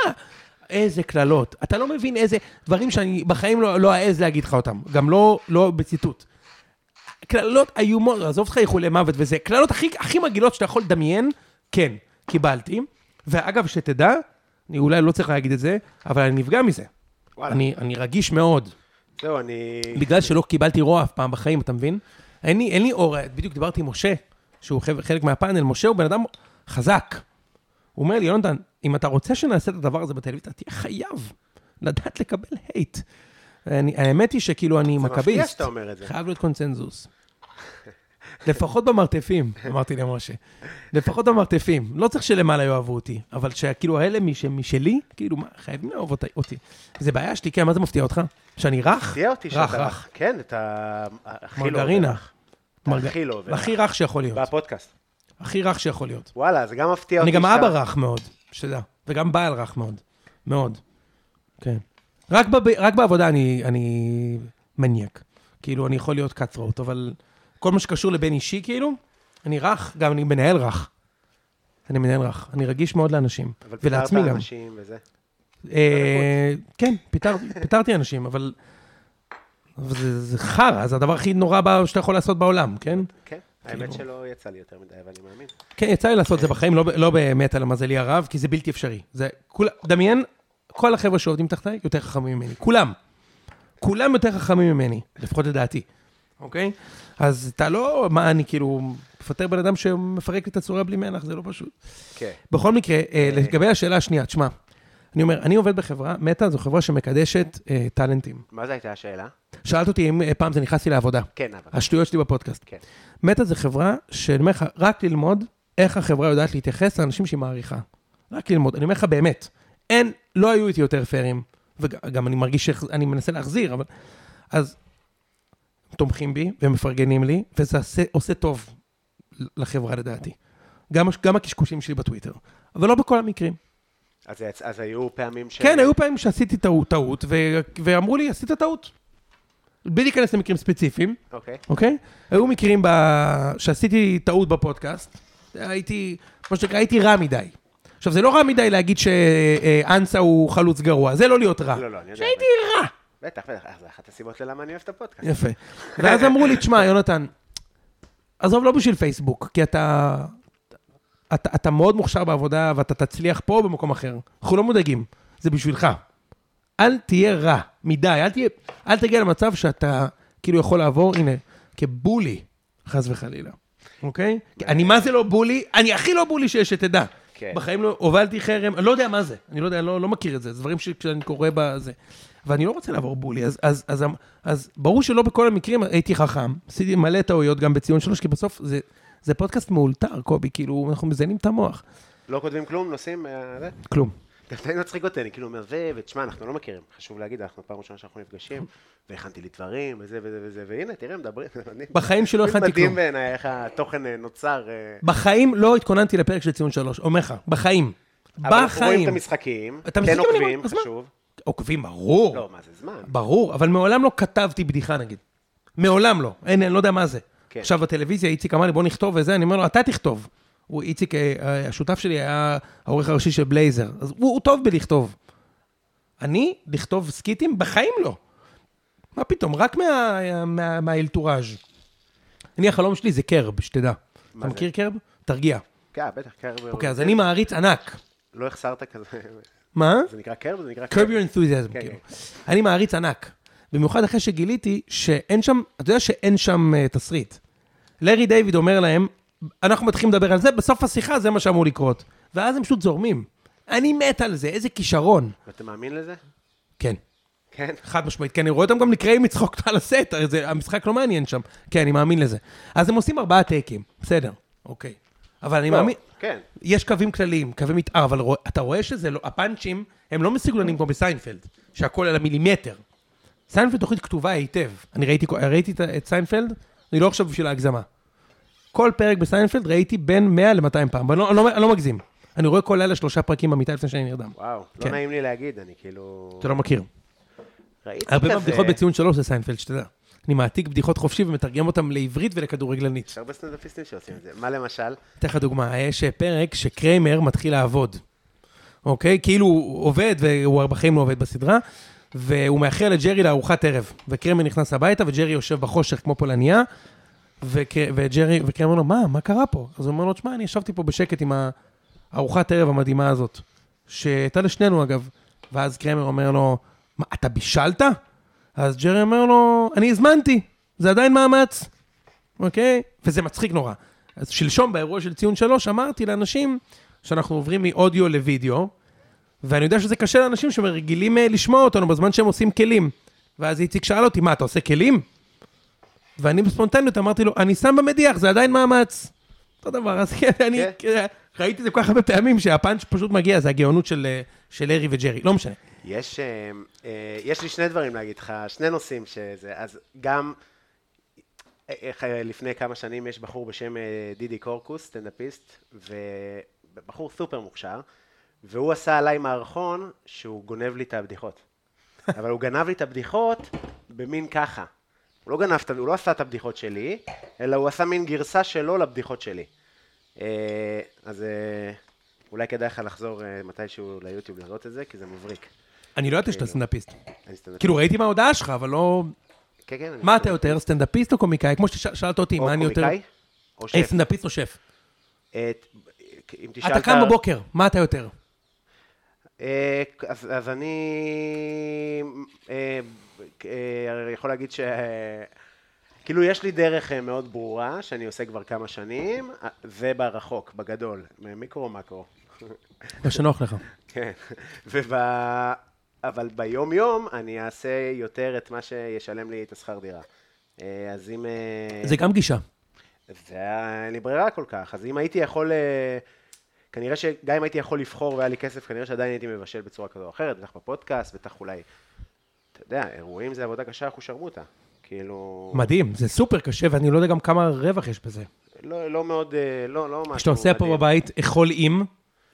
S3: איזה קללות. אתה לא מבין איזה דברים שאני בחיים לא לא אעז להגיד לך אותם. גם לא, לא בציטוט. קללות איומות, עזוב אותך איחולי מוות וזה, קללות הכי, הכי מגעילות שאתה יכול לדמיין, כן, קיבלתי. ואגב, שתדע, אני אולי לא צריך להגיד את זה, אבל אני נפגע מזה.
S1: וואלה.
S3: אני, אני רגיש מאוד.
S1: זהו, אני...
S3: בגלל שלא קיבלתי רוע אף פעם בחיים, אתה מבין? אין לי, אין לי אור, בדיוק דיברתי עם משה, שהוא חב- חלק מהפאנל, משה הוא בן אדם חזק. הוא אומר לי, יונתן, אם אתה רוצה שנעשה את הדבר הזה בטלוויזיה, אתה תהיה חייב לדעת לקבל הייט. אני, האמת היא שכאילו אני
S1: מפתיע
S3: מכביסט.
S1: שאתה אומר את זה.
S3: חייב להיות קונצנזוס. לפחות במרתפים, אמרתי למשה. לפחות במרתפים. לא צריך שלמעלה יאהבו אותי, אבל שכאילו האלה מש- משלי, כאילו, מה, חייבים לאהוב אותי- אותי. זה בעיה שלי, כן, מה זה מפתיע אותך? שאני רך?
S1: תהיה אותי
S3: רך,
S1: שאתה...
S3: רך.
S1: כן, אתה... הכי לא
S3: מרגרינה.
S1: עובד. אתה הכי לא עובד.
S3: הכי רך שיכול להיות.
S1: בפודקאסט.
S3: הכי רך שיכול להיות.
S1: וואלה, זה גם מפתיע אותי.
S3: אני גם
S1: שאתה-
S3: אבא רך מאוד, שתדע. וגם בעל רך מאוד. מאוד. כן. רק, בב... רק בעבודה אני, אני מניאק. כאילו, אני יכול להיות קטרוט, אבל כל מה שקשור לבין אישי, כאילו, אני רך, גם אני מנהל רך. אני מנהל רך. אני רגיש מאוד לאנשים.
S1: אבל פיתרת
S3: ולעצמי גם.
S1: אנשים נכון. וזה.
S3: אה, כן, פיטר- פיטרתי אנשים, אבל... אבל זה, זה חרא, זה הדבר הכי נורא ב- שאתה יכול לעשות בעולם, כן?
S1: כן. האמת שלא יצא לי יותר מדי, אבל אני מאמין.
S3: כן, יצא לי לעשות את זה בחיים, לא, ב- לא באמת על המזלי הרב, כי זה בלתי אפשרי. זה, כול, דמיין, כל החבר'ה שעובדים תחתיי יותר חכמים ממני. כולם. כולם יותר חכמים ממני, לפחות לדעתי, אוקיי? אז אתה לא, מה, אני כאילו מפטר בן אדם שמפרק לי את הצורה בלי מלח, זה לא פשוט.
S1: כן.
S3: בכל מקרה, אה, לגבי השאלה השנייה, תשמע, אני אומר, אני עובד בחברה, מטא זו חברה שמקדשת אה, טאלנטים.
S1: מה זו הייתה השאלה?
S3: שאלת אותי אם אה, פעם זה נכנסתי לעבודה.
S1: כן, אבל.
S3: השטויות שלי בפודקאסט.
S1: כן.
S3: מטא זה חברה שאני אומר לך, רק ללמוד איך החברה יודעת להתייחס לאנשים שהיא מעריכה. רק ללמוד. אני אומר לך באמת, אין, לא היו איתי יותר פיירים. וגם אני מרגיש שאני מנסה להחזיר, אבל... אז תומכים בי ומפרגנים לי, וזה עושה, עושה טוב לחברה לדעתי. גם, הש- גם הקשקושים שלי בטוויטר, אבל לא בכל המקרים.
S1: אז, זה יצ- אז היו פעמים ש...
S3: כן, היו פעמים שעשיתי טעות, טעות ו- ואמרו לי, עשית טעות. בלי להיכנס למקרים ספציפיים,
S1: אוקיי.
S3: אוקיי? היו מקרים ב... שעשיתי טעות בפודקאסט, הייתי, מה שנקרא, הייתי רע מדי. עכשיו, זה לא רע מדי להגיד שאנסה הוא חלוץ גרוע, זה לא להיות רע.
S1: לא, לא, אני יודע.
S3: שהייתי רע.
S1: בטח, בטח. אה, זה אחת הסיבות ללמה אני אוהב את הפודקאסט.
S3: יפה. ואז אמרו לי, תשמע, יונתן, עזוב, לא בשביל פייסבוק, כי אתה... אתה, אתה מאוד מוכשר בעבודה ואתה תצליח פה או במקום אחר. אנחנו לא מודאגים, זה בשבילך. אל תהיה רע מדי, אל, תהיה, אל תגיע למצב שאתה כאילו יכול לעבור, הנה, כבולי, חס וחלילה, אוקיי? כי אני מה זה לא בולי? אני הכי לא בולי שיש, שתדע.
S1: כן.
S3: בחיים לא הובלתי חרם, אני לא יודע מה זה, אני לא יודע, לא, לא מכיר את זה, זה דברים שכשאני קורא בזה. ואני לא רוצה לעבור בולי, אז, אז, אז, אז, אז ברור שלא בכל המקרים הייתי חכם, עשיתי מלא טעויות גם בציון שלוש, כי בסוף זה, זה פודקאסט מאולתר, קובי, כאילו, אנחנו מזיינים את המוח.
S1: לא כותבים כלום, נוסעים, אה, זה.
S3: כלום.
S1: אתה תמיד מצחיק אותי, אני כאילו אומר, ו... ותשמע, אנחנו לא מכירים, חשוב להגיד, אנחנו פעם ראשונה שאנחנו נפגשים, והכנתי לי דברים, וזה וזה וזה, והנה, תראה, מדברים. אני-
S3: בחיים שלא
S1: תמיד
S3: לא הכנתי
S1: מדהים
S3: כלום.
S1: בעיניי איך התוכן אה, נוצר. אה,
S3: בחיים לא התכוננתי לפרק של ציון שלוש, אומר לך, בחיים.
S1: אבל אנחנו רואים
S3: בחיים.
S1: את המשחקים,
S3: את
S1: כן
S3: המשחקים אני רואה,
S1: עוקבים,
S3: אז מה?
S1: חשוב.
S3: עוקבים, ברור.
S1: לא, מה זה זמן?
S3: ברור, אבל מעולם לא כתבתי בדיחה נגיד. מעולם לא. אין, אני לא יודע מה זה.
S1: כן.
S3: כן. עכשיו בטלוויזיה, איציק אמר לי, בוא נכתוב וזה, אני אומר לו, אתה תכתוב. הוא איציק, אה, אה, השותף שלי היה העורך הראשי של בלייזר, אז הוא, הוא טוב בלכתוב. אני, לכתוב סקיטים? בחיים לא. מה פתאום, רק מה- מה- מהאלתוראז'. אני, החלום שלי זה קרב, שתדע. אתה
S1: זה?
S3: מכיר קרב? תרגיע.
S1: כן, בטח, קרב.
S3: אוקיי, אז אני מעריץ ענק.
S1: לא החסרת כזה,
S3: מה?
S1: זה נקרא קרב? זה נקרא
S3: curb your enthusiasm,
S1: כן,
S3: כאילו. אני מעריץ ענק. במיוחד אחרי שגיליתי שאין שם, אתה יודע שאין שם אה, תסריט. לארי דיוויד אומר להם, אנחנו מתחילים לדבר על זה, בסוף השיחה זה מה שאמור לקרות. ואז הם פשוט זורמים. אני מת על זה, איזה כישרון.
S1: ואתה מאמין לזה?
S3: כן,
S1: כן.
S3: חד משמעית, כי אני רואה אותם גם נקראים מצחוק על הסט, הרי זה- המשחק לא מעניין שם. כן, אני מאמין לזה. אז הם עושים ארבעה טייקים, בסדר, אוקיי. אבל אני
S1: לא,
S3: מאמין...
S1: כן.
S3: יש קווים כלליים, קווי מתאר, אבל רוא- אתה רואה שזה לא, הפאנצ'ים, הם לא מסוגלנים כמו בסיינפלד, שהכל על המילימטר. סיינפלד תוכנית כתובה היטב. אני ראיתי, כל- ראיתי את- את סיינפלד, אני לא עכשיו בשביל ההגזמה. כל פרק בסיינפלד ראיתי בין 100 ל-200 פעם, ואני לא, אני לא, אני לא מגזים. אני רואה כל לילה שלושה פרקים במיטה לפני שאני נרדם.
S1: וואו, לא
S3: כן.
S1: נעים לי להגיד, אני כאילו...
S3: אתה לא מכיר.
S1: ראיתי לא כזה...
S3: הרבה מהבדיחות בציון שלוש זה סיינפלד, שתדע. אני מעתיק בדיחות חופשי ומתרגם אותן לעברית ולכדורגלנית.
S1: יש הרבה סטנדאפיסטים שעושים את זה. מה למשל?
S3: אתן לך דוגמה, יש אה, פרק שקריימר מתחיל לעבוד, אוקיי? כאילו הוא עובד, והוא בחיים לא עובד בסדרה, והוא מאחר לג'רי לארוחת ערב. וקריימר נכנס הביתה, וג'רי יושב בחושך כמו פולניה, וק... וג'רי, וקריימר אומר לו, מה, מה קרה פה? אז הוא אומר לו, תשמע, אני ישבתי פה בשקט עם הארוחת ערב המדהימה הזאת, שהייתה לשנינו אגב. ואז קריימר אומר לו, מה, אתה בישלת? אז ג'רי אומר לו, אני הזמנתי, זה עדיין מאמץ. אוקיי? וזה מצחיק נורא. אז שלשום באירוע של ציון שלוש אמרתי לאנשים שאנחנו עוברים מאודיו לוידאו, ואני יודע שזה קשה לאנשים שרגילים אה, לשמוע אותנו בזמן שהם עושים כלים. ואז איציק שאל אותי, מה, אתה עושה כלים? ואני בספונטניות אמרתי לו, אני שם במדיח, זה עדיין מאמץ. אותו דבר, אז כן, אני
S1: כן.
S3: ראיתי את זה כל כך הרבה פעמים, שהפאנץ' פשוט מגיע, זה הגאונות של, אה, של לארי וג'רי, לא משנה.
S1: יש, אה, אה, יש לי שני דברים להגיד לך, שני נושאים שזה, אז גם אה, איך, אה, לפני כמה שנים יש בחור בשם אה, דידי קורקוס, סטנדאפיסט, ובחור סופר מוכשר, והוא עשה עליי מערכון שהוא גונב לי את הבדיחות. אבל הוא גנב לי את הבדיחות במין ככה. הוא לא גנב, את- הוא לא עשה את הבדיחות שלי, אלא הוא עשה מין גרסה שלו לבדיחות שלי. אה, אז אה, אולי כדאי לך לחזור אה, מתישהו ליוטיוב לראות את זה, כי זה מבריק.
S3: אני לא ידעתי שאתה סטנדאפיסט.
S1: אני סטנדאפיסט.
S3: כאילו, ראיתי מה ההודעה שלך, אבל לא...
S1: כן, כן. אני
S3: מה אתה
S1: סטנדאפיסט.
S3: יותר, סטנדאפיסט או קומיקאי? כמו ששאלת אותי,
S1: או
S3: מה אני יותר...
S1: קומיקאי? או
S3: אה,
S1: שף.
S3: סטנדאפיסט או שף.
S1: את- אם תשאל...
S3: אתה
S1: את
S3: קם
S1: ה-
S3: בבוקר, מה אתה יותר?
S1: אה, אז אז אני אה, אה, יכול להגיד ש... אה, כאילו, יש לי דרך אה, מאוד ברורה, שאני עושה כבר כמה שנים, אה, זה ברחוק, בגדול, מיקרו-מקרו.
S3: מה שנוח לך.
S1: כן, וב... אבל ביום-יום אני אעשה יותר את מה שישלם לי את השכר דירה. אה, אז אם... אה,
S3: זה גם גישה.
S1: זה היה, אין לי ברירה כל כך. אז אם הייתי יכול... אה, כנראה שגם אם הייתי יכול לבחור והיה לי כסף, כנראה שעדיין הייתי מבשל בצורה כזו או אחרת, בטח בפודקאסט, בטח אולי... אתה יודע, אירועים זה עבודה קשה, אנחנו שרמוטה. כאילו...
S3: מדהים, זה סופר קשה, ואני לא יודע גם כמה רווח יש בזה.
S1: לא, לא מאוד... אה, לא, לא משהו...
S3: כשאתה עושה פה
S1: מדהים.
S3: בבית, אכול עם,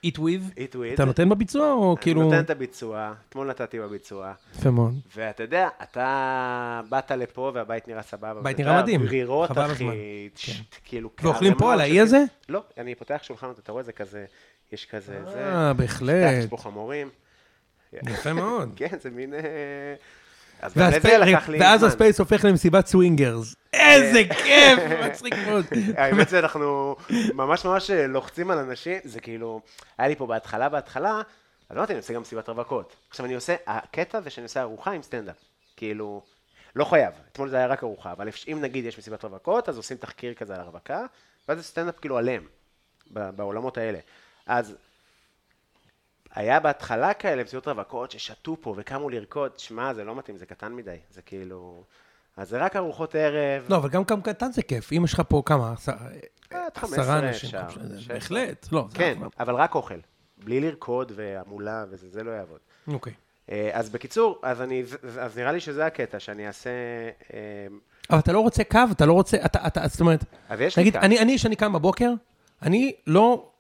S3: eat with,
S1: Eat with.
S3: אתה נותן בביצוע, או כאילו...
S1: אני נותן את הביצוע, אתמול נתתי בביצוע,
S3: יפה מאוד.
S1: ואתה יודע, אתה באת לפה והבית נראה סבבה.
S3: הבית
S1: ואתה
S3: נראה
S1: יודע,
S3: מדהים,
S1: גרירות,
S3: חבל הזמן. כן.
S1: אחי, צ'ט, כאילו... קר,
S3: ואוכלים
S1: זה
S3: פה
S1: ממש
S3: על האי
S1: כאילו-
S3: הזה?
S1: לא, אני פותח שולחן, אתה רואה, זה כזה, יש כזה, זה...
S3: אה,
S1: פתח,
S3: בהחלט.
S1: יש פה חמורים.
S3: יפה מאוד.
S1: כן, זה מין... אה, אז גם
S3: והספי-
S1: לזה לקח לי
S3: ואז
S1: זמן. כן.
S3: הספייס הופך למסיבת סווינגרס. איזה כיף, מצחיק מאוד.
S1: האמת שאנחנו ממש ממש אה, לוחצים על אנשים, זה כאילו, היה לי פה בהתחלה, בהתחלה, אז אמרתי, אני עושה גם מסיבת רווקות. עכשיו אני עושה, הקטע זה שאני עושה ארוחה עם סטנדאפ. כאילו, לא חייב, אתמול זה היה רק ארוחה, אבל אפ- אם נגיד יש מסיבת רווקות, אז עושים תחקיר כזה על הרווקה, ואז זה סטנדאפ כאילו עליהם, ב- בעולמות האלה. אז היה בהתחלה כאלה מסיבות רווקות ששתו פה וקמו לרקוד, שמע, זה לא מתאים, זה קטן מדי, זה כאילו... אז זה רק ארוחות ערב.
S3: לא, אבל גם כמה קטן זה כיף. אם יש לך פה כמה, עשר-
S1: עד 15
S3: עשרה אנשים.
S1: אה, אפשר,
S3: חמישה-
S1: שש.
S3: בהחלט, לא, זה
S1: כן,
S3: אחלה.
S1: אבל רק אוכל. בלי לרקוד והמולה וזה, זה לא יעבוד.
S3: אוקיי.
S1: אה, אז בקיצור, אז, אני, אז נראה לי שזה הקטע, שאני אעשה... אה,
S3: אבל אתה לא רוצה קו, אתה לא רוצה, אתה, אתה, זאת אומרת,
S1: אז יש לי
S3: נגיד,
S1: קו.
S3: אני, אני, כשאני קם בבוקר, אני לא,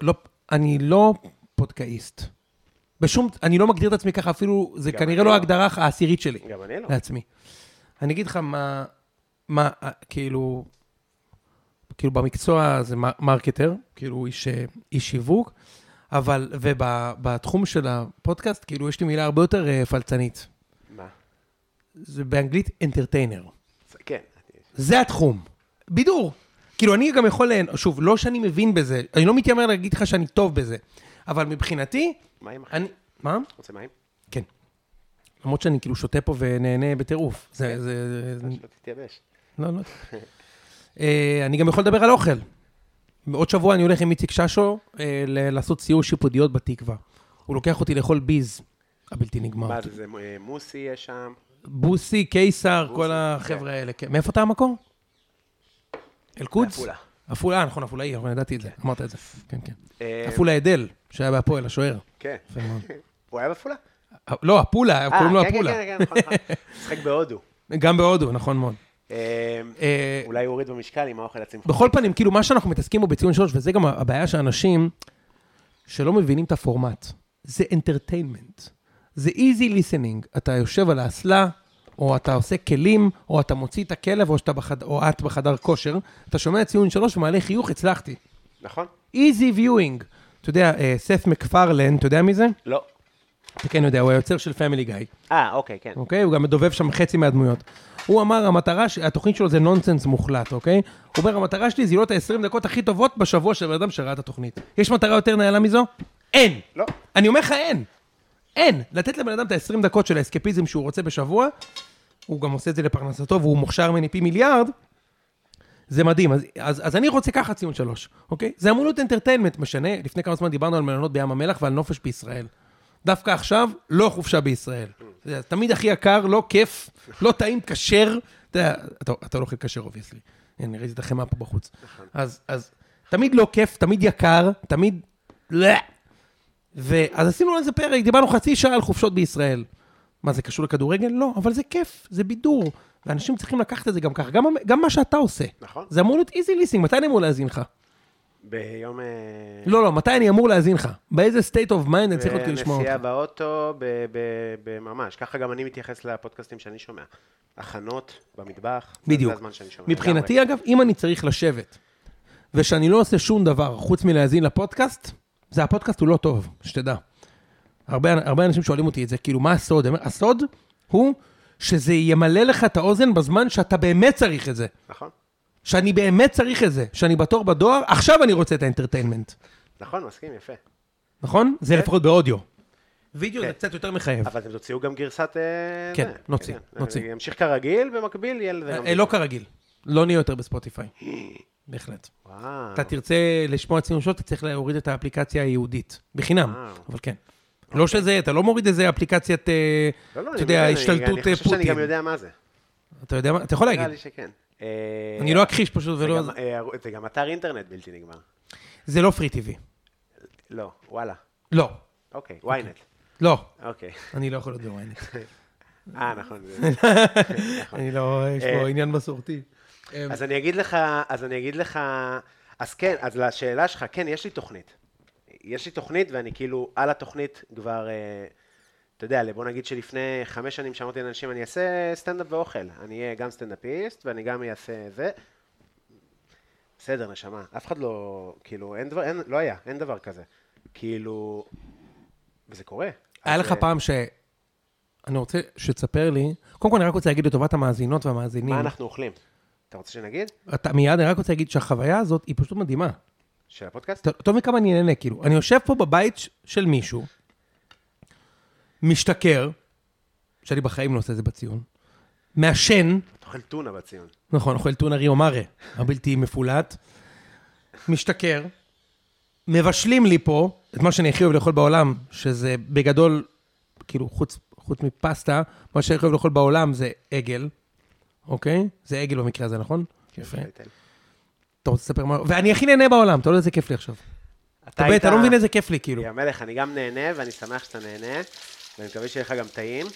S3: לא, אני לא פודקאיסט. בשום, אני לא מגדיר את עצמי ככה אפילו, זה
S1: גם
S3: כנראה
S1: אני
S3: לא
S1: לא.
S3: ההגדרה העשירית שלי.
S1: גם אני לא.
S3: לעצמי. אני אגיד לך מה, מה, אה, כאילו, כאילו במקצוע זה מ- מרקטר, כאילו איש, אה, איש שיווק, אבל, ובתחום של הפודקאסט, כאילו יש לי מילה הרבה יותר אה, פלצנית.
S1: מה?
S3: זה באנגלית entertainer.
S1: זה- כן. אני-
S3: זה התחום. בידור. כאילו, אני גם יכול, לה- שוב, לא שאני מבין בזה, אני לא מתיימר להגיד לך שאני טוב בזה, אבל מבחינתי,
S1: מים אחי?
S3: אני... מה?
S1: רוצה מים?
S3: כן. למרות שאני כאילו שותה פה ונהנה בטירוף. זה, זה, זה,
S1: שלא תתייבש.
S3: לא, לא. אה, אני גם יכול לדבר על אוכל. עוד שבוע אני הולך עם איציק ששו אה, ל- לעשות סיור שיפודיות בתקווה. הוא לוקח אותי לאכול ביז הבלתי נגמר.
S1: מה זה, זה אה, מוסי יש שם?
S3: בוסי, קיסר, כל
S1: כן.
S3: החבר'ה האלה. כן. מאיפה אתה המקור? אל-קודס?
S1: מעפולה.
S3: עפולה, אה, נכון, עפולאי, אבל ידעתי את זה, אמרת את זה. כן, כן.
S1: אה,
S3: עפולה אדל, שהיה בהפועל, השוער.
S1: כן.
S3: יפה מאוד.
S1: הוא היה בעפולה?
S3: לא, עפולה,
S1: אה,
S3: קוראים לו
S1: כן, כן,
S3: עפולה.
S1: כן, כן, נכון, נכון. משחק בהודו.
S3: גם בהודו, נכון מאוד.
S1: אה,
S3: אה,
S1: אולי הוא הוריד במשקל עם האוכל הצמחוני.
S3: בכל פנים, כאילו, מה שאנחנו מתעסקים בו בציון שלוש, וזה גם הבעיה של אנשים שלא מבינים את הפורמט. זה entertainment. זה easy listening. אתה יושב על האסלה, או אתה עושה כלים, או אתה מוציא את הכלב, או, שאתה בחד... או את בחדר כושר, אתה שומע ציון שלוש ומעלה חיוך, הצלחתי.
S1: נכון?
S3: easy viewing. אתה יודע, אה, סף מקפרלן, אתה יודע מי זה?
S1: לא.
S3: אתה כן יודע, הוא היוצר של פמילי גיא.
S1: אה, אוקיי, כן.
S3: אוקיי? הוא גם מדובב שם חצי מהדמויות. הוא אמר, המטרה, ש- התוכנית שלו זה נונסנס מוחלט, אוקיי? הוא אומר, המטרה שלי זה להיות ה-20 דקות הכי טובות בשבוע של בן אדם שראה את התוכנית. יש מטרה יותר נעלה מזו? אין.
S1: לא.
S3: אני אומר לך, אין. אין. לתת לבן אדם את ה-20 דקות של האסקפיזם שהוא רוצה בשבוע, הוא גם עושה את זה לפרנסתו והוא מוכשר ממני פי מיליארד, זה מדהים. אז, אז, אז אני רוצה ככה ציון שלוש, אוקיי? זה אמור להיות אנטרטיינמנט, משנה. לפני כמה זמן דיברנו על מלונות בים המלח ועל נופש בישראל. דווקא עכשיו, לא חופשה בישראל. זה תמיד הכי יקר, לא כיף, לא טעים, כשר. אתה יודע, אתה, אתה לא אוכל כשר, אובייסלי. אני ראיתי את החמאה פה בחוץ. אז, אז תמיד לא כיף, תמיד יקר, תמיד... לא. ואז עשינו על זה פרק, דיברנו חצי שעה על חופשות בישראל. מה, זה קשור לכדורגל? לא, אבל זה כיף, זה בידור. ואנשים צריכים לקחת את זה גם ככה, גם, גם מה שאתה עושה.
S1: נכון.
S3: זה אמור להיות easy listening, מתי אני אמור להאזין לך?
S1: ביום... אה,
S3: לא, לא, מתי אני אמור להאזין לך? באיזה state of mind אני צריך להיות כאילו לשמוע
S1: נסיעה
S3: אותך?
S1: באוטו, ב- ב- ב- ממש. ככה גם אני מתייחס לפודקאסטים שאני שומע. הכנות במטבח, זה-
S3: בדיוק.
S1: זה הזמן שאני שומע. לגמרי.
S3: מבחינתי, אגב, אם אני צריך לשבת, ושאני לא עושה שום דבר חוץ מלהאזין לפודקאסט, זה הפודקאסט הוא לא טוב, שתדע. הרבה, הרבה אנשים שואלים אותי את זה, כאילו, מה הסוד? אני אומר, הסוד הוא שזה ימלא לך את האוזן בזמן שאתה באמת צריך את זה.
S1: נכון,
S3: שאני באמת צריך את זה, שאני בתור בדואר, עכשיו אני רוצה את האנטרטיינמנט,
S1: נכון, מסכים, יפה.
S3: נכון? זה לפחות באודיו. וידאו זה
S1: כן.
S3: קצת יותר מחייב.
S1: אבל אתם תוציאו גם גרסת... אה,
S3: כן,
S1: זה.
S3: נוציא,
S1: כן,
S3: נוציא.
S1: אני אמשיך כרגיל, במקביל יהיה לזה גם...
S3: אה, לא כרגיל, לא נהיה יותר לא בספוטיפיי. בהחלט.
S1: וואו.
S3: אתה תרצה לשמוע ציון שעות, אתה צריך להוריד את האפליקציה היהודית, בחינם,
S1: וואו.
S3: אבל כן. לא שזה, אתה לא מוריד איזה אפליקציית, אה,
S1: לא, לא,
S3: אתה
S1: אני
S3: יודע,
S1: מבין, אני-
S3: השתלטות אה,
S1: אני חושב שאני
S3: פוטין.
S1: גם יודע מה זה.
S3: אתה יודע מה, אתה יכול
S1: נראה לי
S3: להגיד.
S1: שכן.
S3: אני לא אכחיש פשוט
S1: זה
S3: ולא...
S1: גם, אה, ערו- זה גם אתר אינטרנט בלתי נגמר.
S3: זה לא פרי טיווי.
S1: לא, וואלה.
S3: לא,
S1: אוקיי, ynet.
S3: לא,
S1: אוקיי.
S3: אני לא יכול להיות בוויינט.
S1: אה, נכון. זה-
S3: אני לא, יש פה
S1: אה.
S3: עניין מסורתי. אה,
S1: אז אני אגיד לך, אז אני אגיד לך, אז כן, אז לשאלה שלך, כן, יש לי תוכנית. יש לי תוכנית, ואני כאילו על התוכנית כבר, אה, אתה יודע, בוא נגיד שלפני חמש שנים שאמרתי לאנשים, אני אעשה סטנדאפ ואוכל. אני אהיה גם סטנדאפיסט, ואני גם אעשה זה. בסדר, נשמה, אף אחד לא, כאילו, אין דבר, אין, לא היה, אין דבר כזה. כאילו, וזה קורה.
S3: היה
S1: אז,
S3: לך
S1: אה,
S3: פעם ש... אני רוצה שתספר לי, קודם כל אני רק רוצה להגיד לטובת המאזינות והמאזינים,
S1: מה אנחנו אוכלים? אתה רוצה שנגיד?
S3: אתה מיד, אני רק רוצה להגיד שהחוויה הזאת היא פשוט מדהימה.
S1: של הפודקאסט?
S3: אתה לא- אתה מבין כמה אני נהנה, כאילו. אני יושב פה בבית ש- של מישהו, משתכר, שאני בחיים לא עושה את זה בציון, מעשן,
S1: אתה אוכל טונה בציון.
S3: נכון, אוכל טונה ריו מארה, הבלתי מפולט, משתכר, מבשלים לי פה את מה שאני הכי אוהב לאכול בעולם, שזה בגדול, כאילו, חוץ, חוץ מפסטה, מה שאני הכי אוהב לאכול בעולם זה עגל, אוקיי? זה עגל במקרה הזה, נכון? יפה. אתה רוצה לספר מה... ואני הכי נהנה בעולם, אתה לא יודע איזה כיף לי עכשיו. אתה באמת, אתה לא מבין איזה כיף לי, כאילו.
S1: יא המלך, אני גם נהנה, ואני שמח שאתה נהנה, ואני מקווה שיהיה לך גם טעים.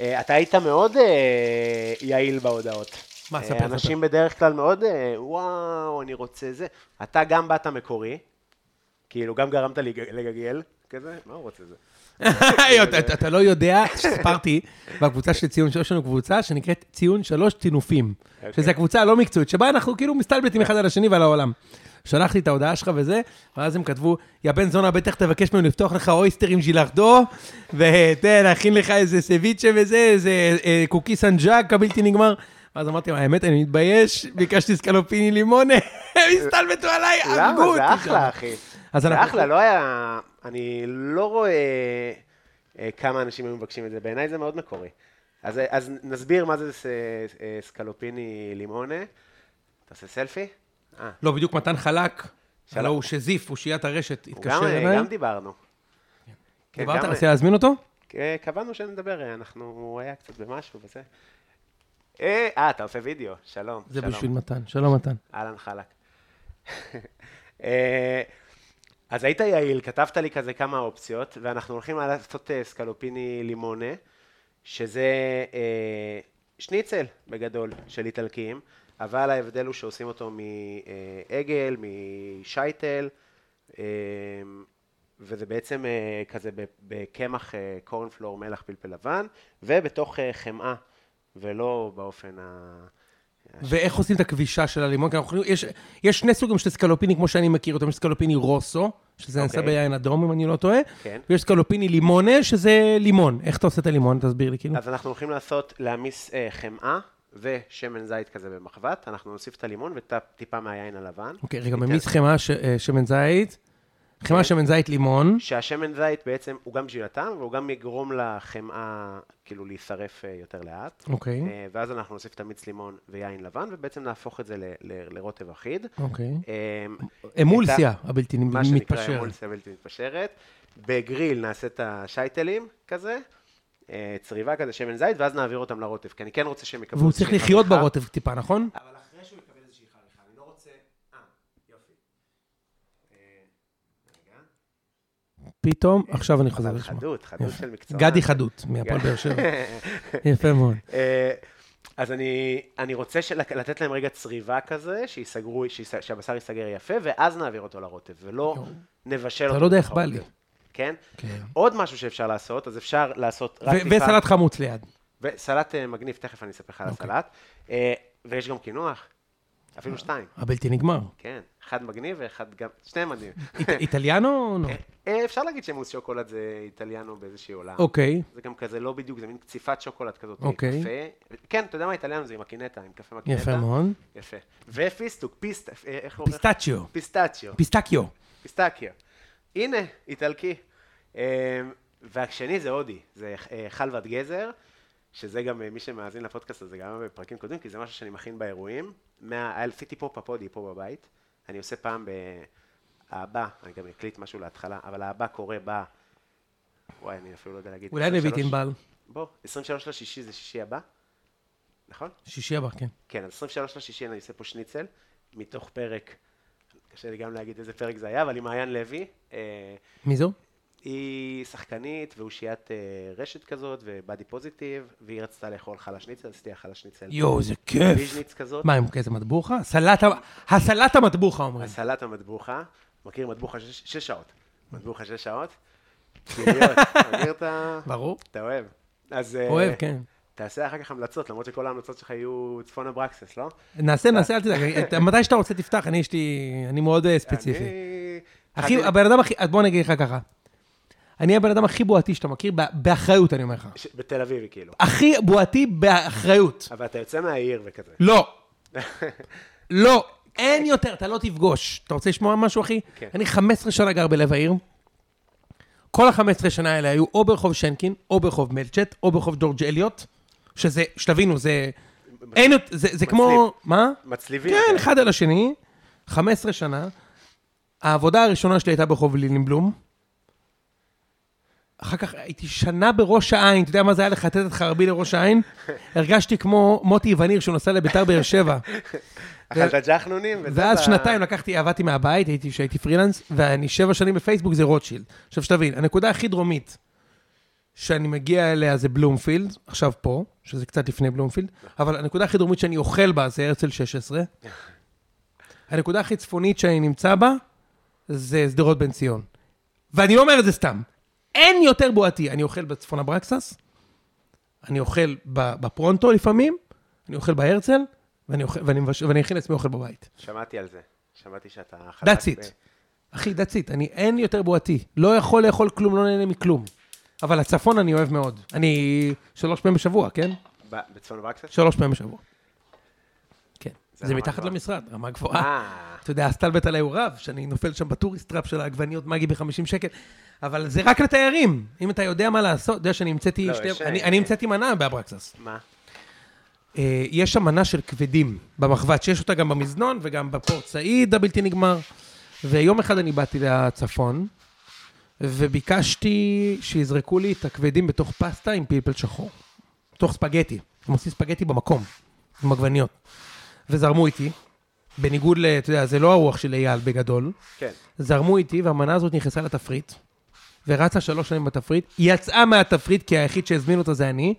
S1: אה, אתה היית מאוד אה, יעיל בהודעות.
S3: מה,
S1: אה,
S3: ספר, ספר.
S1: אנשים בדרך כלל מאוד, אה, וואו, אני רוצה זה. אתה גם באת מקורי, כאילו, גם גרמת לי לג- לגגל, כזה, מה הוא רוצה זה?
S3: אתה- אתה- אתה לא יודע, סיפרתי, בקבוצה של ציון, יש לנו קבוצה שנקראת ציון שלוש טינופים,
S1: אוקיי.
S3: שזו הקבוצה הלא מקצועית, שבה אנחנו כאילו מסתלבטים אחד על השני ועל העולם. שלחתי את ההודעה שלך וזה, ואז הם כתבו, יא בן זונה, בטח תבקש ממנו לפתוח לך אויסטר עם ז'ילארדו, ולהכין לך איזה סביצ'ה וזה, איזה אה, קוקי סנג'אק הבלתי נגמר. ואז אמרתי, להם, האמת, אני מתבייש, ביקשתי סקלופיני לימונה, הם הסתלבטו עליי, הרגו
S1: למה?
S3: אותי.
S1: זה
S3: שם.
S1: אחלה, אחי.
S3: אז
S1: זה
S3: אנחנו-
S1: אחלה, לא היה... אני לא רואה אה, כמה אנשים היו מבקשים את זה, בעיניי זה מאוד מקורי. אז, אה, אז נסביר מה זה ס, אה, סקלופיני לימונה. תעשה סלפי? אה,
S3: לא, בדיוק מתן חלק.
S1: שלום.
S3: הלו הוא שזיף, אושיית הרשת,
S1: הוא
S3: התקשר
S1: גם, אה,
S3: אליי.
S1: גם דיברנו. כן,
S3: דיברת?
S1: גם,
S3: רצית להזמין אותו?
S1: אה, קבענו שנדבר, אה, אנחנו, הוא היה קצת במשהו וזה. אה, אה, אתה עושה וידאו, שלום.
S3: זה
S1: שלום.
S3: בשביל מתן, שלום מתן.
S1: אהלן חלק. אה, אז היית יעיל, כתבת לי כזה כמה אופציות, ואנחנו הולכים לעשות אה, סקלופיני לימונה, שזה אה, שניצל בגדול של איטלקים, אבל ההבדל הוא שעושים אותו מעגל, משייטל, אה, וזה בעצם אה, כזה ב- בקמח אה, קורנפלור, מלח פלפל לבן, ובתוך אה, חמאה, ולא באופן ה...
S3: ואיך עושים את הכבישה של הלימון? כי אנחנו יכולים- יש- יש שני סוגים של סקלופיני, כמו שאני מכיר אותם, יש סקלופיני רוסו, שזה נעשה
S1: אוקיי.
S3: ביין אדום, אם אני לא טועה,
S1: כן.
S3: ויש סקלופיני לימונה, שזה לימון. איך אתה עושה את הלימון? תסביר לי, כאילו.
S1: אז אנחנו הולכים לעשות, להעמיס אה, חמאה ושמן זית כזה במחבת, אנחנו נוסיף את הלימון וטיפה מהיין הלבן.
S3: אוקיי, רגע,
S1: ניתן-
S3: ממיס חמאה, ש- אה, שמן זית,
S1: כן.
S3: חמאה, שמן זית, לימון.
S1: שהשמן זית בעצם הוא גם בשביל הטעם, והוא גם יגרום לחמאה כאילו להישרף אה, יותר לאט.
S3: אוקיי,
S1: אה, ואז אנחנו נוסיף את המיץ לימון ויין לבן, ובעצם נהפוך את זה ל- ל- לרוטב אחיד.
S3: אוקיי.
S1: אה,
S3: אמולסיה
S1: את
S3: הבלתי
S1: ה- מה שנקרא
S3: מתפשרת.
S1: אמולסיה בלתי מתפשרת. בגריל נעשה את השייטלים כזה, אה, צריבה כזה, שמן זית, ואז נעביר אותם לרוטב, כי אני כן רוצה שהם יקבלו...
S3: והוא צריך
S1: איזושהי
S3: לחיות
S1: חריכה.
S3: ברוטב טיפה, נכון?
S1: אבל אחרי שהוא יקבל איזושהי חריכה, אני לא רוצה... אה, יופי. אה, רגע.
S3: פתאום, עכשיו אני חוזר
S1: אבל
S3: לשמוע.
S1: חדות, חדות
S3: יפה.
S1: של מקצוע.
S3: גדי חדות, מהפועל באר שבע. יפה מאוד.
S1: אה, אז אני, אני רוצה של, לתת להם רגע צריבה כזה, שיסגרו, שיס, שהבשר ייסגר יפה, ואז נעביר אותו לרוטב, ולא
S3: יואו.
S1: נבשל אותו.
S3: אתה לא יודע איך
S1: בתוך
S3: בא
S1: הרוטב.
S3: לי.
S1: כן?
S3: כן.
S1: עוד משהו שאפשר לעשות, אז אפשר לעשות רק
S3: ו- וסלט חמוץ ליד.
S1: וסלט אה, מגניב, תכף אני אספר לך על
S3: אוקיי. אה.
S1: הסלט. אה, ויש גם קינוח, אפילו שתיים.
S3: הבלתי נגמר.
S1: כן, אחד מגניב ואחד גם, שניהם מגניב.
S3: אית- איטליאנו או לא?
S1: אה, אפשר להגיד שמוס שוקולד זה איטליאנו באיזושהי עולם.
S3: אוקיי.
S1: זה גם כזה לא בדיוק, זה מין קציפת שוקולד כזאת.
S3: אוקיי.
S1: קפה. כן, אתה יודע מה איטליאנו זה עם הקינטה, עם קפה מקינטה.
S3: יפה מאוד.
S1: יפה. ופיסטוק, פיסט, אה, איך הוא...
S3: פיסטצ'יו.
S1: פיסטצ'יו,
S3: פיסטקיו.
S1: פיסטקיו. הנה, איטלקי. אה, והשני זה הודי, זה אה, חלבת גזר, שזה גם, אה, מי שמאזין לפודקאסט הזה, גם היה בפרקים קודמים, כי זה משהו שאני מכין באירועים. מה, עשיתי פה פפודי, פה בבית. אני עושה פעם ב... האבא, אני גם אקליט משהו להתחלה, אבל האבא קורא ב... וואי, אני אפילו לא יודע להגיד.
S3: אולי נביא את
S1: 23.
S3: ענבל.
S1: בוא, 23 לשישי זה שישי הבא, נכון?
S3: שישי הבא, כן.
S1: כן, אז 23 לשישי אני עושה פה שניצל, מתוך פרק, קשה לי גם להגיד איזה פרק זה היה, אבל עם מעיין לוי. אה,
S3: מי זו?
S1: היא שחקנית ואושיית אה, רשת כזאת, ובאדי פוזיטיב, והיא רצתה לאכול חלה שניצל, עשיתי לה חלה שניצל.
S3: יואו, איזה כיף.
S1: ויז'ניץ כזאת.
S3: מה, הם כאיזה מטבוחה? סלט ה- הסלט המטבוחה אומרים.
S1: הסלט המטבוחה, מכיר מטבוחה שש, שש שעות. מטבוחה שש שעות. פיריות, מכיר את ה...
S3: ברור.
S1: אתה אוהב. אז... אה,
S3: אוהב, כן.
S1: תעשה אחר כך המלצות, למרות שכל ההמלצות שלך יהיו צפון אברקסס, לא?
S3: נעשה, נעשה, אל תדאג. את- מתי שאתה רוצה תפתח, אני יש לי... אני מאוד אה, ספציפי.
S1: אני...
S3: אחי,
S1: חגי-
S3: הבן אדם הכי... אז בוא נגיד לך ככה. אני הבן אדם הכי בועתי שאתה מכיר, בא- באחריות, אני אומר לך.
S1: ש- בתל אביבי, כאילו.
S3: הכי בועתי באחריות.
S1: אבל אתה יוצא מהעיר וכזה.
S3: לא. לא. אין יותר, אתה לא תפגוש. אתה רוצה לשמוע משהו, אחי?
S1: כן.
S3: אני 15 שנה גר בלב העיר. כל ה-15 שנה האלה היו או ברחוב שנקין, או ברחוב מלצ'ט, או ברחוב ג'ורג' אליוט, שזה, שתבינו, זה... אין יותר, זה, זה כמו... מה?
S1: מצליבים. אוקיי.
S3: כן, אחד על השני. 15 שנה. העבודה הראשונה שלי הייתה ברחוב לילינבלום. אחר כך הייתי שנה בראש העין, אתה יודע מה זה היה לחטט את חרבי לראש העין? הרגשתי כמו מוטי וניר שהוא נוסע לביתר באר שבע.
S1: אכלת ג'חנונים, וזה
S3: ואז
S1: ב-
S3: שנתיים לקחתי, עבדתי מהבית, הייתי, כשהייתי פרילנס, ואני שבע שנים בפייסבוק זה רוטשילד. עכשיו שתבין, הנקודה הכי דרומית שאני מגיע אליה זה בלומפילד, עכשיו פה, שזה קצת לפני בלומפילד, אבל הנקודה הכי דרומית שאני אוכל בה זה הרצל 16. הנקודה הכי צפונית שאני נמצא בה זה שדרות בן ציון. ואני לא אומר את זה סתם. אין יותר בועתי. אני אוכל בצפון אברקסס, אני אוכל ב- בפרונטו לפעמים, אני אוכל בהרצל, ואני, אוכל, ואני, מבש... ואני אכין לעצמי אוכל בבית.
S1: שמעתי על זה. שמעתי שאתה חלק...
S3: That's it. אחי, that's it, אני אין יותר בועתי. לא יכול לאכול כלום, לא נהנה מכלום. אבל הצפון אני אוהב מאוד. אני שלוש פעמים בשבוע, כן?
S1: בצפון אברקסס?
S3: שלוש פעמים בשבוע. כן.
S1: זה
S3: זה,
S1: רמה
S3: מתחת
S1: גבוהה.
S3: למשרד, רמה גבוהה.
S1: אה,
S3: אתה יודע, הסטלבט עליי הוא רב, שאני נופל שם בטוריסט טראפ של העגבניות מגי ב-50 שקל, אבל זה רק לתיירים. אם אתה יודע מה לעשות, אתה יודע שאני המצאתי
S1: לא,
S3: שתי...
S1: יש,
S3: אני
S1: אה,
S3: אני המצאתי מנה באברקסס.
S1: מה?
S3: אה, יש שם מנה של כבדים במחבת, שיש אותה גם במזנון וגם בפורט סעיד הבלתי נגמר. ויום אחד אני באתי לצפון, וביקשתי שיזרקו לי את הכבדים בתוך פסטה עם פלפל שחור. בתוך ספגטי. הם עושים ספגטי במקום, עם עגבניות. וזרמו איתי, בניגוד ל... אתה יודע, זה לא הרוח של אייל בגדול.
S1: כן.
S3: זרמו איתי, והמנה הזאת נכנסה לתפריט, ורצה שלוש שנים בתפריט, היא יצאה מהתפריט, כי היחיד שהזמין אותה זה אני,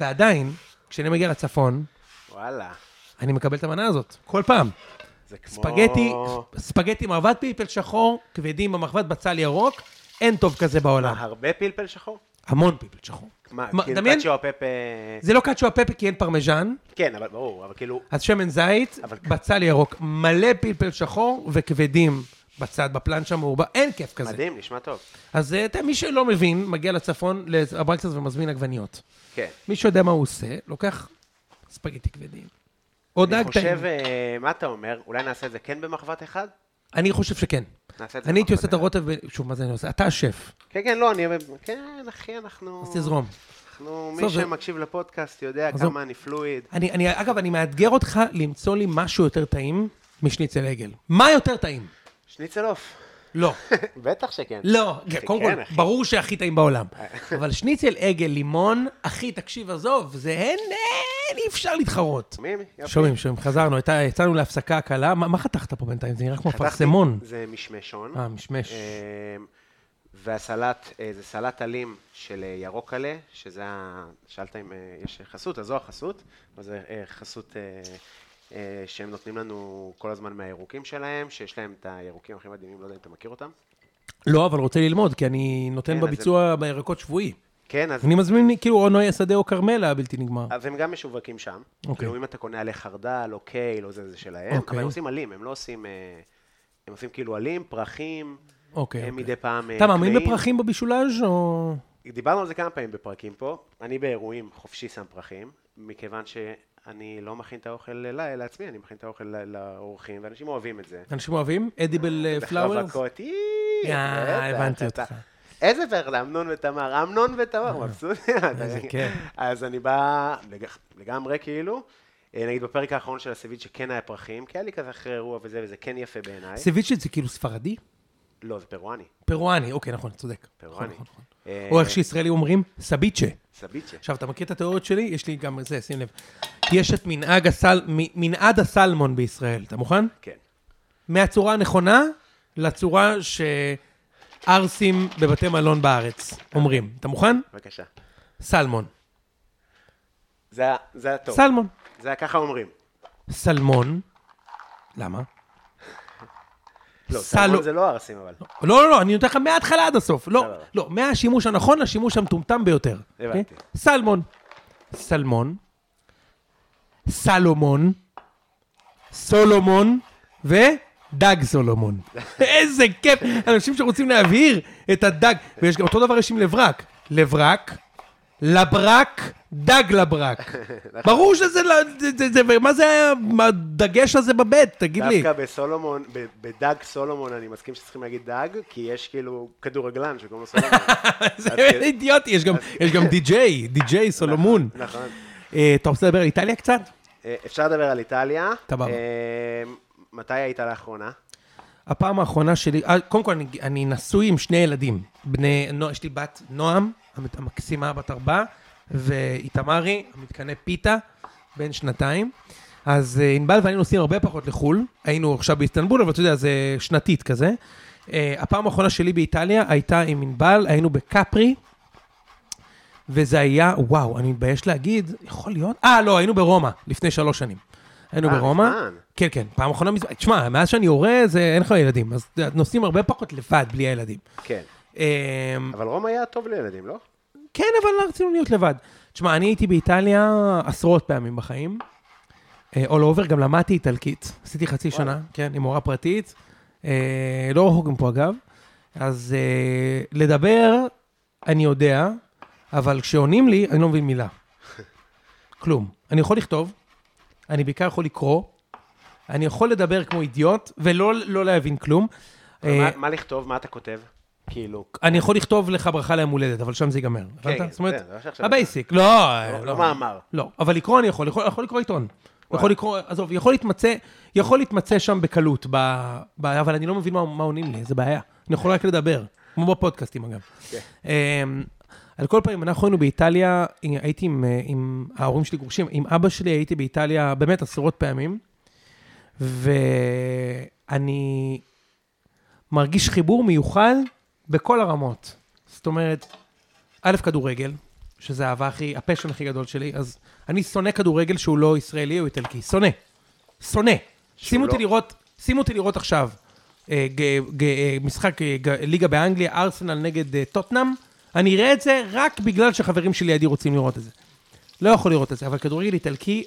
S3: ועדיין, כשאני מגיע לצפון,
S1: וואלה.
S3: אני מקבל את המנה הזאת, כל פעם.
S1: זה כמו...
S3: ספגטי, ספגטי מרבד פלפל שחור, כבדים במחבת בצל ירוק, אין טוב כזה
S1: מה,
S3: בעולם.
S1: הרבה פלפל שחור?
S3: המון פלפל שחור.
S1: מה,
S3: מה,
S1: כאילו
S3: דמיין?
S1: קצ'ו הפפה...
S3: זה לא קצ'ו הפפה כי אין פרמיז'ן,
S1: כן, אבל ברור, אבל כאילו...
S3: אז שמן זית,
S1: אבל-
S3: בצל ירוק, מלא פלפל שחור וכבדים בצד, בפלנצ'ה מעורבה, אין כיף כזה.
S1: מדהים, נשמע טוב.
S3: אז אה, אתה יודע, מי שלא מבין, מגיע לצפון, לאברקסס ומזמין עגבניות.
S1: כן.
S3: מי שיודע מה הוא עושה, לוקח ספגטי כבדים. או דג
S1: אני
S3: טעים.
S1: חושב, אה, מה אתה אומר? אולי נעשה את זה כן במחבת אחד?
S3: אני חושב שכן.
S1: נעשה את זה
S3: אני הייתי
S1: במחבת
S3: עושה את
S1: אחד.
S3: הרוטב, ב- שוב, מה זה אני עושה? אתה השף,
S1: כן, כן, לא, אני... כן, אחי, אנחנו...
S3: אז תזרום.
S1: אנחנו, מי
S3: בסדר.
S1: שמקשיב לפודקאסט יודע
S3: אז
S1: כמה אני פלואיד.
S3: אני, אני, אגב, אני מאתגר אותך למצוא לי משהו יותר טעים משניצל עגל. מה יותר טעים?
S1: שניצל עוף.
S3: לא.
S1: בטח שכן.
S3: לא, קודם
S1: כן,
S3: כל,
S1: אחי.
S3: ברור שהכי טעים בעולם. אבל שניצל עגל, לימון, אחי, תקשיב, עזוב, זה אין, אין, אי אפשר להתחרות.
S1: שומעים? יופי.
S3: שומעים, שומעים, חזרנו, הייתה- יצאנו להפסקה קלה. מה מה חתכת פה בינתיים? זה נראה כמו
S1: חתכתי-
S3: אפרסמון.
S1: זה משמשון.
S3: אה, משמש.
S1: אמ, והסלט, אה, זה סלט עלים של אה, ירוק עלה, שזה ה... שאלת אם אה, יש חסות, אז זו החסות, אז זה אה, חסות אה, אה, שהם נותנים לנו כל הזמן מהירוקים שלהם, שיש להם את הירוקים הכי מדהימים, לא יודע אם אתה מכיר אותם.
S3: לא, אבל רוצה ללמוד, כי אני
S1: כן,
S3: נותן
S1: אז זה-
S3: בביצוע בירקות שבועי.
S1: כן, אז
S3: אני מזמין, כאילו, או נויה שדה או כרמלה הבלתי נגמר.
S1: אז הם גם משווקים שם.
S3: אוקיי.
S1: כאילו אם אתה קונה עלי חרדל, או קייל, או זה, זה שלהם.
S3: אוקיי.
S1: אבל הם עושים עלים, הם לא עושים... אה, הם עושים כאילו עלים, פרחים,
S3: אוקיי.
S1: הם
S3: אוקיי.
S1: מדי פעם... אה,
S3: אתה מאמין
S1: קלעים.
S3: בפרחים בבישולאז' או...
S1: דיברנו על זה כמה פעמים בפרקים פה. אני באירועים חופשי שם פרחים, מכיוון שאני לא מכין את האוכל ל- לעצמי, אני מכין את האוכל ל- לאורחים, ואנשים אוהבים את זה. אה,
S3: אה, אנשים אוהבים? אדיבל פלאוורס?
S1: בחרווקות, אי,
S3: אה,
S1: בטח,
S3: הבנתי
S1: אתה-
S3: אותך. אה,
S1: איזה פרק? אמנון ותמר. אמנון ותמר, מבסוטים.
S3: איזה כיף.
S1: אז אני בא לג- לגמרי כאילו, אה, נגיד בפרק האחרון של הסביץ' שכן היה פרחים, כי היה לי כזה אחרי אירוע וזה, וזה כן יפה בעיניי.
S3: סביצ'ה זה כאילו ספרדי?
S1: לא, זה פרואני.
S3: פרואני, אוקיי, נכון, צודק.
S1: פרואני.
S3: נכון, נכון, נכון.
S1: אה,
S3: או איך שישראלים אומרים, סביצ'ה.
S1: סביצ'ה.
S3: עכשיו, אתה מכיר את התיאוריות שלי? יש לי גם את זה, שים לב. יש את מנהג הסל... מ- מנעד הסלמון בישראל, אתה מוכן?
S1: כן.
S3: מהצורה הנכונה לצורה שערסים בבתי מלון בארץ אומרים. אתה מוכן?
S1: בבקשה.
S3: סלמון.
S1: זה ה- זה הטוב.
S3: סלמון.
S1: זה היה ככה אומרים.
S3: סלמון. למה?
S1: לא,
S3: סלו-
S1: סלמון זה לא ערסים אבל.
S3: לא, לא, לא, אני נותן לך מההתחלה עד הסוף. לא,
S1: סבבה.
S3: לא, מהשימוש הנכון לשימוש המטומטם ביותר.
S1: הבנתי.
S3: אוקיי? סלמון. סלמון. סלומון. סולומון. ודג סולומון. איזה כיף, אנשים שרוצים להבהיר את הדג. ויש גם אותו דבר יש עם לברק. לברק, לברק, דג לברק.
S1: נכון.
S3: ברור שזה, לא- זה- זה- זה- מה זה הדגש הזה בבית, תגיד לי.
S1: דווקא בסולומון, ב- בדג סולומון, אני מסכים שצריכים להגיד דג, כי יש כאילו כדורגלן שקוראים לו סולומון.
S3: זה
S1: אז כן.
S3: אידיוטי, יש גם- יש גם די-ג'יי, די-ג'יי סולומון.
S1: נכון.
S3: אה, אתה רוצה לדבר על איטליה קצת?
S1: אה, אפשר לדבר על איטליה.
S3: סבבה.
S1: אה, מתי היית לאחרונה?
S3: הפעם האחרונה שלי, אה, קודם כל אני, אני נשוי עם שני ילדים. בני, נו, יש לי בת נועם, המת- המקסימה בת ארבע, ואיתמרי, המתקנא פיתה, בן שנתיים. אז אה, ענבל ואני נוסעים הרבה פחות לחו"ל, היינו עכשיו באיסטנבול, אבל אתה יודע, זה שנתית כזה. אה, הפעם האחרונה שלי באיטליה הייתה עם ענבל, היינו בקפרי, וזה היה, וואו, אני מתבייש להגיד, יכול להיות? אה, לא, היינו ברומא, לפני שלוש שנים. היינו
S1: אה,
S3: ברומא.
S1: מזמן.
S3: כן, כן, פעם אחרונה מזמן. תשמע, מאז שאני הורה, זה אין לך ילדים. אז נוסעים הרבה פחות לבד, בלי הילדים.
S1: כן.
S3: אמ,
S1: אבל רום היה טוב לילדים, לא?
S3: כן, אבל לא רצינו להיות לבד. תשמע, אני הייתי באיטליה עשרות פעמים בחיים. אה, all over, גם למדתי איטלקית. עשיתי חצי שנה, כן, עם מורה פרטית. אה, לא רחוק מפה, אגב. אז אה, לדבר, אני יודע, אבל כשעונים לי, אני לא מבין מילה. כלום. אני יכול לכתוב, אני בעיקר יכול לקרוא, אני יכול לדבר כמו אידיוט, ולא לא להבין כלום. אה,
S1: מה- מה לכתוב? מה אתה כותב? כאילו,
S3: אני יכול לכתוב לך ברכה ליום הולדת, אבל שם זה ייגמר.
S1: כן,
S3: הבנת?
S1: כן,
S3: זאת אומרת,
S1: זה, זה מה שעכשיו
S3: הבייסיק. לא,
S1: לא מאמר.
S3: לא, אבל לקרוא אני יכול, יכול, יכול לקרוא עיתון. יכול לקרוא, עזוב, יכול להתמצא, יכול להתמצא שם בקלות, ב, ב, אבל אני לא מבין מה, מה עונים לי, זה בעיה. אני יכול רק לדבר, כמו בפודקאסטים אגב.
S1: כן.
S3: Okay. על כל פנים, אנחנו היינו באיטליה, הייתי עם, אה, עם ההורים שלי גרושים, עם אבא שלי הייתי באיטליה באמת עשרות פעמים, ואני מרגיש חיבור מיוחד בכל הרמות. זאת אומרת, א', כדורגל, שזה האהבה הכי, הפשן הכי גדול שלי, אז אני שונא כדורגל שהוא לא ישראלי או איטלקי, שונא. שונא. שימו אותי
S1: לא-
S3: לראות, שימו אותי לראות עכשיו, אה, ג, ג, אה, משחק אה, ג, ליגה באנגליה, ארסנל נגד אה, טוטנאם, אני אראה את זה רק בגלל שחברים שלי לידי רוצים לראות את זה. לא יכול לראות את זה, אבל כדורגל איטלקי,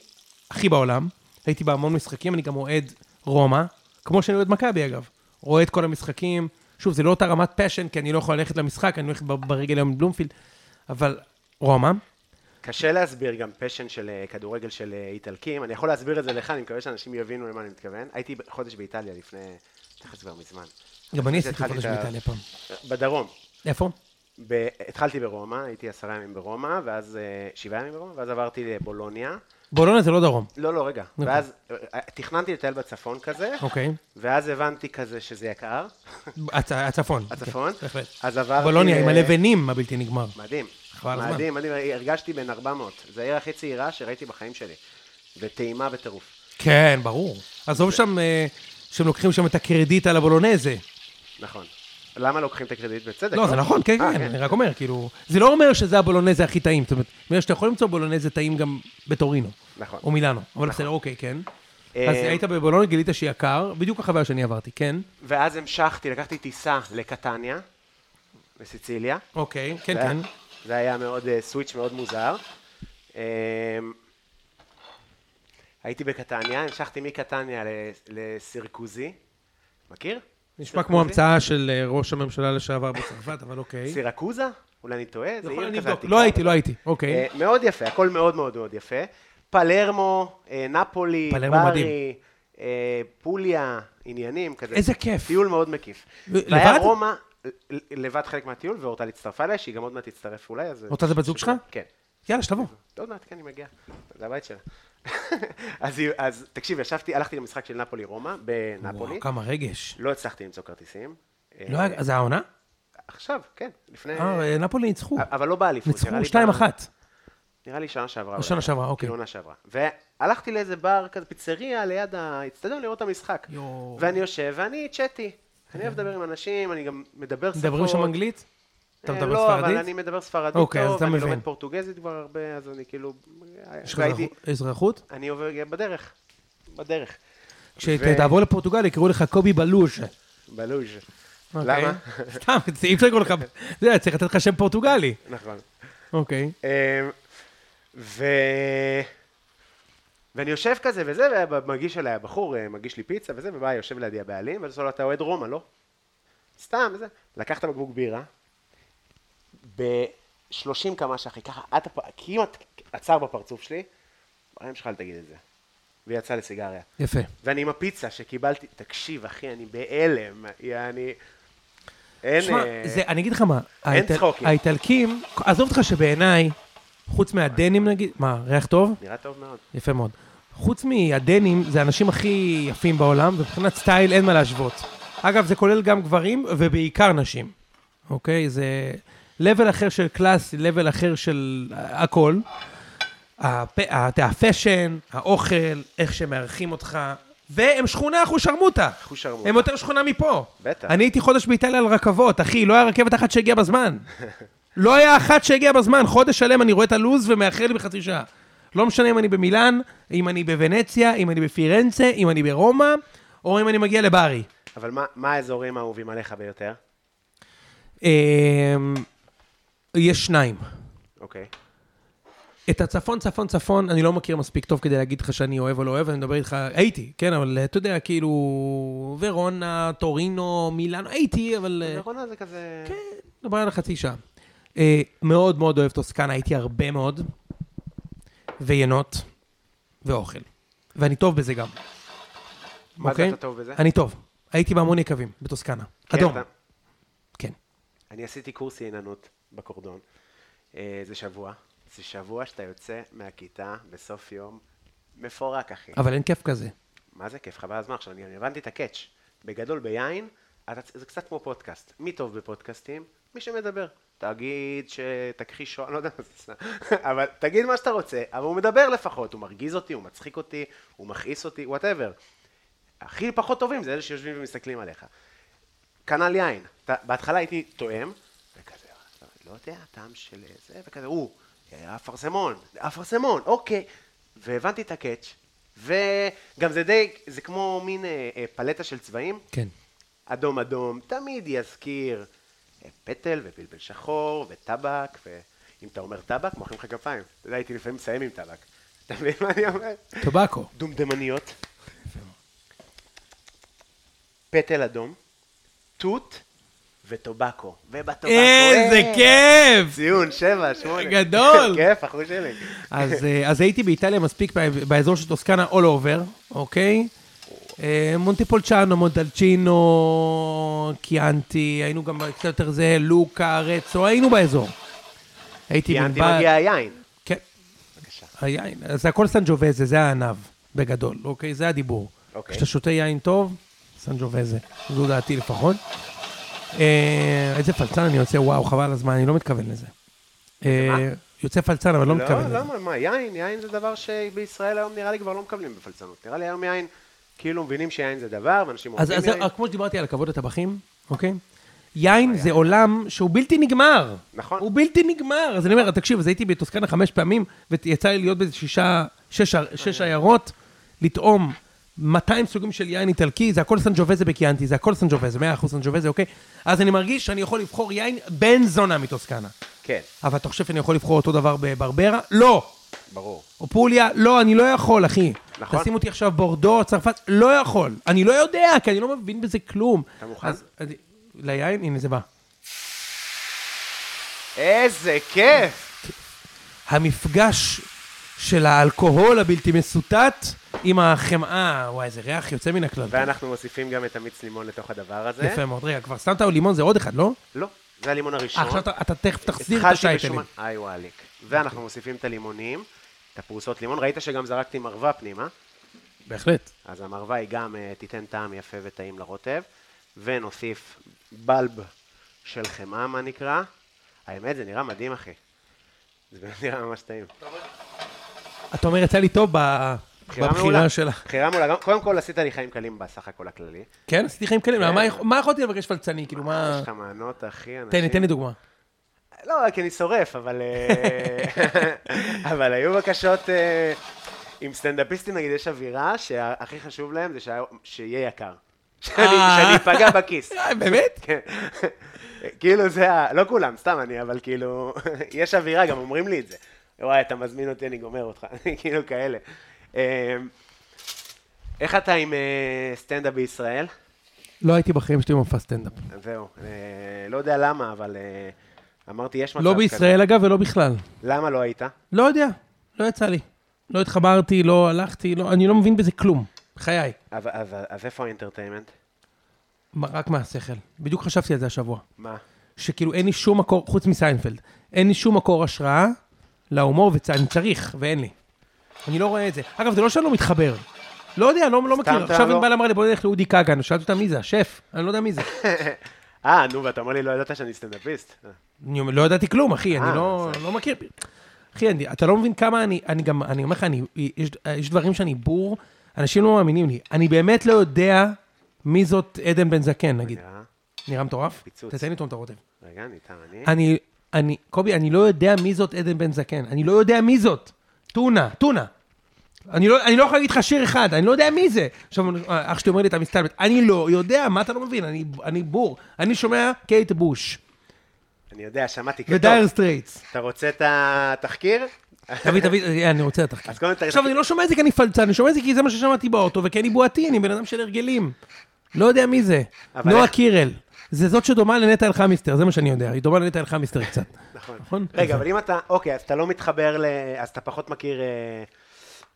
S3: הכי בעולם. הייתי בהמון משחקים, אני גם אוהד רומא, כמו שאני אוהד מכבי אגב. אוהד כל המשחקים. שוב, זה לא אותה רמת פשן, כי אני לא יכול ללכת למשחק, אני הולך ב- ברגל היום לבלומפילד, אבל רומא.
S1: קשה להסביר גם פשן של אה, כדורגל של אה, איטלקים. אני יכול להסביר את זה לך, אני מקווה שאנשים יבינו למה אני מתכוון. הייתי ב- חודש באיטליה לפני, תכף כבר מזמן.
S3: גם אני
S1: אז
S3: עשיתי
S1: התחלתי
S3: חודש
S1: את ה-
S3: באיטליה פעם.
S1: בדרום.
S3: איפה?
S1: ב- התחלתי ברומא, הייתי עשרה ימים ברומא, ואז אה, שבעה ימים ברומא, ואז עברתי לבולוניה.
S3: בולונה זה לא דרום.
S1: לא, לא, רגע.
S3: אוקיי.
S1: ואז אה, תכננתי לטייל בצפון כזה,
S3: אוקיי.
S1: ואז הבנתי כזה שזה יקר,
S3: הצ- הצפון.
S1: הצפון.
S3: כן, בהחלט.
S1: אז אה, עברתי...
S3: בולוניה עם
S1: ל-
S3: הלבנים הבלתי נגמר.
S1: מדהים.
S3: חבל על הזמן.
S1: מדהים, מדהים. הרגשתי בן 400. זו העיר הכי צעירה שראיתי בחיים שלי. וטעימה וטירוף.
S3: כן, ברור. עזוב שם, אה, שהם לוקחים שם את הקרדיט על הבולונזה.
S1: נכון. למה לוקחים את הקרדיט בצדק?
S3: לא, זה נכון, כן,
S1: אה,
S3: כן, אני רק אומר, כאילו, זה לא אומר שזה הבולונזה הכי טעים, זאת אומרת, אומר שאתה יכול למצוא בולונזה טעים גם בטורינו,
S1: נכון.
S3: או מילאנו, אבל בסדר, אוקיי, כן.
S1: אה,
S3: אז היית בבולוניה, גילית שיקר, בדיוק החוויה שאני עברתי, כן,
S1: ואז המשכתי, לקחתי טיסה לקטניה, לסיציליה.
S3: אוקיי, כן,
S1: זה היה-
S3: כן.
S1: זה היה מאוד, אה, סוויץ' מאוד מוזר. אמ, הייתי בקטניה, המשכתי מקטניה ל- לסירקוזי. מכיר?
S3: נשמע כמו
S1: סירקוזי?
S3: המצאה של אה, ראש הממשלה לשעבר בצרפת, אבל אוקיי.
S1: סירקוזה? אולי אני טועה? זה
S3: יכול,
S1: עיר
S3: אני
S1: כזה
S3: אבדוק.
S1: עתיקה.
S3: לא הייתי, לא הייתי,
S1: אה,
S3: אוקיי.
S1: מאוד יפה, הכל מאוד מאוד מאוד יפה. פלרמו, אה, נפולי,
S3: פלרמו מדהים.
S1: ברי, אה, פוליה, עניינים כזה.
S3: איזה כיף.
S1: טיול מאוד מקיף.
S3: ו-
S1: והיה
S3: לבד?
S1: רומא, לבד חלק מהטיול, ואורטל הצטרפה אליי, שהיא גם עוד מעט תצטרף אולי, אז...
S3: אורטל זה בת זוג שלך?
S1: כן.
S3: יאללה, שתבוא.
S1: עוד מעט, כן, אני מגיע. זה הבית שלה. אז היא- אז תקשיב, ישבתי, הלכתי למשחק של נפולי-רומא בנפולי,
S3: וואו, כמה רגש.
S1: לא אה, הצלחתי למצוא כרטיסים.
S3: לא היה- זה העונה?
S1: עכשיו, כן, לפני...
S3: אה, נפולי ניצחו.
S1: אבל לא באליפות.
S3: ניצחו
S1: נראה לי
S3: 2-1.
S1: נראה לי שנה שעברה.
S3: או שנה
S1: אולי.
S3: שעברה, אוקיי.
S1: כאילו עונה שעברה. והלכתי לאיזה בר כזה, פיצריה ליד האצטדיון לראות את המשחק.
S3: יואו.
S1: ואני יושב ואני צ'אטי. אני אוהב לדבר עם אנשים, אני גם מדבר שפות.
S3: מדברים שם אנגלית? אתה
S1: אה,
S3: מדבר
S1: לא, אבל
S3: ספרדית?
S1: אני מדבר ספרדית טוב,
S3: אוקיי, אז אתה
S1: אני
S3: מבין.
S1: לומד פורטוגזית כבר הרבה, אז אני כאילו...
S3: יש לך
S1: והייתי-
S3: אזרחות- אזרחות?
S1: אני עובר בדרך. בדרך. ו-
S3: כשתעבור לפורטוגל יקראו לך קובי בלוש.
S1: בלוז'.
S3: אוקיי.
S1: למה?
S3: סתם, אי אפשר לקרוא לך, אתה יודע, צריך לתת לך שם פורטוגלי.
S1: נכון.
S3: אוקיי.
S1: אמ, ו... ואני יושב כזה וזה, ומגיש אליי הבחור, אה, מגיש לי פיצה וזה, ובא, יושב לידי הבעלים, ואני עושה לו, אתה אוהד רומא, לא? סתם, זה. לקחת בקבוק בירה, ב-30 קמ"ש, אחי, ככה, עד הפ... כמעט עצר בפרצוף שלי, הרעיון שלך אל תגיד את זה. ויצא לסיגריה.
S3: יפה.
S1: ואני עם הפיצה שקיבלתי, תקשיב, אחי, אני בהלם, יעני... אין...
S3: שמע,
S1: אה,
S3: זה, אני אגיד לך מה, האיטל-
S1: צחוקים.
S3: האיטלקים, עזוב אותך שבעיניי, חוץ מהדנים נגיד, מה, ריח טוב?
S1: נראה טוב מאוד.
S3: יפה מאוד. חוץ מהדנים, זה האנשים הכי יפים בעולם, ומבחינת סטייל אין מה להשוות. אגב, זה כולל גם גברים, ובעיקר נשים. אוקיי? זה לבל אחר של קלאס, לבל אחר של אה, הכל. הפ... ה- אתה יודע, הפשן, האוכל, איך שמארחים אותך, והם שכונה אחושרמוטה.
S1: אחושרמוטה.
S3: הם יותר שכונה מפה.
S1: בטח.
S3: אני הייתי חודש באיטליה על רכבות, אחי, לא היה רכבת אחת שהגיעה בזמן. לא היה אחת שהגיעה בזמן, חודש שלם אני רואה את הלו"ז ומאחר לי בחצי שעה. לא משנה אם אני במילאן, אם אני בוונציה, אם אני בפירנצה, אם אני ברומא, או אם אני מגיע לברי.
S1: אבל מה, מה האזורים האהובים עליך ביותר?
S3: אמ, יש שניים.
S1: אוקיי.
S3: את הצפון, צפון, צפון, אני לא מכיר מספיק טוב כדי להגיד לך שאני אוהב או לא אוהב, אני מדבר איתך, הייתי, כן, אבל אתה יודע, כאילו, ורונה, טורינו, מילאן, הייתי, אבל... אה,
S1: ורונה נכון, זה כזה...
S3: כן, מדבר על חצי שעה. אה, מאוד מאוד אוהב טוסקנה, הייתי הרבה מאוד, ויינות, ואוכל. ואני טוב בזה גם.
S1: מה זה
S3: אוקיי?
S1: אתה טוב בזה?
S3: אני טוב. הייתי בהמון יקבים, בטוסקנה.
S1: כן,
S3: אדום.
S1: אתה-
S3: כן.
S1: אני עשיתי קורס יעננות בקורדון. אה, זה שבוע. זה שבוע שאתה יוצא מהכיתה בסוף יום מפורק, אחי.
S3: אבל אין כיף כזה.
S1: מה זה כיף, חבל הזמן. עכשיו, אני אני הבנתי את הקאץ'. בגדול, ביין, אתה, זה קצת כמו פודקאסט. מי טוב בפודקאסטים? מי שמדבר. תגיד שתכחיש שואה, לא יודע מה זה סתם. אבל תגיד מה שאתה רוצה, אבל הוא מדבר לפחות. הוא מרגיז אותי, הוא מצחיק אותי, הוא מכעיס אותי, וואטאבר. הכי פחות טובים זה אלה שיושבים ומסתכלים עליך. כנ"ל יין. אתה- בהתחלה הייתי טועם, וכזה, לא יודע, טעם של זה, וכזה, הוא, אפרסמון, אפרסמון, אוקיי. והבנתי את הקאץ', וגם זה די, זה כמו מין אה, אה, פלטה של צבעים,
S3: כן.
S1: אדום אדום, תמיד יזכיר אה, פטל ופלפל שחור וטבק, ואם אתה אומר טבק, מוחאים לך כפיים. אתה יודע, הייתי לפעמים מסיים עם טבק. אתה מבין מה אני אומר?
S3: טובקו.
S1: דומדמניות, פטל אדום, תות וטובקו. ובטובקו...
S3: איזה
S1: אה,
S3: כיף!
S1: ציון, שבע, שמונה.
S3: גדול.
S1: כיף, אחוז שלי.
S3: אז, אה, אז הייתי באיטליה מספיק בא- באזור של טוסקנה all over, אוקיי? אה, מונטיפולצ'אנו, מונטלצ'ינו, קיאנטי, היינו גם קצת יותר זה, לוקה, רצו, היינו באזור. הייתי
S1: ציינתי
S3: בנבט-
S1: מגיע היין.
S3: כן,
S1: בבקשה.
S3: היין, אז זה הכל סנג'ובזה, זה הענב, בגדול, אוקיי? זה הדיבור.
S1: אוקיי.
S3: כשאתה שותה יין טוב, סנג'ובזה. זו דעתי לפחות. אה, איזה פלצן אני יוצא, וואו, חבל על הזמן, אני לא מתכוון לזה.
S1: מה?
S3: אה, יוצא פלצן, אבל לא מתכוון
S1: לא,
S3: לזה.
S1: למה, מה, יין, יין זה דבר שבישראל היום נראה לי כבר לא מקבלים בפלצנות. נראה לי היום יין, כאילו מבינים שיין זה דבר, ואנשים
S3: אז,
S1: אוהבים
S3: אז
S1: יין.
S3: יין. כמו שדיברתי על כבוד הטבחים, אוקיי? יין זה עולם שהוא בלתי נגמר.
S1: נכון.
S3: הוא בלתי נגמר. אז אני אומר, תקשיב, אז הייתי בטוסקנה חמש פעמים, ויצא לי להיות באיזה שישה, שש, שש עיירות, לטעום 200 סוגים של יין איטלקי, זה הכל סנג'ובזה בקיאנטי, זה הכל סנג'ובזה, 100% סנג'ובזה, אוקיי? אז אני מרגיש שאני יכול לבחור יין בן זונה מטוסקנה.
S1: כן,
S3: אבל אתה חושב שאני יכול לבחור אותו דבר בברברה? לא.
S1: ברור.
S3: או פוליה, לא, אני לא יכול, אחי.
S1: נכון.
S3: נכון. תשים אותי עכשיו בורדו, צרפת, לא יכול. אני לא יודע, כי אני לא מבין בזה כלום.
S1: אתה מוכן?
S3: אז, אני- ליין, הנה זה בא.
S1: איזה כיף!
S3: המפגש של האלכוהול הבלתי מסוטט עם החמאה, וואי, איזה ריח יוצא מן הכלל.
S1: ואנחנו מוסיפים גם את המיץ לימון לתוך הדבר הזה.
S3: יפה מאוד. רגע, כבר שמת לימון, זה עוד אחד, לא?
S1: לא, זה הלימון הראשון.
S3: אה, עכשיו אתה- אתה תכף תחזיר את
S1: התחלתי
S3: השייטלים.
S1: בשומן- איי וואליק. ואנחנו מוסיפים את הלימונים, את הפרוסות לימון. ראית שגם זרקתי מרווה פנימה,
S3: בהחלט.
S1: אז המרווה היא גם אה, תיתן טעם יפה וטעים לרוטב. ונוסיף בלב של חמאה, מה נקרא. האמת, זה נראה מדהים, אחי. זה באמת נראה ממש טעים.
S3: אתה אומר, יצא לי טוב ב-
S1: בחירה מעולה.
S3: בבחירה שלה.
S1: בחירה מעולה. גם- קודם כל, עשית לי חיים קלים בסך הכל הכללי.
S3: כן, עשיתי חיים כאלה,
S1: כן. אה,
S3: מה יכ- מה יכולתי לבקש פלצני? כאילו, מה...
S1: יש לך מענות, אחי, אנשים...
S3: תן לי, תן לי דוגמה.
S1: לא, כי אני שורף, אבל... אה, אבל היו בקשות... אה, עם סטנדאפיסטים, נגיד, יש אווירה שהכי חשוב להם זה שה- שיהיה יקר. שאני
S3: אה.
S1: שאני אפגע בכיס.
S3: אה, באמת?
S1: כן. כאילו זה ה... לא כולם, סתם אני, אבל כאילו, יש אווירה, גם אומרים לי את זה. וואי, אתה מזמין אותי, אני גומר אותך. כאילו כאלה. אה, איך אתה עם אה, סטנדאפ בישראל?
S3: לא הייתי בחיים שלי במופע סטנדאפ.
S1: זהו, אה, לא יודע למה, אבל אה, אמרתי, יש מצב כזה.
S3: לא בישראל, אגב, ולא בכלל.
S1: למה לא היית?
S3: לא יודע, לא יצא לי. לא התחברתי, לא הלכתי, לא- אני לא מבין בזה כלום. בחיי.
S1: אז, אז, אז איפה האינטרטיימנט?
S3: מה- רק מהשכל. בדיוק חשבתי על זה השבוע.
S1: מה?
S3: שכאילו אין לי שום מקור, חוץ מסיינפלד, אין לי שום מקור השראה להומור, ואני צריך, ואין לי. אני לא רואה את זה. אגב, זה לא שאני לא מתחבר. לא יודע, לא, לא מכיר.
S1: אתה
S3: עכשיו
S1: לא-
S3: ענבל אמר לי, בוא נלך לאודי כגן, שאלתי אותה מי זה, השף, אני לא יודע מי זה.
S1: אה, נו, ואתה אומר לי, לא ידעת שאני סטנדאפיסט. אה,
S3: אני אומר, לא ידעתי כלום, אחי,
S1: אה,
S3: אני לא,
S1: זה-
S3: לא מכיר. אחי, אני, אתה לא מבין כמה אני, אני גם, אני אומר לך, אני, יש, יש דברים שאני בור, אנשים לא מאמינים לי. אני באמת לא יודע מי זאת עדן בן זקן, נגיד.
S1: נראה.
S3: נראה מטורף?
S1: אוקיי. פיצוץ.
S3: תציין לי אותו, אתה רותם.
S1: רגע, אני איתם, אני...
S3: אני, אני, קובי, אני לא יודע מי זאת עדן בן זקן. אני לא יודע מי זאת. טונה, טונה. אני לא, אני לא יכול להגיד לך שיר אחד, אני לא יודע מי זה. עכשיו, אה, אח שלי אומר לי, אתה מסתלבט. אני לא יודע, מה אתה לא מבין? אני, אני בור. אני שומע קייט בוש,
S1: אני יודע, שמעתי
S3: ודייר
S1: כתוב.
S3: סטרייטס.
S1: אתה רוצה את התחקיר?
S3: תביא, תביא, אה, אני רוצה לתחקיר.
S1: אז קודם תחקיר.
S3: עכשיו, אני לא שומע את זה כי אני פלצן, אני שומע את זה כי זה מה ששמעתי באוטו, וכי אני בועתי, אני בן אדם של הרגלים. לא יודע מי זה.
S1: אבל
S3: נועה
S1: איך-
S3: קירל. זה זאת שדומה לנטע אלחמיסטר, זה מה שאני יודע. היא דומה לנטע אלחמיסטר קצת.
S1: נכון.
S3: נכון.
S1: רגע, אבל אם אתה... אוקיי, אז אתה לא מתחבר ל... אז אתה פחות מכיר אה,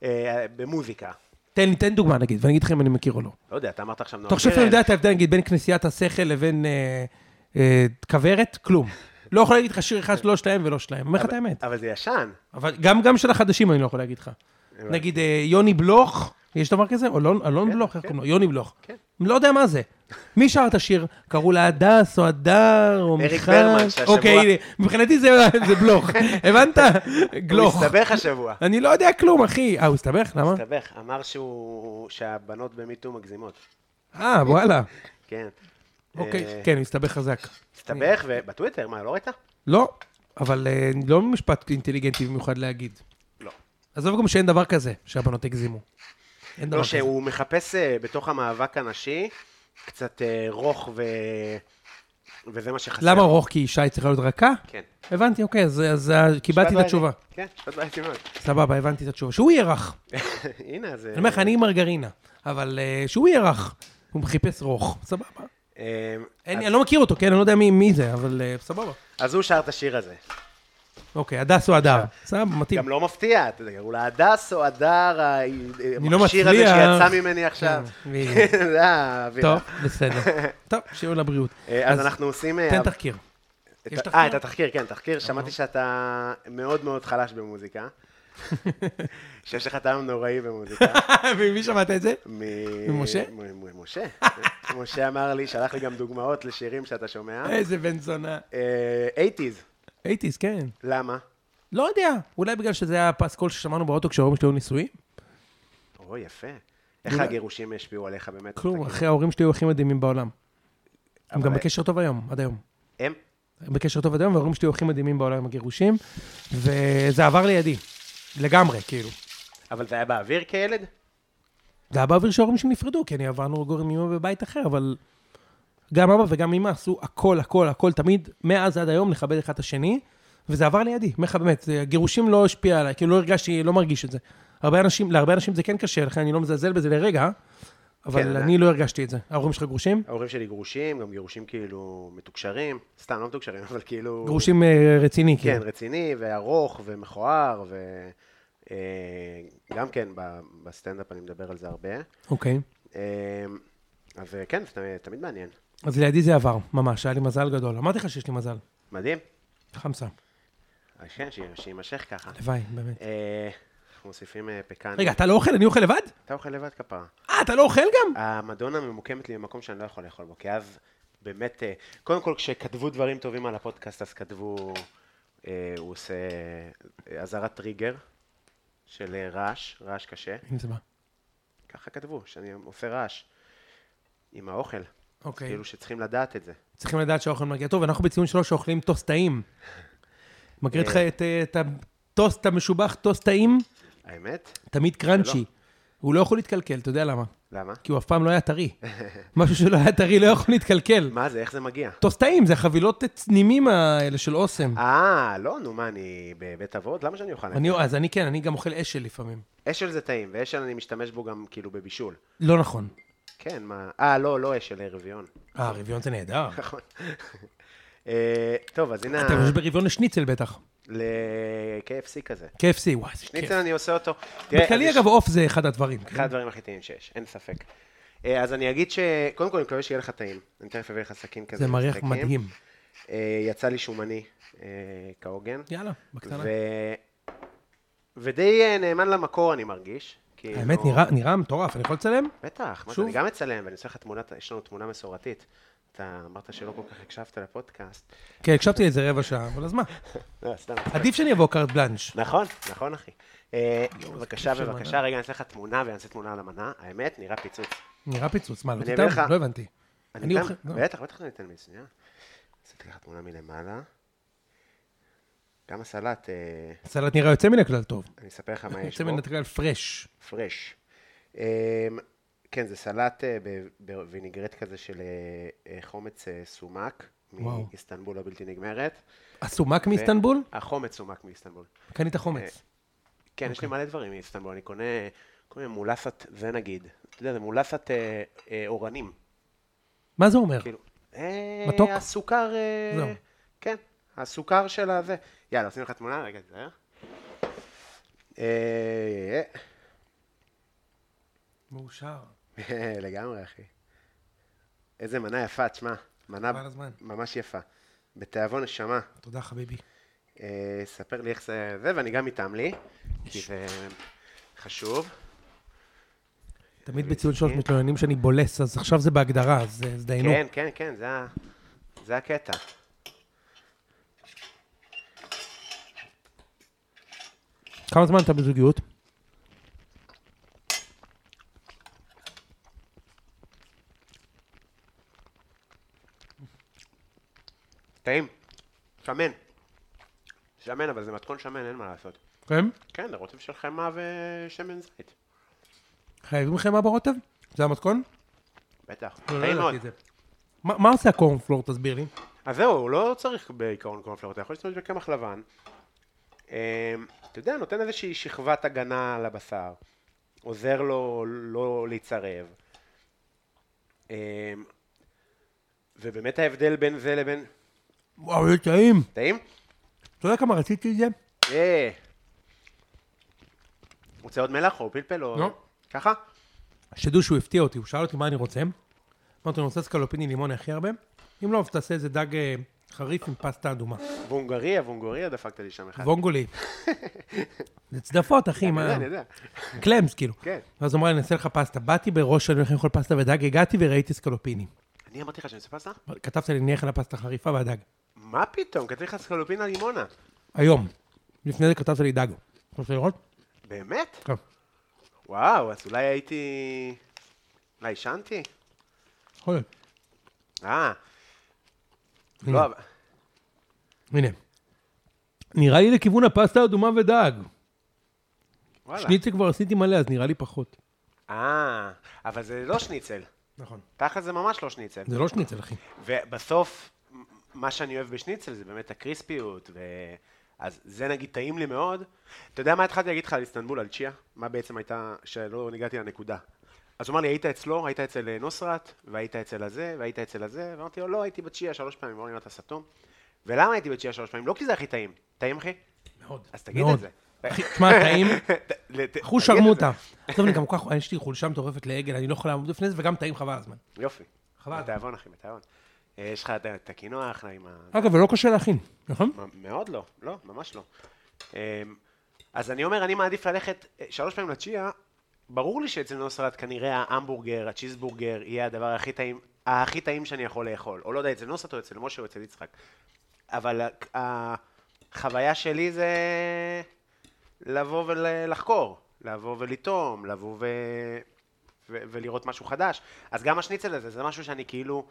S1: אה, במוזיקה.
S3: תן לי, תן דוגמה נגיד, ואני אגיד לך אם אני מכיר או לא.
S1: לא יודע, אתה אמרת עכשיו נועה
S3: אתה חושב שאתה יודע את ההבדל נגיד בין כנסיית השכל לבין אה, אה, כוורת? כלום. לא יכול להגיד לך שיר אחד לא שלהם ולא שלהם, אומר לך את
S1: אבל-
S3: האמת.
S1: אבל זה ישן.
S3: אבל גם גם של החדשים אני לא יכול להגיד לך. נגיד אה, יוני בלוך, יש דבר כזה? אלון אלון
S1: כן,
S3: בלוך, איך
S1: כן.
S3: קוראים לו? יוני בלוך.
S1: כן.
S3: לא יודע מה זה. מי שר את השיר? קראו לה הדס או הדר או
S1: אריק
S3: מיכל.
S1: ברמן, שהשבוע-
S3: אוקיי, הנה, מבחינתי זה זה בלוך. הבנת? גלוך.
S1: הוא הסתבך השבוע.
S3: אני לא יודע כלום, אחי. אה, הוא הסתבך? למה?
S1: הסתבך, אמר שהוא... שהבנות במיטו מגזימות.
S3: אה, וואלה.
S1: כן.
S3: אוקיי,
S1: אה,
S3: כן, הוא הסתבך חזק.
S1: הסתבך, ובטוויטר, מה, לא ראית?
S3: לא, אבל אה, לא משפט אינטליגנטי במיוחד להגיד.
S1: לא.
S3: עזוב גם שאין דבר כזה, שהבנות הגזימו. אין דבר
S1: לא,
S3: כזה.
S1: שהוא מחפש אה, בתוך המאבק הנשי קצת אה, רוך ו... וזה מה שחסר.
S3: למה ארוך? כי אישה היא צריכה להיות רכה?
S1: כן.
S3: הבנתי, אוקיי, אז- אז אה, קיבלתי את
S1: משפט
S3: התשובה.
S1: בעייתי. כן, משפט בעייתי מאוד.
S3: סבבה, הבנתי את התשובה. שהוא יהיה רך.
S1: הנה, אז... אה,
S3: אני אומר לך, אני מרגרינה, אבל אה, שהוא יהיה רך. הוא חיפש רוך, סבבה.
S1: אה,
S3: אין
S1: אז-
S3: לי- אני לא מכיר אותו, כן? אני לא יודע מי- מי זה, אבל אה, סבבה.
S1: אז הוא שר את השיר הזה.
S3: אוקיי, הדס או הדר. סבבה, מתאים.
S1: גם לא מפתיע, אתה יודע, קראו לה הדס או הדר, ה- אה,
S3: לא
S1: השיר הזה
S3: מצליח.
S1: שיצא ממני עכשיו.
S3: כן, בדיוק.
S1: זה האווירה.
S3: טוב, בסדר. טוב, שיהיה לבריאות.
S1: אה, אז אנחנו עושים... אה,
S3: תן תחקיר.
S1: את-
S3: יש
S1: אה,
S3: תחקיר? נכון.
S1: את התחקיר, כן, תחקיר. שמעתי שאתה מאוד מאוד חלש במוזיקה. שיש לך טעם נוראי במוזיקה.
S3: ממי שמעת את זה?
S1: מ-
S3: ממשה?
S1: מ- מ- משה. משה אמר לי, שלח לי גם דוגמאות לשירים שאתה שומע.
S3: איזה בן זונה.
S1: אה, 80's,
S3: אייטיז, כן.
S1: למה?
S3: לא יודע, אולי בגלל שזה היה הפסקול ששמענו באוטו כשההורים שלי היו נשואים?
S1: או, יפה. איך הגירושים השפיעו עליך באמת?
S3: כלום,
S1: אתה
S3: אחי, ההורים שלי היו הכי מדהימים בעולם. הם
S1: אבל-
S3: גם בקשר טוב היום, עד היום.
S1: כאילו- הם?
S3: הם בקשר טוב עד היום, וההורים שלי היו הכי מדהימים בעולם עם הגירושים, וזה עבר לידי, לגמרי, כאילו.
S1: אבל זה היה באוויר כילד?
S3: זה היה באוויר שההורים שלי נפרדו, כי אני עברנו לגור עם אמא בבית אחר, אבל גם אבא וגם אמא עשו הכל, הכל, הכל, תמיד, מאז עד היום, לכבד אחד את השני, וזה עבר לידי, אומר לך באמת, זה- הגירושים לא השפיע עליי, כאילו לא הרגשתי, לא מרגיש את זה. הרבה אנשים, להרבה אנשים זה כן קשה, לכן אני לא מזלזל בזה לרגע,
S1: כן,
S3: אבל
S1: אני-
S3: אני לא הרגשתי את זה. ההורים שלך גרושים?
S1: ההורים שלי גרושים, גם גירושים כאילו מתוקשרים. סתם, לא מתוקשרים, אבל כאילו...
S3: גרושים אה, רציני,
S1: כן,
S3: כאילו.
S1: רציני, וארוך, ומכוער, ו... אה, גם כן, ב- בסטנדאפ אני מדבר על זה הרבה.
S3: אוקיי.
S1: אה, אז אה, כן, זה תמיד- תמיד מעניין.
S3: אז לידי זה עבר, ממש, היה לי מזל גדול. אמרתי לך שיש לי מזל.
S1: מדהים.
S3: חמסה.
S1: אז כן, שי- שיימשך ככה.
S3: הלוואי, באמת.
S1: אה, אנחנו מוסיפים אה, פקן.
S3: רגע, אתה לא אוכל? אני אוכל לבד?
S1: אתה אוכל לבד כפרה.
S3: אה, אתה לא אוכל גם?
S1: המדונה ממוקמת לי במקום שאני לא יכול לאכול בו, כי אז באמת, אה, קודם כל כשכתבו דברים טובים על הפודקאסט, אז כתבו, אה, הוא עושה אה, אזהרת טריגר של אה, רעש, רעש קשה,
S3: הנה זה בא.
S1: ככה כתבו, שאני עושה רעש עם האוכל,
S3: אוקיי.
S1: כאילו שצריכים לדעת את זה.
S3: צריכים לדעת שהאוכל מגיע טוב, אנחנו בציון שלוש שאוכלים טוסט טעים. מכיר אותך את, אה, את הטוסט המשובח, טוסט טעים?
S1: האמת?
S3: תמיד קראנצ'י. הוא לא יכול להתקלקל, אתה יודע למה?
S1: למה?
S3: כי הוא אף פעם לא היה טרי. משהו שלא היה טרי לא יכול להתקלקל.
S1: מה זה, איך זה מגיע?
S3: טוסט טעים, זה החבילות צנימים האלה של אוסם.
S1: אה, לא, נו מה, אני בבית אבות? למה שאני אוכל? את
S3: אני- אז אני כן, אני גם אוכל אשל לפעמים.
S1: זה? אשל זה טעים, ואשל אני משתמש בו גם כאילו בבישול.
S3: לא נכון.
S1: כן, מה... אה, לא, לא אשל, אה, רביון.
S3: אה, רביון זה נהדר.
S1: נכון. אה, טוב, אז הנה
S3: אתה חושב ברביון לשניצל בטח.
S1: ל-KFC כזה.
S3: KFC, וואי, זה כיף.
S1: שניצל אני עושה אותו. תראה,
S3: בכללי,
S1: אז יש-
S3: אגב, עוף זה אחד הדברים. כן?
S1: אחד הדברים הכי טעים שיש, אין ספק. אה, אז אני אגיד שקודם כל אני מקווה שיהיה לך טעים. אני תכף אביא לך סכין כזה.
S3: זה מריח
S1: משחקים.
S3: מדהים.
S1: אה, יצא לי שומני אה, כהוגן.
S3: יאללה, בקטנה.
S1: ו- ודי אה, נאמן למקור אני מרגיש. כאילו-
S3: האמת, נראה- נראה מטורף, אני יכול לצלם?
S1: בטח, מה זה,
S3: שוב?
S1: אני גם אצלם, ואני עושה לך תמונת, יש לנו תמונה מסורתית. אתה אמרת שלא כל כך הקשבת לפודקאסט.
S3: כן, הקשבתי לזה רבע שעה, אבל אז מה?
S1: לא, סתם.
S3: עדיף שאני אבוא קארט בלאנש.
S1: נכון, נכון אחי. אה, בבקשה,
S3: לא, של
S1: בבקשה, רגע, אני אעשה לך תמונה ואני אעשה תמונה על המנה. האמת, נראה פיצוץ.
S3: נראה פיצוץ, מה, לא
S1: אני
S3: תיתן?
S1: אביא לך-
S3: לא הבנתי.
S1: אני אתן,
S3: אוכל- לא.
S1: בטח, בטח אני אתן לי, שנייה. עשיתי לך תמונה מלמעלה. גם הסלט, אה,
S3: סלט נראה יוצא מן הכלל טוב.
S1: אני אספר לך מה יש
S3: יוצא
S1: בו.
S3: מן הכלל פרש.
S1: פרש. אה, כן, זה סלט אה, ב- בווינגרט כזה של אה, אה, חומץ אה, סומק.
S3: וואו.
S1: מאיסטנבול הבלתי נגמרת.
S3: הסומק מאיסטנבול?
S1: החומץ סומק מאיסטנבול.
S3: קנית חומץ.
S1: כן, יש לי
S3: אוקיי.
S1: מלא דברים מאיסטנבול, אני קונה כל מיני מולסת, זה נגיד, אתה יודע, זה מולסת אה, אה, אורנים,
S3: מה זה אומר?
S1: כאילו, אה,
S3: מתוק?
S1: הסוכר, אה,
S3: זהו.
S1: כן, הסוכר של הזה. יאללה, עושים לך תמונה, רגע, תזהר. אה,
S3: מאושר.
S1: אה, לגמרי, אחי. איזה מנה יפה, תשמע, מנה
S3: חבל הזמן.
S1: ממש יפה. בתיאבון נשמה.
S3: תודה, חביבי.
S1: אה, ספר לי איך זה זה, ואני גם איתם לי, כי זה חשוב.
S3: תמיד
S1: אה,
S3: בציון שלוש מתלוננים שאני בולס, אז עכשיו זה בהגדרה, אז אה, אז דיינו.
S1: כן, כן, כן, זה, ה- זה הקטע.
S3: כמה זמן אתה בזוגיות?
S1: טעים. שמן. שמן, אבל זה מתכון שמן, אין מה לעשות.
S3: כן.
S1: כן, זה רוטב של חמאה ושמן זית.
S3: חייבים חמאה ברוטב? זה המתכון?
S1: בטח.
S3: לא, לא
S1: טעים
S3: ידעתי
S1: מאוד.
S3: את זה. מה מה עושה הקורנפלור, תסביר לי?
S1: אז זהו, הוא לא צריך בעיקרון קורנפלור, אתה יכול להשתמש בקמח לבן. אה, אתה יודע, נותן איזושהי שכבת הגנה על הבשר. עוזר לו לא להיצרב. אה, ובאמת ההבדל בין זה לבין...
S3: וואו, זה טעים.
S1: טעים?
S3: אתה יודע כמה רציתי את זה?
S1: אה. רוצה עוד מלח או פלפל או...
S3: לא.
S1: ככה?
S3: שתדעו שהוא הפתיע אותי, הוא שאל אותי מה אני רוצה. אמרתי, אני רוצה סקלופיני לימון הכי הרבה. אם לא, אז תעשה איזה דג אה, חריף עם פסטה אדומה.
S1: וונגריה, וונגוריה, דפקת לי שם אחד.
S3: וונגולי. זה צדפות, אחי,
S1: אני יודע,
S3: מה...
S1: אני יודע.
S3: קלמס, כאילו.
S1: כן.
S3: ואז הוא אמר לי, אני אעשה לך פסטה. באתי בראש שאני הולך לאכול פסטה ודג, הגעתי וראיתי סקלופיני.
S1: אני אמרתי לך שאני עושה פסטה?
S3: כתבת לי, נניח על הפסטה חריפה והדג.
S1: מה פתאום? כתבי לך סקלופינה לימונה.
S3: היום. לפני זה כתבת לי דג. אתה רוצה לראות?
S1: באמת?
S3: כן.
S1: וואו, אז אולי הייתי... אולי עישנתי?
S3: יכול להיות.
S1: אה,
S3: הנה.
S1: לא, אבל-
S3: הנה. נראה לי לכיוון הפסטה האדומה ודג.
S1: וואלה.
S3: שניצל כבר עשיתי מלא, אז נראה לי פחות.
S1: אה, אבל זה לא שניצל.
S3: נכון.
S1: תכל'ס זה ממש לא שניצל.
S3: זה לא שניצל, אחי.
S1: ובסוף, מ- מה שאני אוהב בשניצל זה באמת הקריספיות, ו... אז זה נגיד טעים לי מאוד. אתה יודע מה התחלתי להגיד לך על איסטנבול, על צ'יה? מה בעצם הייתה, שלא הגעתי לנקודה. אז הוא אמר לי, היית אצלו, היית אצל אה, נוסרת, והיית אצל הזה, והיית אצל הזה, ואמרתי לו, לא, הייתי בצ'יה שלוש פעמים, הוא אמר לי, "מה, אתה סתום. ולמה הייתי בצ'יה שלוש פעמים? לא כי זה הכי טעים. טעים, אחי?
S3: מאוד.
S1: אז תגיד
S3: מאוד.
S1: את זה.
S3: אחי, תשמע, טעים,
S1: ת-
S3: חוש
S1: תגיד את
S3: שרמוטה. עזוב, אני גם כל כך, יש לי חולשה מטורפת לעגל, אני לא יכול לעמוד בפני זה, וגם טעים חבל הזמן.
S1: זה. יופי.
S3: חבל.
S1: בתיאבון, אחי, בתיאבון. אה, יש לך את- את הקינוח אחלה עם ה...
S3: אגב, ולא קשה להכין, נכון?
S1: מ- מאוד לא, לא, ממש לא. אמ, אז אני אומר, אני מעדיף ללכת אה, שלוש פעמים לצ'יה, ברור לי שאצל נוסרת כנראה ההמבורגר, הצ'יזבורגר, יהיה הדבר הכי טעים, הכי טעים שאני יכול לאכול. או לא יודע, אצל נוסרת או אצל משה או אצל יצחק. אבל ה- החוויה שלי זה לבוא ולחקור, לבוא ולטעום, לבוא ו... ו- ולראות משהו חדש. אז גם השניצל הזה, זה משהו שאני כאילו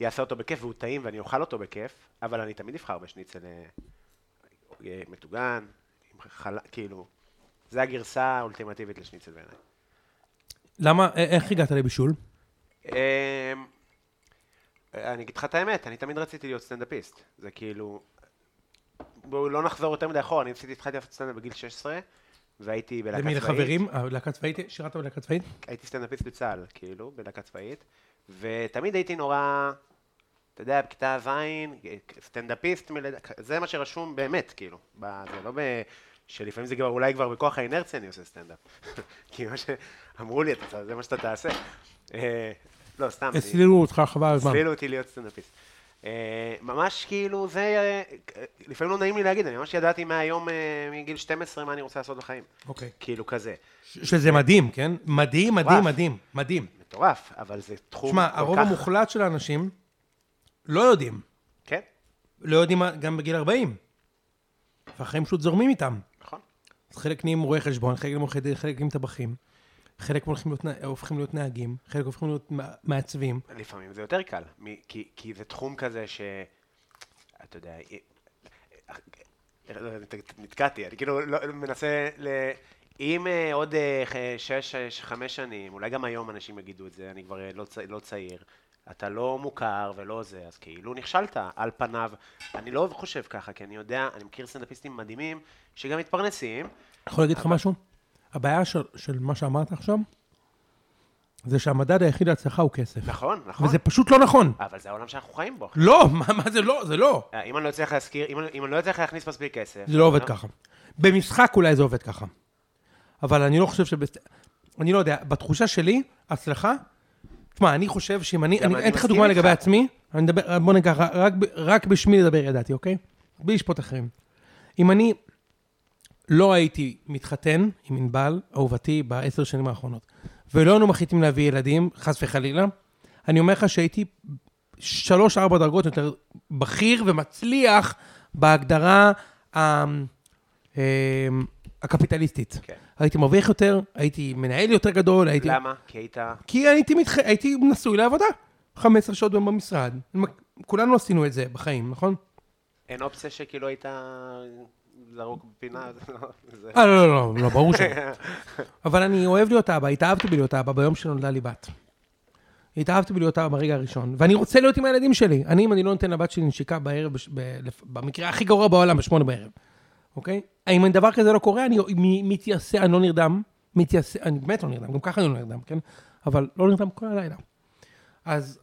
S1: יעשה אותו בכיף והוא טעים ואני אוכל אותו בכיף, אבל אני תמיד אבחר בשניצל אה, אה, מטוגן, עם חלה, כאילו, זה הגרסה האולטימטיבית לשניצל בעיניי.
S3: למה, א- איך הגעת לבישול?
S1: אמ, אה, אני אגיד לך את האמת, אני תמיד רציתי להיות סטנדאפיסט. זה כאילו... בואו לא נחזור יותר מדי אחורה, אני ניסיתי, התחלתי לעשות סטנדאפ בגיל 16, והייתי בלהקה
S3: למי
S1: צבאית.
S3: לחברים? אה, להקה צבאית? שירת בלהקה צבאית?
S1: הייתי סטנדאפיסט בצה"ל, כאילו, בלהקה צבאית, ותמיד הייתי נורא, אתה יודע, בכיתה ז', סטנדאפיסט, מלידה- זה מה שרשום באמת, כאילו, ב- זה לא ב... שלפעמים זה כבר, אולי כבר בכוח האינרציה אני עושה סטנדאפ. כי מה שאמרו לי, אתה, זה מה שאתה תעשה. אה, לא, סתם. אני-
S3: הסלילו אותך חבל הזמן.
S1: הסלילו אותי להיות סטנדאפיסט. אה, ממש כאילו, זה... אה, לפעמים לא נעים לי להגיד, אני ממש ידעתי מהיום, אה, מגיל 12, מה אני רוצה לעשות בחיים.
S3: אוקיי.
S1: כאילו כזה.
S3: ש- שזה מדהים, כן? מדהים, מדהים,
S1: וואו.
S3: מדהים, מדהים.
S1: מטורף, אבל זה תחום
S3: תשמע,
S1: כל
S3: הרוב
S1: כך...
S3: המוחלט של האנשים לא יודעים.
S1: כן,
S3: לא יודעים מה- גם בגיל 40. והחיים פשוט זורמים איתם.
S1: נכון.
S3: אז חלק נהיים רואי חשבון, חלק נהיים עורכי דין, חלק נהיים טבחים. חלק הולכים להיות, נ- הופכים להיות נהגים, חלק הופכים להיות מע- מעצבים.
S1: לפעמים זה יותר קל, מ- כי, כי זה תחום כזה ש... אתה יודע... אה, לא, נת- נתקעתי, אני כאילו לא, מנסה ל... אם אה, עוד אה, ח- שש, שש, חמש שנים, אולי גם היום אנשים יגידו את זה, אני כבר אה, לא, צ... לא צעיר, אתה לא מוכר ולא זה, אז כאילו נכשלת על פניו. אני לא חושב ככה, כי אני יודע, אני מכיר סטנדאפיסטים מדהימים שגם מתפרנסים,
S3: אני יכול להגיד לך משהו? הבעיה של, של מה שאמרת עכשיו, זה שהמדד היחיד להצלחה הוא כסף.
S1: נכון, נכון,
S3: וזה פשוט לא נכון.
S1: אבל זה העולם שאנחנו חיים בו. אחי.
S3: לא, מה, מה זה לא? זה לא.
S1: אה, אם אני לא אצליח להזכיר, אם אני- אם אני לא אצליח להכניס מספיק כסף...
S3: זה לא עובד
S1: אה,
S3: ככה. במשחק אולי זה עובד ככה. אבל אני לא חושב שבס... אני לא יודע, בתחושה שלי, הצלחה... תשמע, אני חושב שאם אני...
S1: גם
S3: אני
S1: אני
S3: אתן לך
S1: מסכים
S3: דוגמה
S1: איתך.
S3: לגבי עצמי, אני מדבר... בוא נגיד ככה, רק, ב- רק בשמי לדבר ידעתי, אוקיי? בלי לשפוט אחרים. אם אני לא הייתי מתחתן עם ענבל, אהובתי, בעשר שנים האחרונות, ולא היינו מחליטים להביא ילדים, חס וחלילה, אני אומר לך שהייתי שלוש-ארבע דרגות יותר בכיר ומצליח בהגדרה ה- אמ, הקפיטליסטית.
S1: כן.
S3: הייתי מרוויח יותר, הייתי מנהל יותר גדול, הייתי...
S1: למה? כי היית...
S3: כי הייתי, מתח... הייתי נשוי לעבודה. 15 שעות ביום במשרד. כולנו עשינו את זה בחיים, נכון?
S1: אין אופציה שכאילו היית זרוק בפינה? זה לא- זה-
S3: אה, לא, לא, לא, לא, ברור שלא. אבל אני אוהב להיות אבא, התאהבתי בלהיות אבא ביום שנולדה לי בת. התאהבתי בלהיות אבא ברגע הראשון, ואני רוצה להיות עם הילדים שלי. אני, אם אני לא נותן לבת שלי נשיקה בערב, בש- ב- לפ- במקרה הכי גרוע בעולם, בשמונה בערב, אוקיי? אם דבר כזה לא קורה, אני מ- מתייסר, אני לא נרדם, מתייסר, אני באמת לא נרדם, גם ככה אני לא נרדם, כן? אבל לא נרדם כל הלילה. אז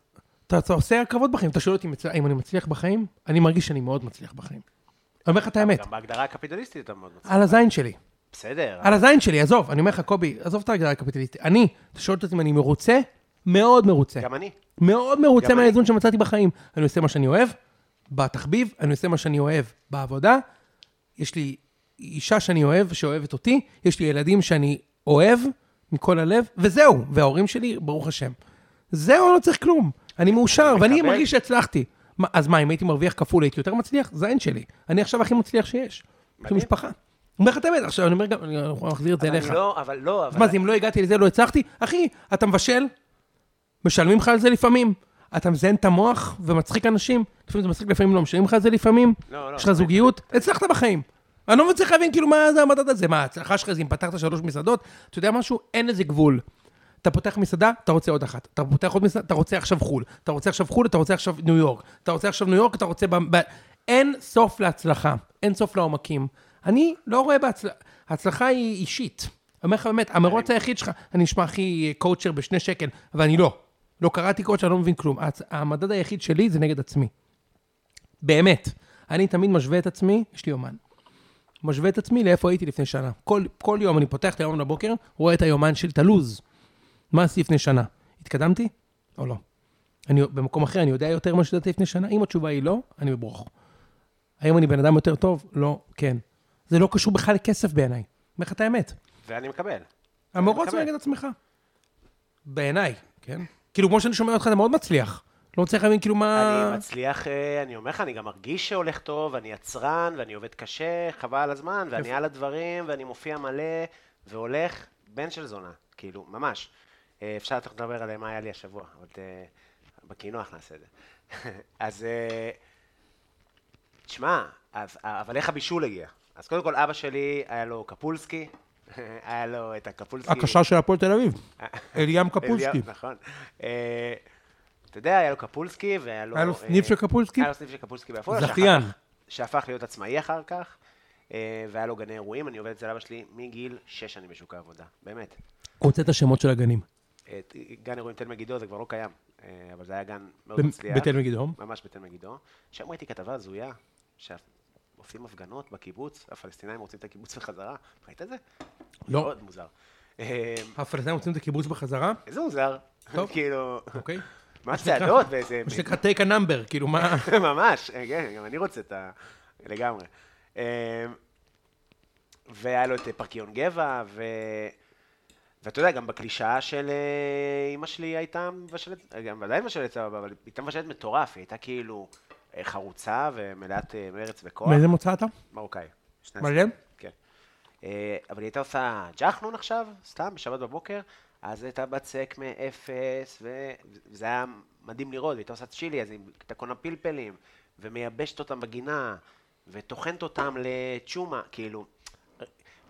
S3: אתה, אתה עושה הקרבות בחיים, אתה שואל אותי אם מצ- אם אני מצליח בחיים? אני מרגיש שאני מאוד מצליח בחיים. אני אומר לך את האמת, אה,
S1: גם בהגדרה הקפיטליסטית אתה מאוד מצליח.
S3: על הזין שלי.
S1: בסדר.
S3: על הזין שלי, עזוב, אני אומר לך, קובי, עזוב את ההגדרה הקפיטליסטית. אני, אתה שואל אותי אם אני מרוצה? מאוד מרוצה.
S1: גם אני.
S3: מאוד מרוצה
S1: גם אני.
S3: מהאיזון שמצאתי בחיים. אני עושה מה שאני אוהב, בתחביב, אני עושה מה שאני אוהב בעבודה. יש לי אישה שאני אוהב, שאוהבת אותי, יש לי ילדים שאני אוהב מכל הלב, וזהו. וההורים שלי, ברוך השם. זהו, אני לא צריך כלום. אני מאושר, ואני
S1: מקבל.
S3: מרגיש שהצלחתי. מה, אז מה, אם הייתי מרוויח כפול, הייתי יותר מצליח? זין שלי. אני עכשיו הכי מצליח שיש. יש לי
S1: מדהים.
S3: משפחה. אני אומר לך את האמת, עכשיו אני אומר גם, אני מחזיר את זה
S1: אבל
S3: אליך.
S1: אני לא, אבל לא,
S3: אז
S1: אבל...
S3: מה זה, אם לא הגעתי לזה, לא הצלחתי? אחי, אתה מבשל, משלמים לך על זה לפעמים. אתה מזיין את המוח ומצחיק אנשים, לפעמים זה מצחיק, לפעמים לא משלמים לך על זה לפעמים.
S1: לא, לא,
S3: יש לך זוגיות, הצלחת בחיים. אני לא מצליח להבין כאילו מה זה המדד הזה, מה ההצלחה שלך זה אם פתחת שלוש מסעדות, אתה יודע משהו? אין לזה גבול. אתה פותח מסעדה, אתה רוצה עוד אחת. אתה פותח עוד מסעדה, אתה רוצה עכשיו חו"ל. אתה רוצה עכשיו חו"ל, אתה רוצה עכשיו ניו יורק. אתה רוצה עכשיו ניו יורק, אתה רוצה... ב- ב- אין סוף להצלחה, אין סוף לעומקים. אני לא רואה בהצלחה, ההצלחה היא אישית. אני אומר לך באמת, המרוץ היחיד שלך, אני נשמע הכי קואוצ'ר בשני שקל, אבל אני לא. לא קראתי קואוצ'ר, אני לא מבין כלום. ההצ- המדד היחיד שלי זה נגד עצמי. באמת. אני תמיד משווה את עצמי, יש לי יומן. משווה את עצמי לאיפה הייתי לפני שנה. כל, כל יום אני פותח את היום לבוקר, רואה את היומן של תלוז. מה עשיתי לפני שנה? התקדמתי או לא? אני, במקום אחר, אני יודע יותר מה שידעתי לפני שנה? אם התשובה היא לא, אני בברוך. האם אני בן אדם יותר טוב? לא, כן. זה לא קשור בכלל לכסף בעיניי. אני אומר לך את האמת.
S1: ואני מקבל.
S3: המרוץ
S1: מקבל.
S3: הוא נגד עצמך. בעיניי, כן? כאילו, כמו שאני שומע אותך, אתה מאוד מצליח. לא מצליח להבין כאילו מה...
S1: אני מצליח, אה, אני אומר לך, אני גם מרגיש שהולך טוב, אני יצרן, ואני עובד קשה, חבל על הזמן, ואני על הדברים, ואני מופיע מלא, והולך, בן של זונה, כאילו, ממש. אה, אפשר תכף לדבר על מה היה לי השבוע, אבל אה, בקינוח נעשה את זה. אז, אה, תשמע, אז- אה, אבל איך הבישול הגיע? אז קודם כל, אבא שלי, היה לו קפולסקי, היה לו את הקפולסקי.
S3: הקשר של הפועל תל אביב. אליאם קפולסקי.
S1: אליהו, נכון. אה, אתה יודע, היה לו קפולסקי, והיה לו...
S3: היה לו
S1: אה,
S3: סניף של קפולסקי?
S1: היה לו סניף של קפולסקי בעפולה. שאחר
S3: זכיין.
S1: כך- שהפך להיות עצמאי אחר כך, אה, והיה לו גני אירועים. אני עובד אצל אבא שלי מגיל שש שנים בשוק העבודה, באמת.
S3: הוא רוצה את השמות של הגנים.
S1: אה, ת- גן אירועים תל מגידו זה כבר לא קיים, אה, אבל זה היה גן מאוד
S3: ב-
S1: מצליח.
S3: בתל מגידו?
S1: ממש בתל מגידו. שם ראיתי כתבה הזויה, שעושים הפגנות בקיבוץ, הפלסטינאים רוצים את הקיבוץ בחזרה. ראית את זה?
S3: לא.
S1: מאוד מוזר. אה,
S3: הפלסטינים רוצים את הקיבוץ בחזרה?
S1: איזה מוזר.
S3: טוב.
S1: כאילו...
S3: אוקיי.
S1: מה צעדות ואיזה...
S3: מה שנקרא take a number, כאילו מה...
S1: ממש, אה, כן, גם אני רוצה את ה... לגמרי. אמ, והיה לו את אה, פרקיון גבע, ו... ואתה יודע, גם בקלישאה של אה, אימא שלי הייתה מבשלת, אה, גם עדיין מבשלת סבבה, אבל היא הייתה מבשלת מטורף, היא הייתה כאילו אה, חרוצה ומלאת אה, מרץ וכוח.
S3: מאיזה מוצא אתה?
S1: מרוקאי. אוקיי, שני
S3: מלא?
S1: הצדדים, כן. אה, אבל היא הייתה עושה ג'חנון עכשיו, סתם, בשבת בבוקר, אז הייתה בצק מאפס, ו- וזה היה מדהים לראות, היא הייתה עושה צ'ילי, אז היא הייתה קונה פלפלים, ומייבשת אותם בגינה, וטוחנת אותם לצ'ומה, כאילו,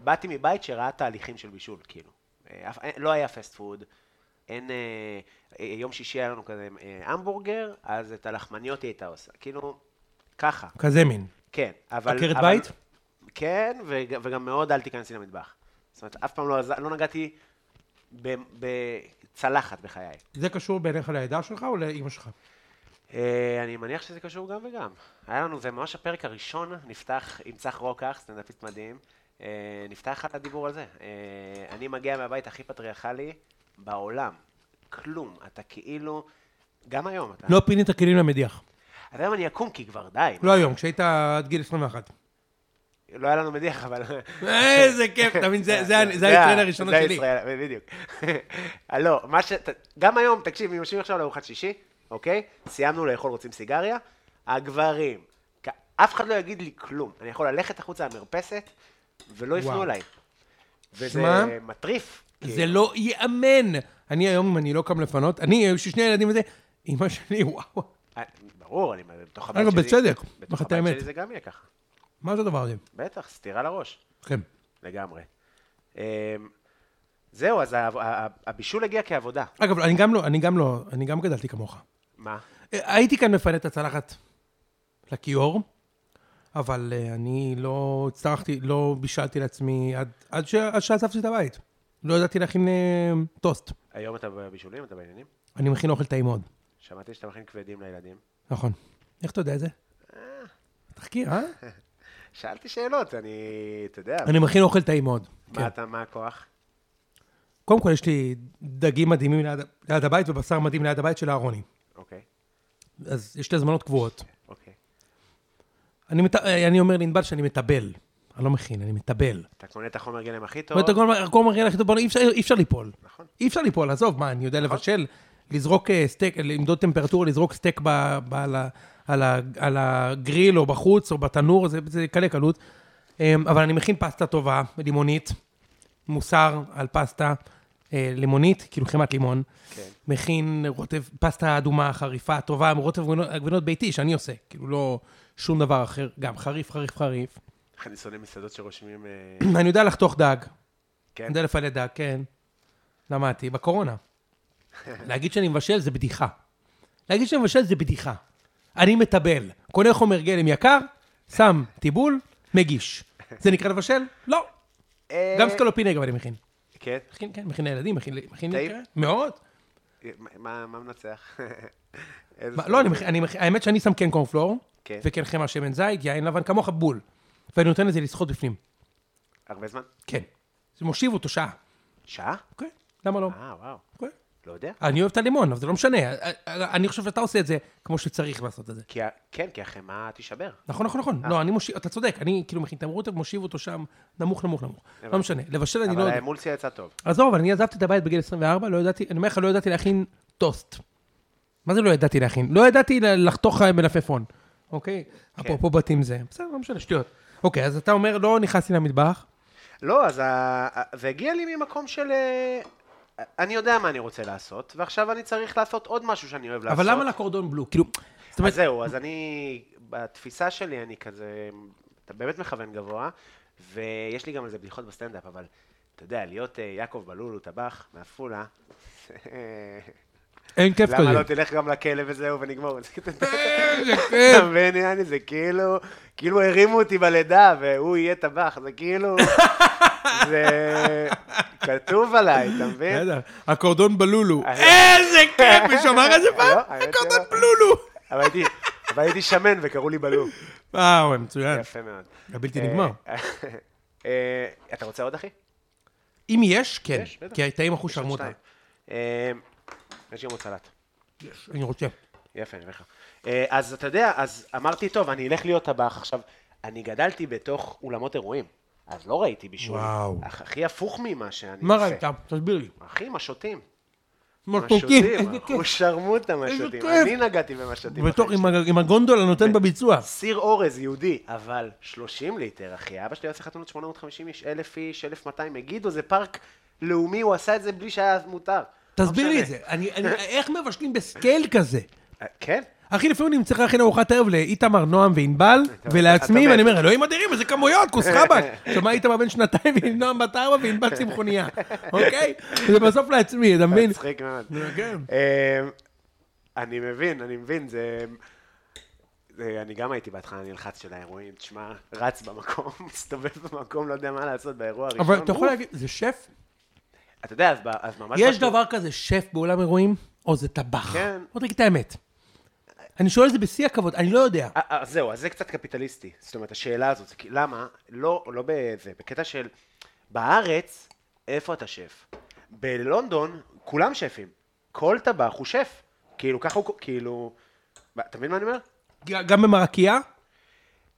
S1: באתי מבית שראה תהליכים של בישול, כאילו. אה, אף- אין- לא היה פסט פוד, אין... אה, אה, יום שישי היה לנו כזה אה, המבורגר, אז את הלחמניות היא הייתה עושה, כאילו, ככה.
S3: כזה מין.
S1: כן, אבל...
S3: עקרת
S1: אבל-
S3: בית?
S1: כן, וג- וגם מאוד אל תיכנסי למטבח. זאת אומרת, אף פעם לא, עז- לא נגעתי ב- בצלחת בחיי.
S3: זה קשור בעיניך לעדה שלך או לאימא שלך?
S1: אה, אני מניח שזה קשור גם וגם. היה לנו, זה ממש הפרק הראשון, נפתח עם צח רוקח, סטנדאפיסט מדהים, אה, נפתח הדיבור על זה. אה, אני מגיע מהבית הכי פטריארכלי בעולם. כלום. אתה כאילו... גם היום אתה...
S3: לא פינית כלים למדיח.
S1: אז היום אני אקום כי כבר די.
S3: לא היום, כשהיית עד גיל 21.
S1: לא היה לנו מדיח, אבל...
S3: איזה כיף, אתה מבין? זה- זה ה- זה הטרן הראשון
S1: כן, אה, זה
S3: שלי.
S1: הישראל, בדיוק. אה, לא, מה ש... ת- גם היום, תקשיב, אם יושבים עכשיו לארוחת שישי, אוקיי? סיימנו לאכול, רוצים סיגריה? הגברים, כ- אף אחד לא יגיד לי כלום. אני יכול ללכת החוצה למרפסת, ולא
S3: וואו.
S1: יפנו אליי. וזה
S3: שמע,
S1: מטריף.
S3: זה
S1: כאילו.
S3: לא ייאמן. אני היום, אם אני לא קם לפנות, אני, יש לי שני ילדים וזה, אימא שלי, וואו.
S1: אה, ברור, אני בתוך הבית
S3: אגב,
S1: שלי.
S3: בצדק,
S1: בתוך
S3: לך
S1: הבית
S3: את האמת.
S1: שלי זה גם יהיה ככה.
S3: מה זה הדבר הזה?
S1: בטח, סטירה לראש.
S3: כן.
S1: לגמרי. אמ, זהו, אז ה- ה- ה- הבישול הגיע כעבודה.
S3: אגב, אני גם לא, אני גם לא, אני גם גדלתי כמוך.
S1: מה?
S3: אה, הייתי כאן מפנה את הצלחת לכיור, אבל אה, אני לא הצטרכתי, לא בישלתי לעצמי עד, עד, ש, עד שעזבתי את הבית. לא ידעתי להכין אה, טוסט.
S1: היום אתה בבישולים? אתה בעניינים?
S3: אני מכין אוכל טעים מאוד.
S1: שמעתי שאתה מכין כבדים לילדים.
S3: נכון. איך אתה יודע את זה? תחקיר, אה?
S1: שאלתי שאלות, אני... אתה יודע,
S3: אני מכין אוכל טעים מאוד. כן.
S1: מה אתה, מה הכוח?
S3: קודם כל, יש לי דגים מדהימים ליד, ליד הבית ובשר מדהים ליד הבית של אהרוני.
S1: אוקיי,
S3: אז יש לי הזמנות קבועות.
S1: אוקיי.
S3: אני, מת... אני אומר לענבל שאני מטבל. אני לא מכין, אני מטבל.
S1: אתה קונה את החומר גלם הכי טוב?
S3: אבל אתה כל הזמן מראה לך, בוא'נה, אי אפשר- אי אפשר ליפול.
S1: נכון.
S3: אי אפשר ליפול, עזוב, מה, אני יודע לבשל, לזרוק אה, סטייק, למדוד טמפרטורה, לזרוק סטייק ב- ב- על ה- על ה- על הגריל או בחוץ או בתנור, זה- זה קלה קלות. אה, אבל אני מכין פסטה טובה, לימונית, מוסר על פסטה, אה, לימונית, כאילו חמת לימון.
S1: כן.
S3: מכין רוטב, פסטה אדומה חריפה טובה, עם רוטב גבינות- גבינות ביתי, שאני עושה, כאילו לא שום דבר אחר, גם חריף, חריף, חריף.
S1: איך אני שונא מסעדות שרושמים... אה,
S3: אני יודע לחתוך דג,
S1: כן,
S3: אני יודע לפני דג, כן. למדתי, בקורונה. להגיד שאני מבשל זה בדיחה. להגיד שאני מבשל זה בדיחה. אני מטבל, קונה חומר גלם יקר, שם טיבול, מגיש. זה נקרא לבשל? לא.
S1: אה,
S3: גם סקלופיניה גם אני מכין.
S1: כן,
S3: מכין, כן, מכין לילדים, מכין... לי- מכין לי-
S1: טעים?
S3: כן, מאוד.
S1: מה- מה מה מנצח? איזה
S3: מה,
S1: סוג?
S3: לא, אני מכין, אני מכין- האמת שאני שם כן קורנפלור,
S1: כן.
S3: וכן חמאה שמן זית, יין לבן כמוך בול. ואני נותן לזה לשחות בפנים.
S1: הרבה זמן?
S3: כן. זה מושיב אותו שעה.
S1: שעה?
S3: אוקיי, למה לא?
S1: אה, וואו.
S3: אוקיי.
S1: לא יודע.
S3: אני אוהב את הלימון, אבל זה לא משנה. אני חושב שאתה עושה את זה כמו שצריך לעשות את זה.
S1: כי ה- כן, כי החמאה תישבר.
S3: נכון, נכון,
S1: אה.
S3: נכון. לא, אני מושיב, אתה צודק, אני כאילו מכין את המרוטב, מושיב אותו שם נמוך, נמוך, נמוך. לא משנה, לבשל אני לא
S1: אבל
S3: יודע.
S1: האמולסיה יצאה טוב.
S3: עזוב, אבל אני עזבתי את הבית בגיל 24, לא ידעתי, אני אומר לך, לא ידעתי להכין טוסט. מה זה לא ידעתי להכין? לא ידעתי ל- לחתוך אה, מלפפון, אוקיי?
S1: כן.
S3: אפרופו בתים זה. בסדר, לא משנה, שטויות. אוקיי, אז אתה אומר, לא נכנסתי למטבח.
S1: לא, אז ה- ה- זה הגיע לי ממקום של... אה, אני יודע מה אני רוצה לעשות, ועכשיו אני צריך לעשות עוד משהו שאני אוהב לעשות.
S3: אבל למה לקורדון בלו? כאילו, זאת
S1: אז
S3: אומרת,
S1: זהו, אז אני, בתפיסה שלי אני כזה, אתה באמת מכוון גבוה, ויש לי גם על זה בדיחות בסטנדאפ, אבל אתה יודע, להיות אה, יעקב בלולו טבח מעפולה,
S3: אין כיף
S1: למה
S3: כזה. כן,
S1: לא תלך גם לכלא וזהו ונגמור את זה? אתה מבין, יעני, זה כאילו, כאילו הרימו אותי בלידה והוא יהיה טבח, זה כאילו, זה כתוב עליי, אתה מבין?
S3: בסדר, הקורדון בלולו.
S1: אז-
S3: איזה כיף, מישהו אמר את זה
S1: אה, לא,
S3: פעם?
S1: האמת
S3: הקורדון
S1: שלא.
S3: בלולו.
S1: אבל הייתי- אבל הייתי שמן וקראו לי בלול,
S3: וואו, אה, מצוין.
S1: יפה מאוד.
S3: הבלתי נגמר.
S1: אה, אתה רוצה עוד, אחי?
S3: אם יש, כן.
S1: יש, בטח.
S3: כי טעים אחוז
S1: יש עוד
S3: שרמוטה.
S1: שתיים. אה, יש גם עוד סלט.
S3: אני רוצה.
S1: יפה, אני אומר לך. אה, אז אתה יודע, אז אמרתי, טוב, אני אלך להיות טבח. עכשיו, אני גדלתי בתוך אולמות אירועים, אז לא ראיתי בישול.
S3: וואו.
S1: אך- הכי הפוך ממה שאני
S3: מה
S1: עושה.
S3: ראית? תסביר לי.
S1: אחי, משותים.
S3: משטוקים, איזה כיף.
S1: אחוז שרמוטה
S3: איזה
S1: משותים.
S3: כיף.
S1: אני נגעתי במשותים.
S3: בתור
S1: בחיים
S3: עם ה- עם הגונדולה נותן בביצוע.
S1: שלי. סיר אורז יהודי, אבל 30 ליטר, אחי. אבא שלי עושה חתונות 850 איש, 1,000 איש, 1,200. מגידו, זה פארק לאומי, הוא עשה את זה בלי שהיה מותר.
S3: תסביר
S1: לא
S3: לי
S1: משנה.
S3: את זה. אני- אני- איך מבשלים בסקייל כזה?
S1: אה, כן?
S3: אחי, לפעמים אני צריך להכין ארוחת ערב לאיתמר, נועם וענבל, ולעצמי,
S1: אתה
S3: ואני
S1: מת.
S3: אומר, אלוהים אדירים, איזה כמויות, כוס חבק. שמע איתמר בן שנתיים, ונועם בת ארבע, וענבל צמחונייה, אוקיי? ובסוף לעצמי, אתה מבין?
S1: מצחיק מאוד.
S3: כן.
S1: אמ, אני מבין, אני מבין, זה... זה- אני גם הייתי בהתחלה נלחץ של האירועים, תשמע, רץ במקום, מסתובב במקום, לא יודע מה לעשות באירוע הראשון.
S3: אבל אתה יכול
S1: אוף.
S3: להגיד, זה שף?
S1: אתה יודע, אז ב- אז ממש...
S3: יש
S1: בטוח-
S3: דבר כזה שף באולם אירועים, או זה טבח?
S1: כן.
S3: בוא תגיד את האמת. אני שואל את זה בשיא הכבוד, אני לא יודע.
S1: אה, אה, זהו, אז זה קצת קפיטליסטי. זאת אומרת, השאלה הזאת, זה כי- למה? לא, לא בזה, בקטע של בארץ, איפה אתה שף? בלונדון, כולם שפים. כל טבח הוא שף. כאילו, ככה הוא, כאילו... אתה מבין מה אני אומר? אה.
S3: ג- גם במרקייה?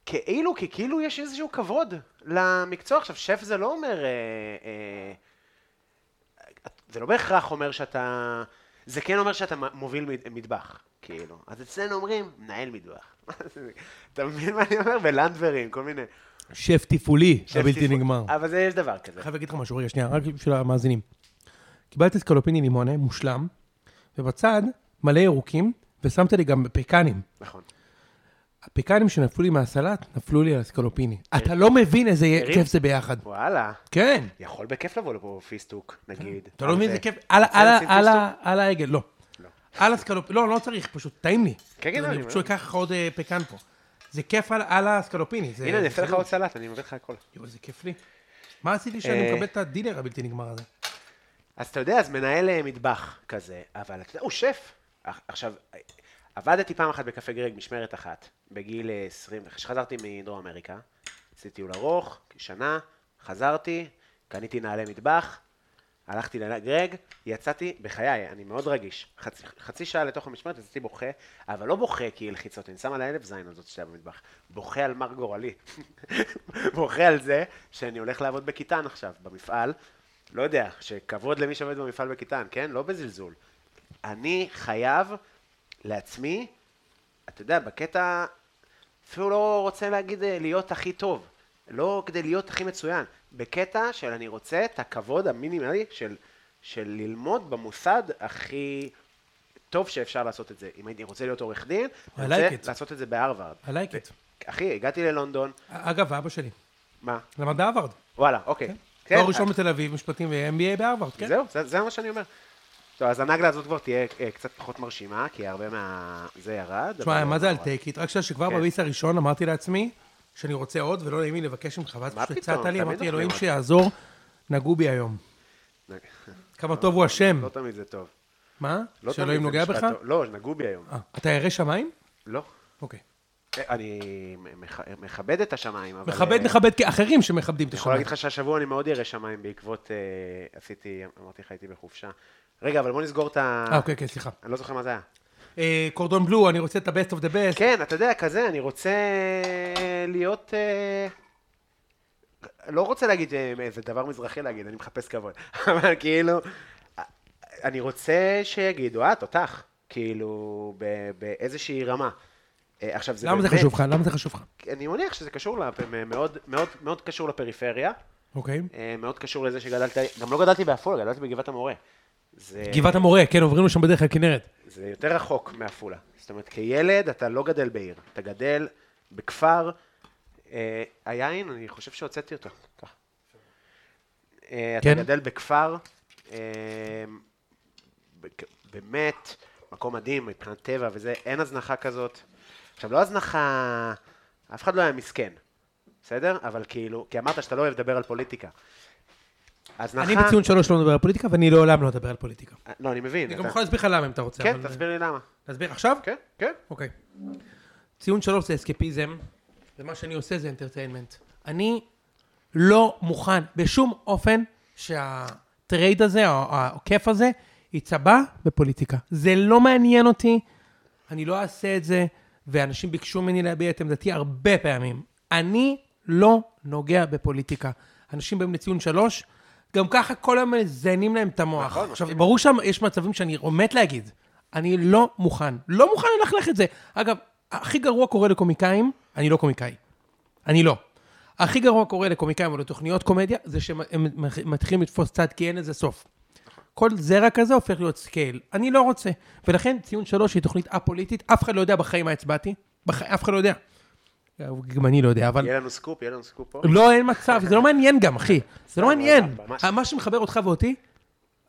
S1: כאילו, כי כאילו יש איזשהו כבוד למקצוע. עכשיו, שף זה לא אומר... אה, אה, זה לא בהכרח אומר שאתה... זה כן אומר שאתה מ- מוביל מד- מטבח, כאילו. אז אצלנו אומרים, מנהל מטבח. אתה מבין מה אני אומר? ולנדברים, כל מיני.
S3: שף תפעולי,
S1: שף
S3: הבלתי
S1: טיפול.
S3: נגמר.
S1: אבל זה, יש דבר כזה.
S3: חייב להגיד לך משהו, רגע, שנייה, רק בשביל המאזינים. קיבלתי סקלופיני לימונה, מושלם, ובצד מלא ירוקים, ושמת לי גם פקנים.
S1: נכון.
S3: הפקנים שנפלו לי מהסלט, נפלו לי על הסקלופיני. אתה לא מבין איזה יהיה-
S1: הרים?
S3: כיף זה ביחד.
S1: וואלה.
S3: כן.
S1: יכול בכיף לבוא לפה פיסטוק, נגיד.
S3: אתה לא
S1: על
S3: מבין
S1: זה.
S3: איזה כיף, על-
S1: רוצה
S3: על-
S1: לשים
S3: על-
S1: פיסטוק?
S3: על העגל, לא. על הסקלופיני, לא, לא צריך, פשוט טעים לי.
S1: כן, כן,
S3: אני
S1: אני
S3: פשוט אקח לך עוד אה, פקן פה. זה כיף על- על הסקלופיני. זה-
S1: הנה, אני
S3: זה
S1: אעשה לך
S3: חיבור.
S1: עוד סלט, אני מביא לך הכל.
S3: יואו, איזה כיף לי. מה עשיתי שאני
S1: אה.
S3: מקבל את הדילר הבלתי נגמר הזה?
S1: אז אתה יודע, אז מנהל אה, מטבח כזה, אבל אתה יודע, הוא שף. אח- עכשיו, אה, עבדתי פעם אחת בקפה גרג, משמרת אחת, בגיל אה, 20, כשחזרתי מדרום אמריקה, עשיתי טיול ארוך, שנה, חזרתי, קניתי נעלי מטבח, הלכתי לגרג, יצאתי, בחיי, אני מאוד רגיש, חצי, חצי שעה לתוך המשמרת, יצאתי בוכה, אבל לא בוכה כי לחיצות, אני שם על האלף זין הזאת שהייתה במטבח, בוכה על מר גורלי, בוכה על זה שאני הולך לעבוד בקיטן עכשיו, במפעל, לא יודע, שכבוד למי שעובד במפעל בקיטן, כן? לא בזלזול. אני חייב לעצמי, אתה יודע, בקטע, אפילו לא רוצה להגיד אה, להיות הכי טוב, לא כדי להיות הכי מצוין, בקטע של אני רוצה את הכבוד המינימלי של, של ללמוד במוסד הכי טוב שאפשר לעשות את זה. אם הייתי רוצה להיות עורך דין,
S3: I
S1: אני רוצה
S3: like it.
S1: לעשות את זה בהרווארד.
S3: I like it.
S1: אחי, הגעתי ללונדון,
S3: אגב, אבא שלי.
S1: מה?
S3: למד בהרווארד.
S1: וואלה, אוקיי. כן,
S3: תואר ראשון בתל אביב, משפטים ו-MBA בהרווארד, כן.
S1: זהו, זה, זה מה שאני אומר. טוב, אז הנגלה הזאת כבר תהיה אה, קצת פחות מרשימה, כי הרבה מה... זה ירד. אבל-
S3: תשמע, מה זה על טייק איט? רק שנייה, שכבר
S1: כן.
S3: בביס הראשון אמרתי לעצמי שאני רוצה עוד, ולא נעים לי לבקש ממך, ואז
S1: מה
S3: פשוט
S1: פתאום?
S3: הצעת לי,
S1: תמיד
S3: אמרתי,
S1: אוכלים
S3: אלוהים
S1: עוד."
S3: שיעזור, נגעו בי היום. כמה טוב הוא השם.
S1: לא תמיד זה טוב.
S3: מה?
S1: לא תמיד
S3: שאלוהים
S1: זה
S3: נוגע
S1: משפט
S3: בך?
S1: טוב. לא, נגעו בי היום.
S3: אה, אתה ירא שמיים?
S1: לא.
S3: אוקיי.
S1: אני מכ- מכבד את השמיים, אבל...
S3: מכבד,
S1: אה,
S3: מכבד כאחרים שמכבדים את
S1: אני יכול
S3: השמיים.
S1: להגיד לך שהשבוע אני מאוד ירא שמיים בעקבות... אה, עשיתי, אמרתי לך, הייתי בחופשה. רגע, אבל בוא נסגור את ה...
S3: אה, אוקיי, כן, סליחה.
S1: אני לא זוכר מה זה היה.
S3: אה, קורדון בלו, אני רוצה את ה-best of the best.
S1: כן, אתה יודע, כזה, אני רוצה להיות... אה, לא רוצה להגיד אה, איזה דבר מזרחי להגיד, אני מחפש כבוד. אבל כאילו, אה, אני רוצה שיגידו, אה, תותח. כאילו, ב- באיזושהי רמה. אה, עכשיו, זה
S3: למה זה
S1: באמת-
S3: חשוב לך? למה זה חשוב לך?
S1: אני מניח שזה קשור, לפ... מאוד, מאוד, מאוד קשור לפריפריה,
S3: אוקיי.
S1: אה, מאוד קשור לזה שגדלתי, גם לא גדלתי בעפולה, גדלתי בגבעת המורה. זה,
S3: גבעת המורה, כן, עוברים לשם בדרך הכנרת.
S1: זה יותר רחוק מעפולה. זאת אומרת, כילד אתה לא גדל בעיר, אתה גדל בכפר. אה, היין, אני חושב שהוצאתי אותו. קח. אה, אתה
S3: כן.
S1: גדל בכפר, אה, בק- באמת, מקום מדהים מבחינת טבע וזה, אין הזנחה כזאת. עכשיו, לא הזנחה, אף אחד לא היה מסכן, בסדר? אבל כאילו, כי אמרת שאתה לא אוהב לדבר על פוליטיקה. הזנחה...
S3: אני בציון שלוש לא מדבר על פוליטיקה, ואני לעולם לא אדבר על פוליטיקה.
S1: לא, אני מבין.
S3: אני
S1: אתה-
S3: גם יכול להסביר לך למה אם אתה רוצה.
S1: כן,
S3: אבל-
S1: תסביר לי למה.
S3: להסביר עכשיו?
S1: כן, כן.
S3: אוקיי. ציון שלוש זה אסקפיזם, ומה שאני עושה זה אנטרטיינמנט. אני לא מוכן בשום אופן שהטרייד הזה, או העוקף הזה, יצבע בפוליטיקה. זה לא מעניין אותי, אני לא אעשה את זה, ואנשים ביקשו ממני להביע את עמדתי הרבה פעמים. אני לא נוגע בפוליטיקה. אנשים באים לציון שלוש, גם ככה כל היום מזיינים להם את המוח.
S1: נכון,
S3: עכשיו,
S1: מסכים.
S3: ברור שיש מצבים שאני מת להגיד, אני לא מוכן, לא מוכן ללכלך את זה. אגב, הכי גרוע קורה לקומיקאים, אני לא קומיקאי. אני לא. הכי גרוע קורה לקומיקאים או לתוכניות קומדיה, זה שהם הם מתחילים לתפוס צד כי אין לזה סוף. כל זרע כזה הופך להיות סקייל. אני לא רוצה. ולכן ציון שלוש היא תוכנית א-פוליטית, אף אחד לא יודע בחיים מה הצבעתי. בחיים, אף אחד לא יודע. גם אני לא יודע, אבל...
S1: יהיה לנו סקופ, יהיה לנו סקופ פה.
S3: לא, אין מצב, זה לא מעניין גם, אחי. זה לא מעניין.
S1: ממש.
S3: מה שמחבר אותך ואותי,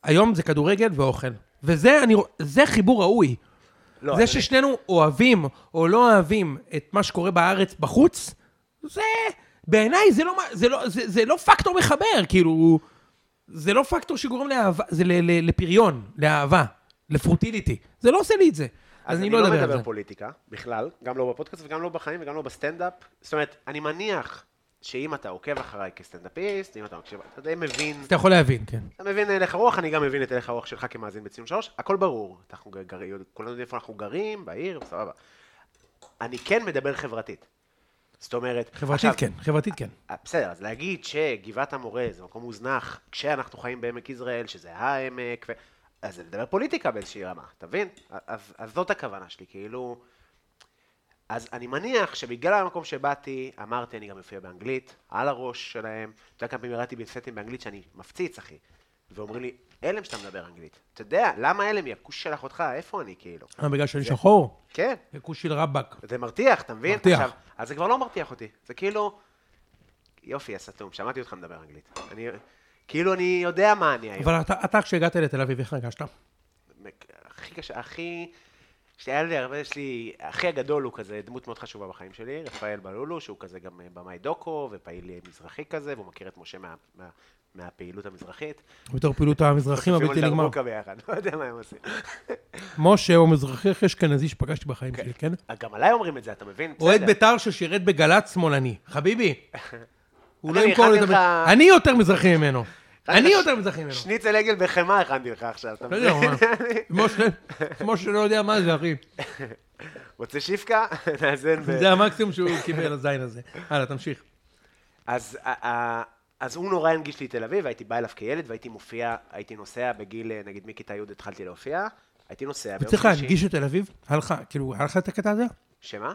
S3: היום זה כדורגל ואוכל. וזה אני, רוא- זה חיבור ראוי.
S1: לא,
S3: זה
S1: אני-
S3: ששנינו אוהבים או לא אוהבים את מה שקורה בארץ בחוץ, זה... בעיניי זה לא, מה- זה, לא, זה, זה לא פקטור מחבר, כאילו... זה לא פקטור שגורם לאהבה, זה ל, ל, לפריון, לאהבה, לפרוטיליטי. זה לא עושה לי את זה. אז אני לא אדבר על
S1: מדבר
S3: זה.
S1: פוליטיקה, בכלל, גם לא בפודקאסט וגם לא בחיים וגם לא בסטנדאפ. זאת אומרת, אני מניח שאם אתה עוקב אחריי כסטנדאפיסט, אם אתה מקשיב, אתה די מבין,
S3: אתה יכול להבין, כן.
S1: אתה מבין הלך הרוח, אני גם מבין את הלך הרוח שלך כמאזין בציון שלוש, הכל ברור. אנחנו גרים, כולנו יודעים איפה אנחנו גרים, בעיר, סבבה. אני כן מדבר חברתית. זאת אומרת...
S3: חברתית
S1: עכשיו,
S3: כן, חברתית כן.
S1: אה, בסדר, אז להגיד שגבעת המורה זה מקום מוזנח, כשאנחנו חיים בעמק יזרעאל, שזה העמק, ו... אז זה לדבר פוליטיקה באיזושהי רמה, אתה מבין? אז, אז זאת הכוונה שלי, כאילו... אז אני מניח שבגלל המקום שבאתי, אמרתי, אני גם מופיע באנגלית, על הראש שלהם. אתה יודע כמה פעמים ירדתי בסטים באנגלית שאני מפציץ, אחי. ואומרים לי, אלם שאתה מדבר אנגלית. אתה יודע, למה אלם? היא הכוש של אחותך, איפה אני, כאילו?
S3: אה, בגלל שאני שחור?
S1: כן.
S3: זה כושי רבאק.
S1: זה מרתיח, אתה מבין?
S3: מרתיח.
S1: עכשיו, אז זה כבר לא מרתיח אותי, זה כאילו... יופי, הסתום, שמעתי אותך מדבר אנגלית. אני... כאילו אני יודע מה אני היום.
S3: אבל אתה, אתה כשהגעת לתל אביב, איך הרגשת?
S1: הכי קשה, הכי... שהיה לי הרבה, יש לי... אחי הגדול הוא כזה דמות מאוד חשובה בחיים שלי, רפאל בלולו, שהוא כזה גם אה, במאי דוקו ופעיל אה, מזרחי כזה, והוא מכיר את משה מה... מה... מהפעילות המזרחית.
S3: בתור פעילות המזרחים הבלתי
S1: אפילו
S3: נגמר.
S1: דרבוקה ביחד, לא יודע מה הם עושים.
S3: משה הוא המזרחי הכי אשכנזי שפגשתי בחיים שלי, כן?
S1: אה, גם עליי אומרים את זה, אתה מבין?
S3: אוהד
S1: בסדר.
S3: בית"ר ששירת בגל"צ שמאלני. חביבי, הוא לא
S1: אני
S3: ימכור לי
S1: הכנתי
S3: את
S1: לך-
S3: המ... אני יותר מזרחי ממנו.
S1: הכנתי
S3: אני
S1: לך
S3: יותר מזרחי ממנו.
S1: שניצל עגל בחמאה הכנתי לך עכשיו, אתה
S3: לא
S1: מבין?
S3: יודע, הוא אמר, משה- משה לא יודע מה זה, אחי.
S1: כן, רוצה שיפקה? נאזן ב...
S3: זה המקסימום שהוא קיבל, הזין הזה. הלאה, תמשיך.
S1: אז, ה- ה- אז הוא נורא הנגיש לי תל אביב, הייתי בא אליו כילד והייתי מופיע, הייתי נוסע בגיל, אה, נגיד מכיתה י' התחלתי להופיע, הייתי נוסע ביום
S3: וצריך להדגיש את תל אביב, היה לך, כאילו, היה לך את הקטע הזה?
S1: שמה?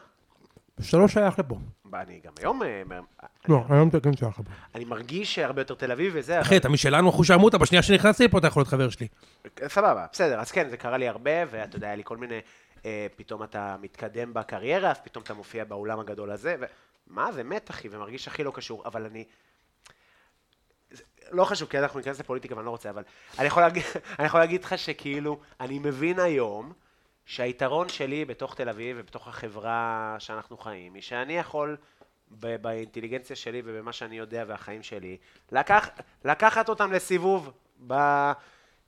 S3: שלוש שייך לפה.
S1: מה, אני גם היום... אה, מ-
S3: לא, היום אתה כן שייך לפה.
S1: אני מרגיש הרבה יותר תל אביב וזה,
S3: אחי, אתה משלנו אחוז שעמותה, בשנייה שנכנסתי לפה אתה יכול להיות חבר שלי.
S1: אבל- אה, סבבה, בסדר, אז כן, זה קרה לי הרבה, ואתה יודע, היה לי כל מיני... אה, פתאום אתה מתקדם בקריירה, אז פתאום אתה מופיע באולם הגדול הזה, ומה, זה מת, אחי, ומרגיש הכי לא קשור, אבל אני... לא חשוב, כי אנחנו ניכנס לפוליטיקה ואני לא רוצה, אבל אני יכול, להגיד, אני יכול להגיד לך שכאילו, אני מבין היום שהיתרון שלי בתוך תל אביב ובתוך החברה שאנחנו חיים, היא שאני יכול, ב- באינטליגנציה שלי ובמה שאני יודע והחיים שלי, לקח, לקחת אותם לסיבוב ב...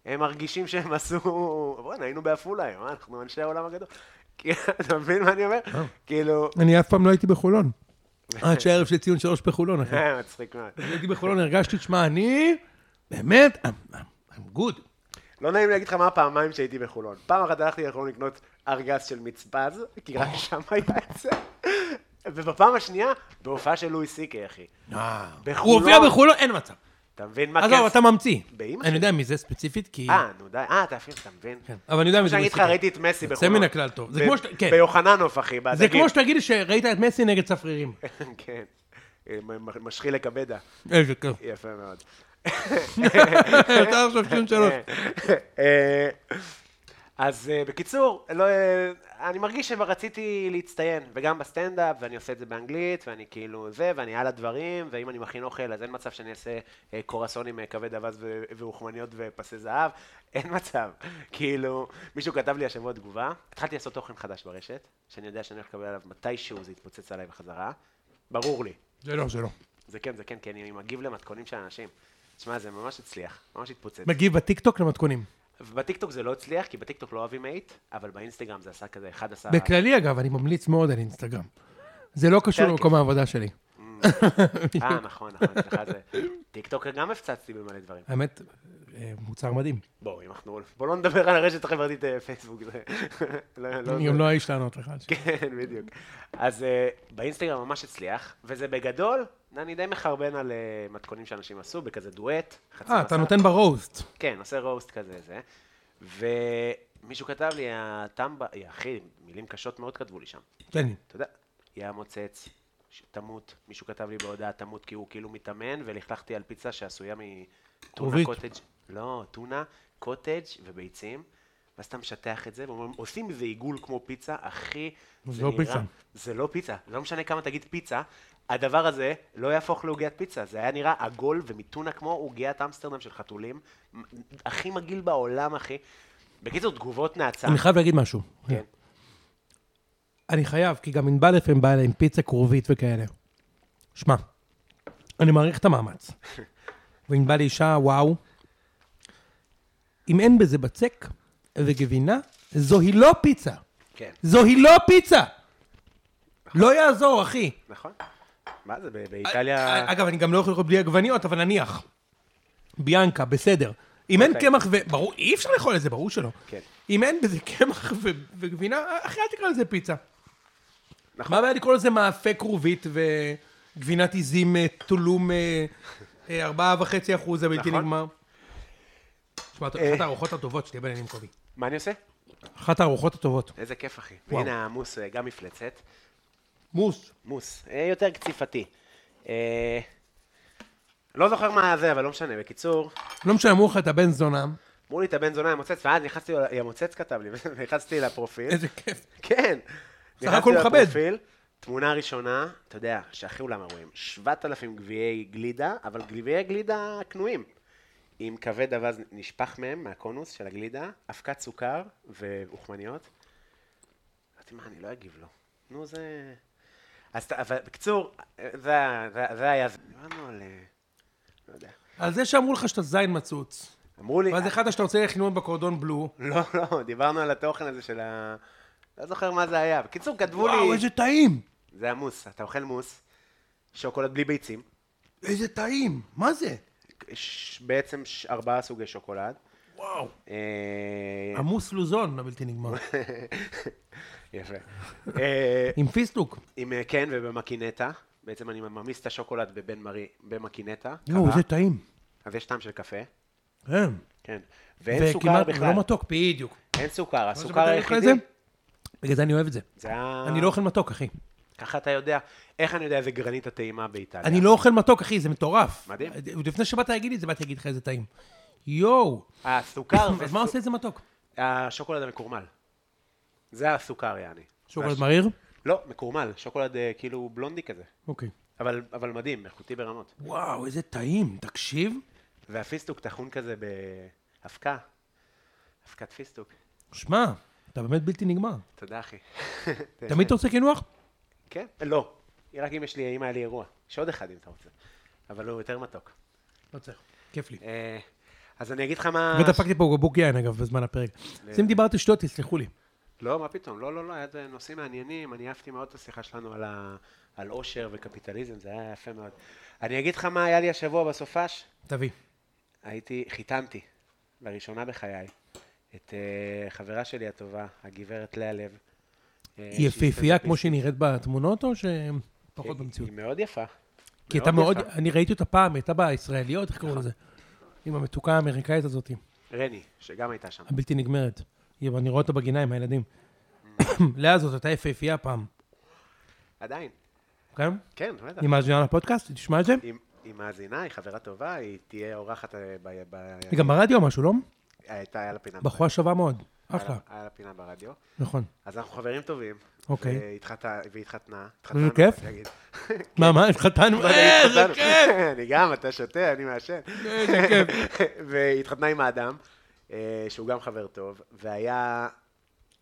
S1: הם מרגישים שהם עשו... בואנה, היינו בעפולה היום, אה? אנחנו אנשי העולם הגדול. כאילו, אתה מבין מה אני אומר? כאילו,
S3: אני אף פעם לא הייתי בחולון. עד שהערב אה, של ציון שלוש בחולון, אחי.
S1: אה, מצחיק מאוד.
S3: הייתי בחולון, הרגשתי, תשמע, אני, באמת, I'm- I'm- I'm good.
S1: לא נעים להגיד לך מה הפעמיים שהייתי בחולון. פעם אחת הלכתי לחולון לקנות ארגז של מיץ פז, כי רק שם היה את זה. ובפעם השנייה, בהופעה של לואי סי.קיי, אחי. בחולון.
S3: הוא הופיע בחולון, אין מצב.
S1: אתה מבין מה
S3: עזוב, אתה ממציא.
S1: באמא
S3: אני
S1: שלי.
S3: יודע מי זה ספציפית, כי...
S1: אה, נו די, אה, אתה אפילו, אתה מבין?
S3: כן. אבל אני יודע מי זה.
S1: אפשר להגיד לך,
S3: מסתכל.
S1: ראיתי את מסי
S3: יוצא
S1: בחולון.
S3: מן הכלל טוב. זה
S1: ב-
S3: כמו ש- כן.
S1: ביוחננוף, אחי,
S3: זה
S1: בהדגים.
S3: כמו שתגיד לי שראית את מסי נגד צפרירים.
S1: כן. אה, מ- מ- משחיל לקבדה.
S3: איזה כיף.
S1: יפה מאוד.
S3: אתה עכשיו ציון שלוש.
S1: אה, אז אה, בקיצור, לא, אה, אני מרגיש שרציתי להצטיין, וגם בסטנדאפ, ואני עושה את זה באנגלית, ואני כאילו זה, ואני על הדברים, ואם אני מכין אוכל, אז אין מצב שאני אעשה אה, קורסונים אה, כבד אווז ו- ואוכמניות ופסי זהב, אין מצב. כאילו, מישהו כתב לי השבוע תגובה, התחלתי לעשות תוכן חדש ברשת, שאני יודע שאני הולך לקבל עליו מתישהו זה יתפוצץ עליי בחזרה, ברור לי.
S3: זה לא, זה לא.
S1: זה כן, זה כן, כי אני מגיב למתכונים של אנשים. תשמע, זה ממש הצליח, ממש התפוצץ.
S3: מגיב בטיקטוק למתכונים.
S1: בטיקטוק זה לא הצליח, כי בטיקטוק לא אוהבים אייט, אבל באינסטגרם זה עשה כזה 11...
S3: בכללי, אגב, אני ממליץ מאוד על אינסטגרם. זה לא קשור
S1: יותר
S3: למקום העבודה שלי.
S1: אה, נכון, נכון, אצלך זה... טיקטוק גם הפצצתי במלא דברים.
S3: האמת, אה, מוצר מדהים.
S1: בואו, אם אנחנו... בואו לא נדבר על הרשת החברתית אה, פייסבוק. זה- לא- לא
S3: אני
S1: זה.
S3: גם לא האיש לענות לך. על ש-
S1: כן, בדיוק. אז אה, באינסטגרם ממש הצליח, וזה בגדול, אני די מחרבן על אה, מתכונים שאנשים עשו, בכזה דואט, חצי
S3: אה, אתה
S1: מסך.
S3: נותן ברוסט.
S1: כן, עושה רוסט כזה, זה. ומישהו כתב לי, הטמבה... יא, אחי, מילים קשות מאוד כתבו לי שם.
S3: תן לי.
S1: אתה יודע, יא מוצץ, ש- תמות, מישהו כתב לי בהודעה תמות כי הוא כאילו מתאמן, ולכלכתי על פיצה שעשויה מטונה
S3: כרובית.
S1: קוטג', לא, טונה, קוטג' וביצים, ואז אתה משטח את זה, ואומרים, עושים מזה עיגול כמו פיצה, אחי,
S3: זה לא פיצה.
S1: זה לא פיצה, זה לא משנה כמה תגיד פיצה, הדבר הזה לא יהפוך לעוגיית פיצה, זה היה נראה עגול ומטונה כמו עוגיית אמסטרדם של חתולים, מ- הכי מגעיל בעולם, אחי. בקיצור, תגובות נאצה.
S3: אני חייב להגיד משהו.
S1: כן.
S3: אני חייב, כי גם ענבל לפעמים באה אליי עם פיצה כרובית וכאלה. שמע, אני מעריך את המאמץ. וענבל היא אישה, וואו. אם אין בזה בצק וגבינה, זוהי לא פיצה.
S1: כן,
S3: זוהי לא פיצה! לא יעזור, אחי.
S1: נכון. מה זה, ב- באיטליה...
S3: אגב, אני גם לא יכול לאכול בלי עגבניות, אבל נניח. ביאנקה, בסדר. אם אין
S1: אוקיי.
S3: קמח ו... ברור, אי אפשר לאכול את זה, ברור שלא.
S1: כן.
S3: אם אין בזה קמח ו- וגבינה, אחי, אל תקרא לזה פיצה.
S1: נכון.
S3: מה הבעיה לקרוא לזה מאפה כרובית וגבינת עיזים אה, טולום אה, אה, ארבעה וחצי אחוז, זה בלתי
S1: נכון. אה.
S3: נגמר? תשמע, אתה- אחת הארוחות הטובות שתהיה בעניינים קובי.
S1: מה אני עושה?
S3: אחת הארוחות הטובות.
S1: איזה כיף, אחי.
S3: וואו.
S1: והנה המוס אה, גם מפלצת.
S3: מוס.
S1: מוס, אה, יותר קציפתי. אה, לא זוכר מה זה, אבל לא משנה. בקיצור,
S3: לא משנה, אמרו לך את הבן זונה.
S1: אמרו לי את הבן זונה המוצץ, ואז נכנסתי, ל- המוצץ כתב לי, ונכנסתי לפרופיל.
S3: איזה כיף.
S1: כן.
S3: הכל
S1: נכנסתי
S3: מכבד.
S1: לפרופיל, תמונה ראשונה, אתה יודע, שהכי אולם אירועים, 7,000 גביעי גלידה, אבל גביעי גלידה קנויים. עם כבד אווז נשפך מהם, מהקונוס של הגלידה, אבקת סוכר ואוכמניות. אמרתי, מה, אני לא אגיב לו. נו, זה... אז אתה- אבל בקיצור, זה, ה- זה, ה- זה היה... זה. דיברנו על... אה, לא יודע.
S3: על זה שאמרו לך שאתה זין מצוץ.
S1: אמרו לי...
S3: ואז החלטת שאתה רוצה ללכת ללמוד בקורדון בלו.
S1: לא, לא, דיברנו על התוכן הזה של ה... לא זוכר מה זה היה. בקיצור, כתבו לי...
S3: וואו, איזה טעים.
S1: זה המוס, אתה אוכל מוס, שוקולד בלי ביצים,
S3: איזה טעים. מה זה?
S1: ש... בעצם ש... ארבעה סוגי שוקולד.
S3: וואו.
S1: אה,
S3: כן. עמוס לוזון, הבלתי נגמר.
S1: יפה. אה,
S3: עם פיסטוק.
S1: עם אה, כן ובמקינטה, בעצם אני ממיס את השוקולד בבן מרי במקינטה.
S3: יואו,
S1: קרה.
S3: איזה טעים.
S1: אז יש טעם של קפה,
S3: כן.
S1: כן. ואין סוכר
S3: וכמעט-
S1: בכלל,
S3: ולא מתוק, בדיוק.
S1: אין סוכר,
S3: מה
S1: הסוכר
S3: שבא לי אחרי
S1: היחידי, אה.
S3: זה? בגלל זה אני אוהב את זה.
S1: זה ה...
S3: אני לא אוכל מתוק, אחי.
S1: ככה אתה יודע, איך אני יודע איזה גרנית הטעימה באיטליה?
S3: אני לא אוכל מתוק, אחי, זה מטורף. אה,
S1: מדהים.
S3: לפני שבאת להגיד לי את זה, באתי להגיד לך איזה טעים. יואו.
S1: הסוכר,
S3: אז מה עושה את זה מתוק?
S1: השוקולד המקורמל. זה הסוכר, יעני.
S3: שוקולד
S1: והש-
S3: מריר?
S1: לא, מקורמל, שוקולד אה, כאילו בלונדי כזה.
S3: אוקיי.
S1: אבל, אבל מדהים, איכותי ברמות.
S3: וואו, איזה טעים, תקשיב.
S1: והפיסטוק טחון כזה באבקה, אבקת פיסטוק.
S3: שמע, אתה באמת בלתי נגמר.
S1: תודה, אחי.
S3: תמיד אתה עושה קינוח?
S1: כן? לא. רק אם יש לי, אם היה לי אירוע. יש עוד אחד אם אתה רוצה. אבל הוא יותר מתוק.
S3: לא צריך. כיף לי.
S1: אה, אז אני אגיד לך מה...
S3: ודפקתי פה בקבוק יין, אגב, בזמן הפרק. אז אם דיברתי שטויות, תסלחו לי.
S1: לא, מה פתאום, לא, לא, לא, היה זה נושאים מעניינים, אני אהבתי מאוד את השיחה שלנו על, ה... על עושר וקפיטליזם, זה היה יפה מאוד. אני אגיד לך מה היה לי השבוע בסופש,
S3: תביא.
S1: הייתי, חיתנתי, לראשונה בחיי, את uh, חברה שלי הטובה, הגברת לאה לב. אה,
S3: היא
S1: שהיא
S3: יפהפייה כמו
S1: סטנדאפיסטית.
S3: שהיא נראית בתמונות, או שפחות
S1: היא-
S3: במציאות?
S1: אה, היא מאוד יפה.
S3: כי הייתה מאוד,
S1: יפה.
S3: אני ראיתי אותה פעם, הייתה בישראליות, איך קוראים לזה? עם המתוקה האמריקאית הזאת,
S1: רני, שגם הייתה שם.
S3: הבלתי נגמרת. היא- אני רואה אותה בגינה עם הילדים. לאה הזאת הייתה יפהפייה פעם,
S1: עדיין.
S3: כן?
S1: כן, בטח.
S3: היא מאזינה לפודקאסט, היא תשמע את זה?
S1: היא- היא מאזינה, היא חברה טובה, היא תהיה אורחת אה, ב... ב... אה,
S3: היא גם ברדיו או משהו, לא?
S1: הייתה על הפינה.
S3: בחורה שווה מאוד,
S1: ברדיו.
S3: אחלה,
S1: היה- היה על הפינה ברדיו.
S3: נכון.
S1: אז אנחנו חברים טובים.
S3: אוקיי.
S1: והתחת- והתחתנה.
S3: וזה
S1: התחתנו,
S3: כיף?
S1: אני אגיד.
S3: מה, מה, התחתנו? אה, זה אה,
S1: התחתנו. אני גם, אתה שותה, אני מעשן.
S3: כן.
S1: והיא התחתנה עם האדם, אה, שהוא גם חבר טוב, והיה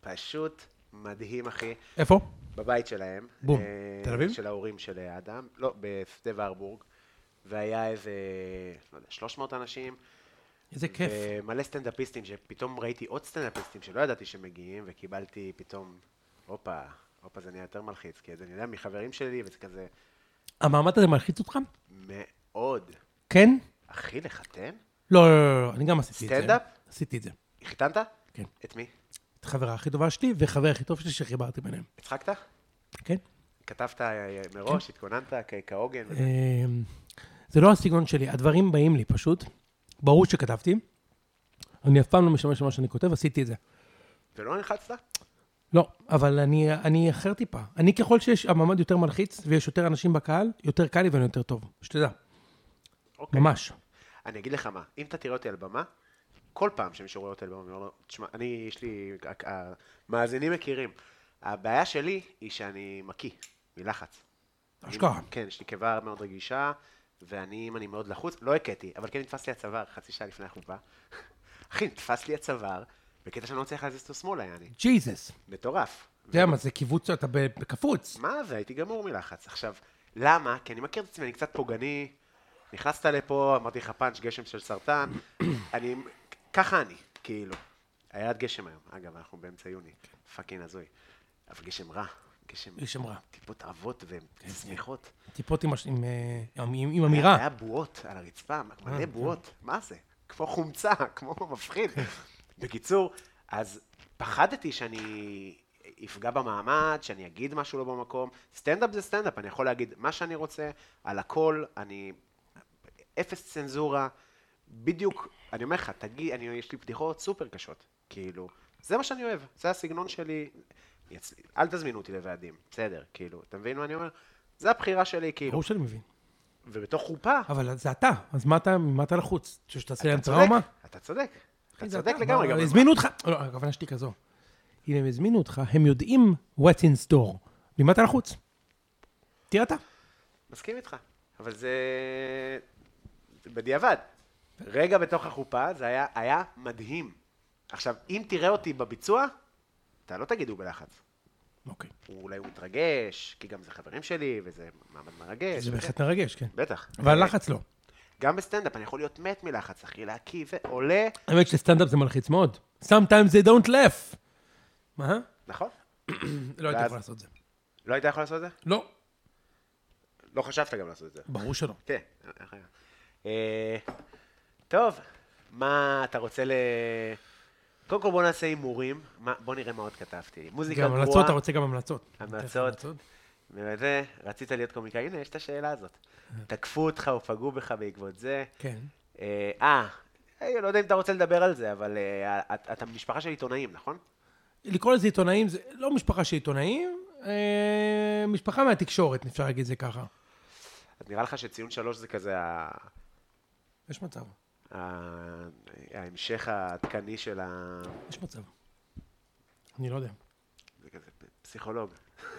S1: פשוט מדהים, אחי.
S3: כיף. איפה?
S1: בבית שלהם.
S3: בום.
S1: אה,
S3: תל אביב?
S1: של ההורים של האדם. לא, בשדה והרבורג. והיה איזה, לא יודע, 300 אנשים.
S3: איזה כיף.
S1: ומלא סטנדאפיסטים, שפתאום ראיתי עוד סטנדאפיסטים שלא ידעתי שמגיעים, וקיבלתי פתאום, הופה, הופה זה נהיה יותר מלחיץ, כי אז אני יודע מחברים שלי, וזה כזה
S3: המעמד הזה מלחיץ אותך?
S1: מאוד.
S3: כן?
S1: אחי, לחתן?
S3: לא, לא, לא, לא, אני גם עשיתי את זה.
S1: סטנדאפ?
S3: עשיתי את זה.
S1: חיתנת?
S3: כן.
S1: את מי?
S3: את החברה הכי טובה שלי, והחבר הכי טוב שלי שחיברתי ביניהם.
S1: הצחקת?
S3: כן?
S1: כתבת אה, מראש, התכוננת כ- כהוגן? וזה?
S3: אמ, זה לא הסגנון שלי, הדברים באים לי פשוט. ברור שכתבתי, אני אף פעם לא משתמש במה שאני כותב, עשיתי את זה.
S1: ולא נלחצת?
S3: לא, אבל אני, אני אחר טיפה. אני ככל שיש, המעמד יותר מלחיץ, ויש יותר אנשים בקהל, יותר קל לי ואני יותר טוב, שתדע,
S1: כן. אוקיי.
S3: ממש.
S1: אני אגיד לך מה, אם אתה תראה אותי על במה, כל פעם שמישהו רואה אותי על במה, אני אומר לו, תשמע, אני, יש לי, ה- ה- המאזינים מכירים. הבעיה שלי היא שאני מקיא, מלחץ.
S3: אשכרה.
S1: אני- כן, יש לי קיבה מאוד רגישה, ואני, אם אני מאוד לחוץ, לא הכיתי, אבל כן נתפס לי הצוואר חצי שעה לפני החופה. אחי, נתפס לי הצוואר, בקטע שאני לא מצליח להזיז אותו שמאלה, יעני.
S3: ג'יזוס.
S1: מטורף.
S3: אתה יודע מה, זה קיבוץ, אתה ב- בקפוץ.
S1: מה זה, הייתי גמור מלחץ. עכשיו, למה? כי אני מכיר את עצמי, אני קצת פוגעני. נכנסת לפה, אמרתי לך פאנץ' גשם של סרטן. אני, ככה אני, כאילו. היה עד גשם היום, אגב, אנחנו באמצע יוני. פאקינג הזוי. אבל גשם רע. גשם,
S3: כן. גשם רע. כן,
S1: טיפות עבות ושמיכות.
S3: טיפות עם, הש- עם, אה, עם, עם, עם אמירה. אה, כן.
S1: היה בועות על הרצפה, מלא בועות. מה זה? כמו חומצה, כמו מפחיד. בקיצור, אז פחדתי שאני אפגע במעמד, שאני אגיד משהו לא במקום. סטנדאפ זה סטנדאפ, אני יכול להגיד מה שאני רוצה, על הכל, אני... אפס צנזורה. בדיוק, אני אומר לך, תגיד, אני, יש לי בדיחות סופר קשות. כאילו, זה מה שאני אוהב, זה הסגנון שלי. יצ... אל תזמינו אותי לוועדים, בסדר, כאילו, אתה מבין מה אני אומר? זה הבחירה שלי, כאילו,
S3: ברור שאני מבין.
S1: ובתוך חופה,
S3: אבל זה אתה, אז מה אתה, מה אתה לחוץ? אתה חושב שתעשה להם
S1: אתה צודק,
S3: טראומה?
S1: אתה צודק. אתה
S3: אחי, זה
S1: צודק לגמרי.
S3: מה,
S1: גם
S3: הזמינו אותך, לא, הכוונה שלי כזו. אם הם הזמינו אותך, הם יודעים what's in store. ממה אתה לחוץ? תהיה אתה.
S1: מסכים איתך, אבל זה... זה בדיעבד. רגע בתוך החופה, זה היה, היה מדהים. עכשיו, אם תראה אותי בביצוע, אתה לא תגיד הוא בלחץ.
S3: אוקיי.
S1: הוא אולי הוא מתרגש, כי גם זה חברים שלי, וזה מעמד מרגש.
S3: זה
S1: וזה-
S3: בהחלט מרגש, כן.
S1: בטח.
S3: אבל לחץ לא.
S1: גם בסטנדאפ, אני יכול להיות מת מלחץ, אחי, להקיא ועולה.
S3: האמת שסטנדאפ זה מלחיץ מאוד. Sometimes they don't laugh. מה?
S1: נכון?
S3: לא הייתי
S1: ואז-
S3: יכול לעשות את זה.
S1: לא היית יכול לעשות את זה?
S3: לא.
S1: לא חשבת גם לעשות את זה.
S3: ברור שלא.
S1: כן, אחר כך. אה, טוב, מה אתה רוצה ל... קודם כל בוא נעשה הימורים, מה- בוא נראה מה עוד כתבתי. מוזיקה
S3: גם
S1: גרועה.
S3: המלצות, אתה רוצה גם המלצות.
S1: המלצות. וזה, רצית להיות קומיקאי, הנה, יש את השאלה הזאת.
S3: אה.
S1: תקפו אותך או פגעו בך בעקבות זה.
S3: כן.
S1: אה, אה, אה, לא יודע אם אתה רוצה לדבר על זה, אבל אה, את- אתה משפחה של עיתונאים, נכון?
S3: לקרוא לזה עיתונאים, זה לא משפחה של עיתונאים, אה, משפחה מהתקשורת, אפשר להגיד זה ככה.
S1: אז נראה לך שציון שלוש זה כזה ה-
S3: יש מצב.
S1: ה- ההמשך העדכני של ה...
S3: יש מצב. אני לא יודע.
S1: זה כזה פסיכולוג.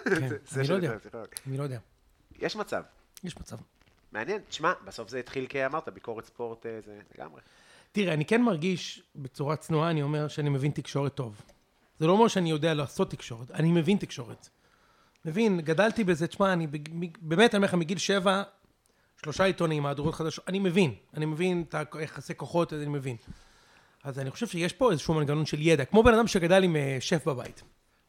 S3: כן,
S1: זה- זה
S3: אני לא
S1: של-
S3: יודע.
S1: פסיכולוג.
S3: אני לא יודע.
S1: יש מצב.
S3: יש מצב.
S1: מעניין, תשמע, בסוף זה התחיל כאמרת, ביקורת ספורט אה, זה לגמרי.
S3: תראה, אני כן מרגיש בצורה צנועה, אני אומר שאני מבין תקשורת טוב. זה לא אומר שאני יודע לעשות תקשורת, אני מבין תקשורת. מבין, גדלתי בזה, תשמע, אני בג- מ- באמת, אני אומר לך, מגיל שבע, שלושה עיתונים, מהדורות חדשות, אני מבין. אני מבין את היחסי כוחות, אני מבין. אז אני חושב שיש פה איזשהו מנגנון של ידע, כמו בן אדם שגדל עם אה, שף בבית.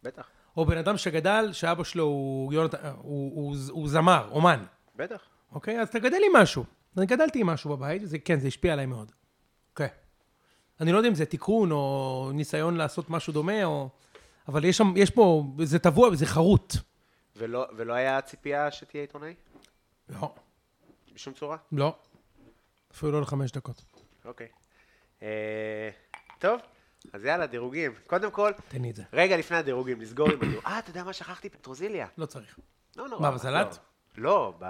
S1: בטח,
S3: או בן אדם שגדל, שאבא שלו הוא, יונת, הוא, הוא, הוא זמר, אומן,
S1: בטח.
S3: אוקיי? אז אתה גדל עם משהו. אני גדלתי עם משהו בבית, וזה כן, זה השפיע עליי מאוד. אוקיי. אני לא יודע אם זה תיקון, או ניסיון לעשות משהו דומה, או... אבל יש שם, יש פה, זה טבוע וזה חרוט.
S1: ולא, ולא היה ציפייה שתהיה עיתונאי?
S3: לא.
S1: בשום צורה?
S3: לא. אפילו לא לחמש דקות.
S1: אוקיי. אה, טוב, אז יאללה, דירוגים. קודם כל,
S3: תן לי את זה.
S1: רגע לפני הדירוגים, לסגור עם הדירוג. אה, אתה יודע מה שכחתי? פטרוזיליה.
S3: לא צריך.
S1: לא נורא.
S3: מה, בזלת?
S1: לא, לא, ב...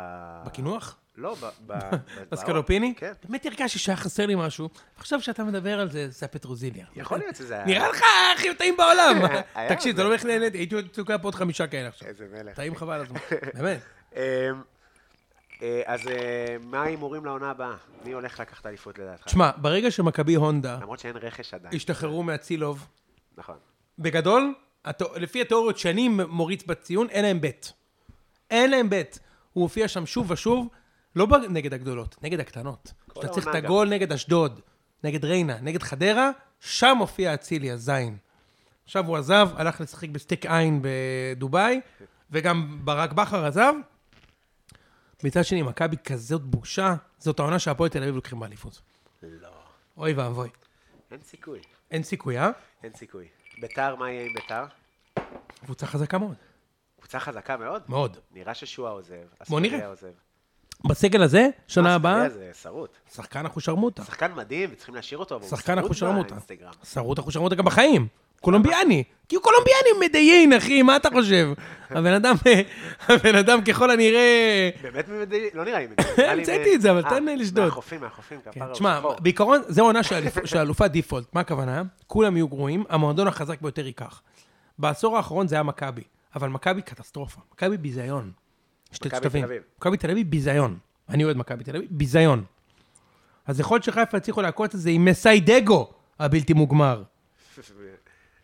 S3: בקינוח?
S1: לא, ב... ב... ב-
S3: בסקלופיני?
S1: כן.
S3: באמת הרגשתי שהיה חסר לי משהו. עכשיו שאתה מדבר על זה, זה הפטרוזיליה.
S1: יכול להיות שזה היה...
S3: נראה לך הכי טעים בעולם.
S1: היה
S3: תקשיב,
S1: זה.
S3: אתה לא הולך לילד, הייתי תוקע פה עוד חמישה כאלה עכשיו.
S1: איזה מלך.
S3: טעים חבל על הזמן. באמת.
S1: אמ, אה, אז אה, מה ההימורים לעונה הבאה? מי הולך לקחת אליפות לדעתך?
S3: תשמע, ברגע שמכבי הונדה
S1: למרות שאין רכש עדיין.
S3: השתחררו מהצילוב,
S1: נכון.
S3: בגדול, התא- לפי התיאוריות שאני מוריץ בציון, אין להם בית. אין להם בית. הוא הופיע שם שוב ושוב, לא ב- נגד הגדולות, נגד הקטנות. אתה צריך את
S1: העונה גם.
S3: הגול נגד אשדוד, נגד ריינה, נגד חדרה, שם הופיע אצילי, הזין. עכשיו הוא עזב, הלך לשחק בסטייק עין בדובאי,
S1: כן.
S3: וגם ברק בכר עזב. מצד שני, מכבי כזאת בושה, זאת העונה שהפועל תל אביב לוקחים באליפות.
S1: לא.
S3: אוי ואבוי.
S1: אין סיכוי.
S3: אין סיכוי, אה?
S1: אין סיכוי. ביתר, מה יהיה עם ביתר?
S3: קבוצה חזקה מאוד.
S1: קבוצה חזקה מאוד.
S3: מאוד.
S1: נראה ששועה עוזב.
S3: בוא נראה.
S1: אספריה עוזב.
S3: בסגל הזה, שנה
S1: אה,
S3: הבאה,
S1: אספריה זה שרוט.
S3: שחקן אחושרמוטה.
S1: שחקן מדהים, וצריכים להשאיר אותו, אבל הוא
S3: שחקן
S1: שרוט
S3: אחושרמוטה.
S1: באינסטגרם.
S3: שרוט אחושרמוטה גם בחיים. קולומביאני. כי הוא קולומביאני מדיין, אחי, מה אתה חושב? הבן אדם, הבן אדם ככל הנראה...
S1: באמת ממדי? לא נראה לי ממדי. נראה לי
S3: המצאתי
S1: מ-
S3: את זה, אבל
S1: אה,
S3: תן לי לשדוד.
S1: מהחופים, מהחופים,
S3: כן,
S1: כפרה.
S3: תשמע,
S1: הוא שחור.
S3: בעיקרון, זו עונה שהאליפ- שהאלופה דיפולט. מה הכוונה? כולם יהיו גרועים, המועדון החזק ביותר ייקח. בעשור האחרון זה היה מכבי, אבל מכבי קטסטרופה. מכבי ביזיון. שת-
S1: מכבי
S3: שתבין.
S1: תל אביב.
S3: מכבי תל אביב ביזיון. אני אוהד מכבי תל אביב, ביזיון. אז יכול להיות שחיפה יצליחו להכות את זה עם מסיידגו הבלתי מוגמר.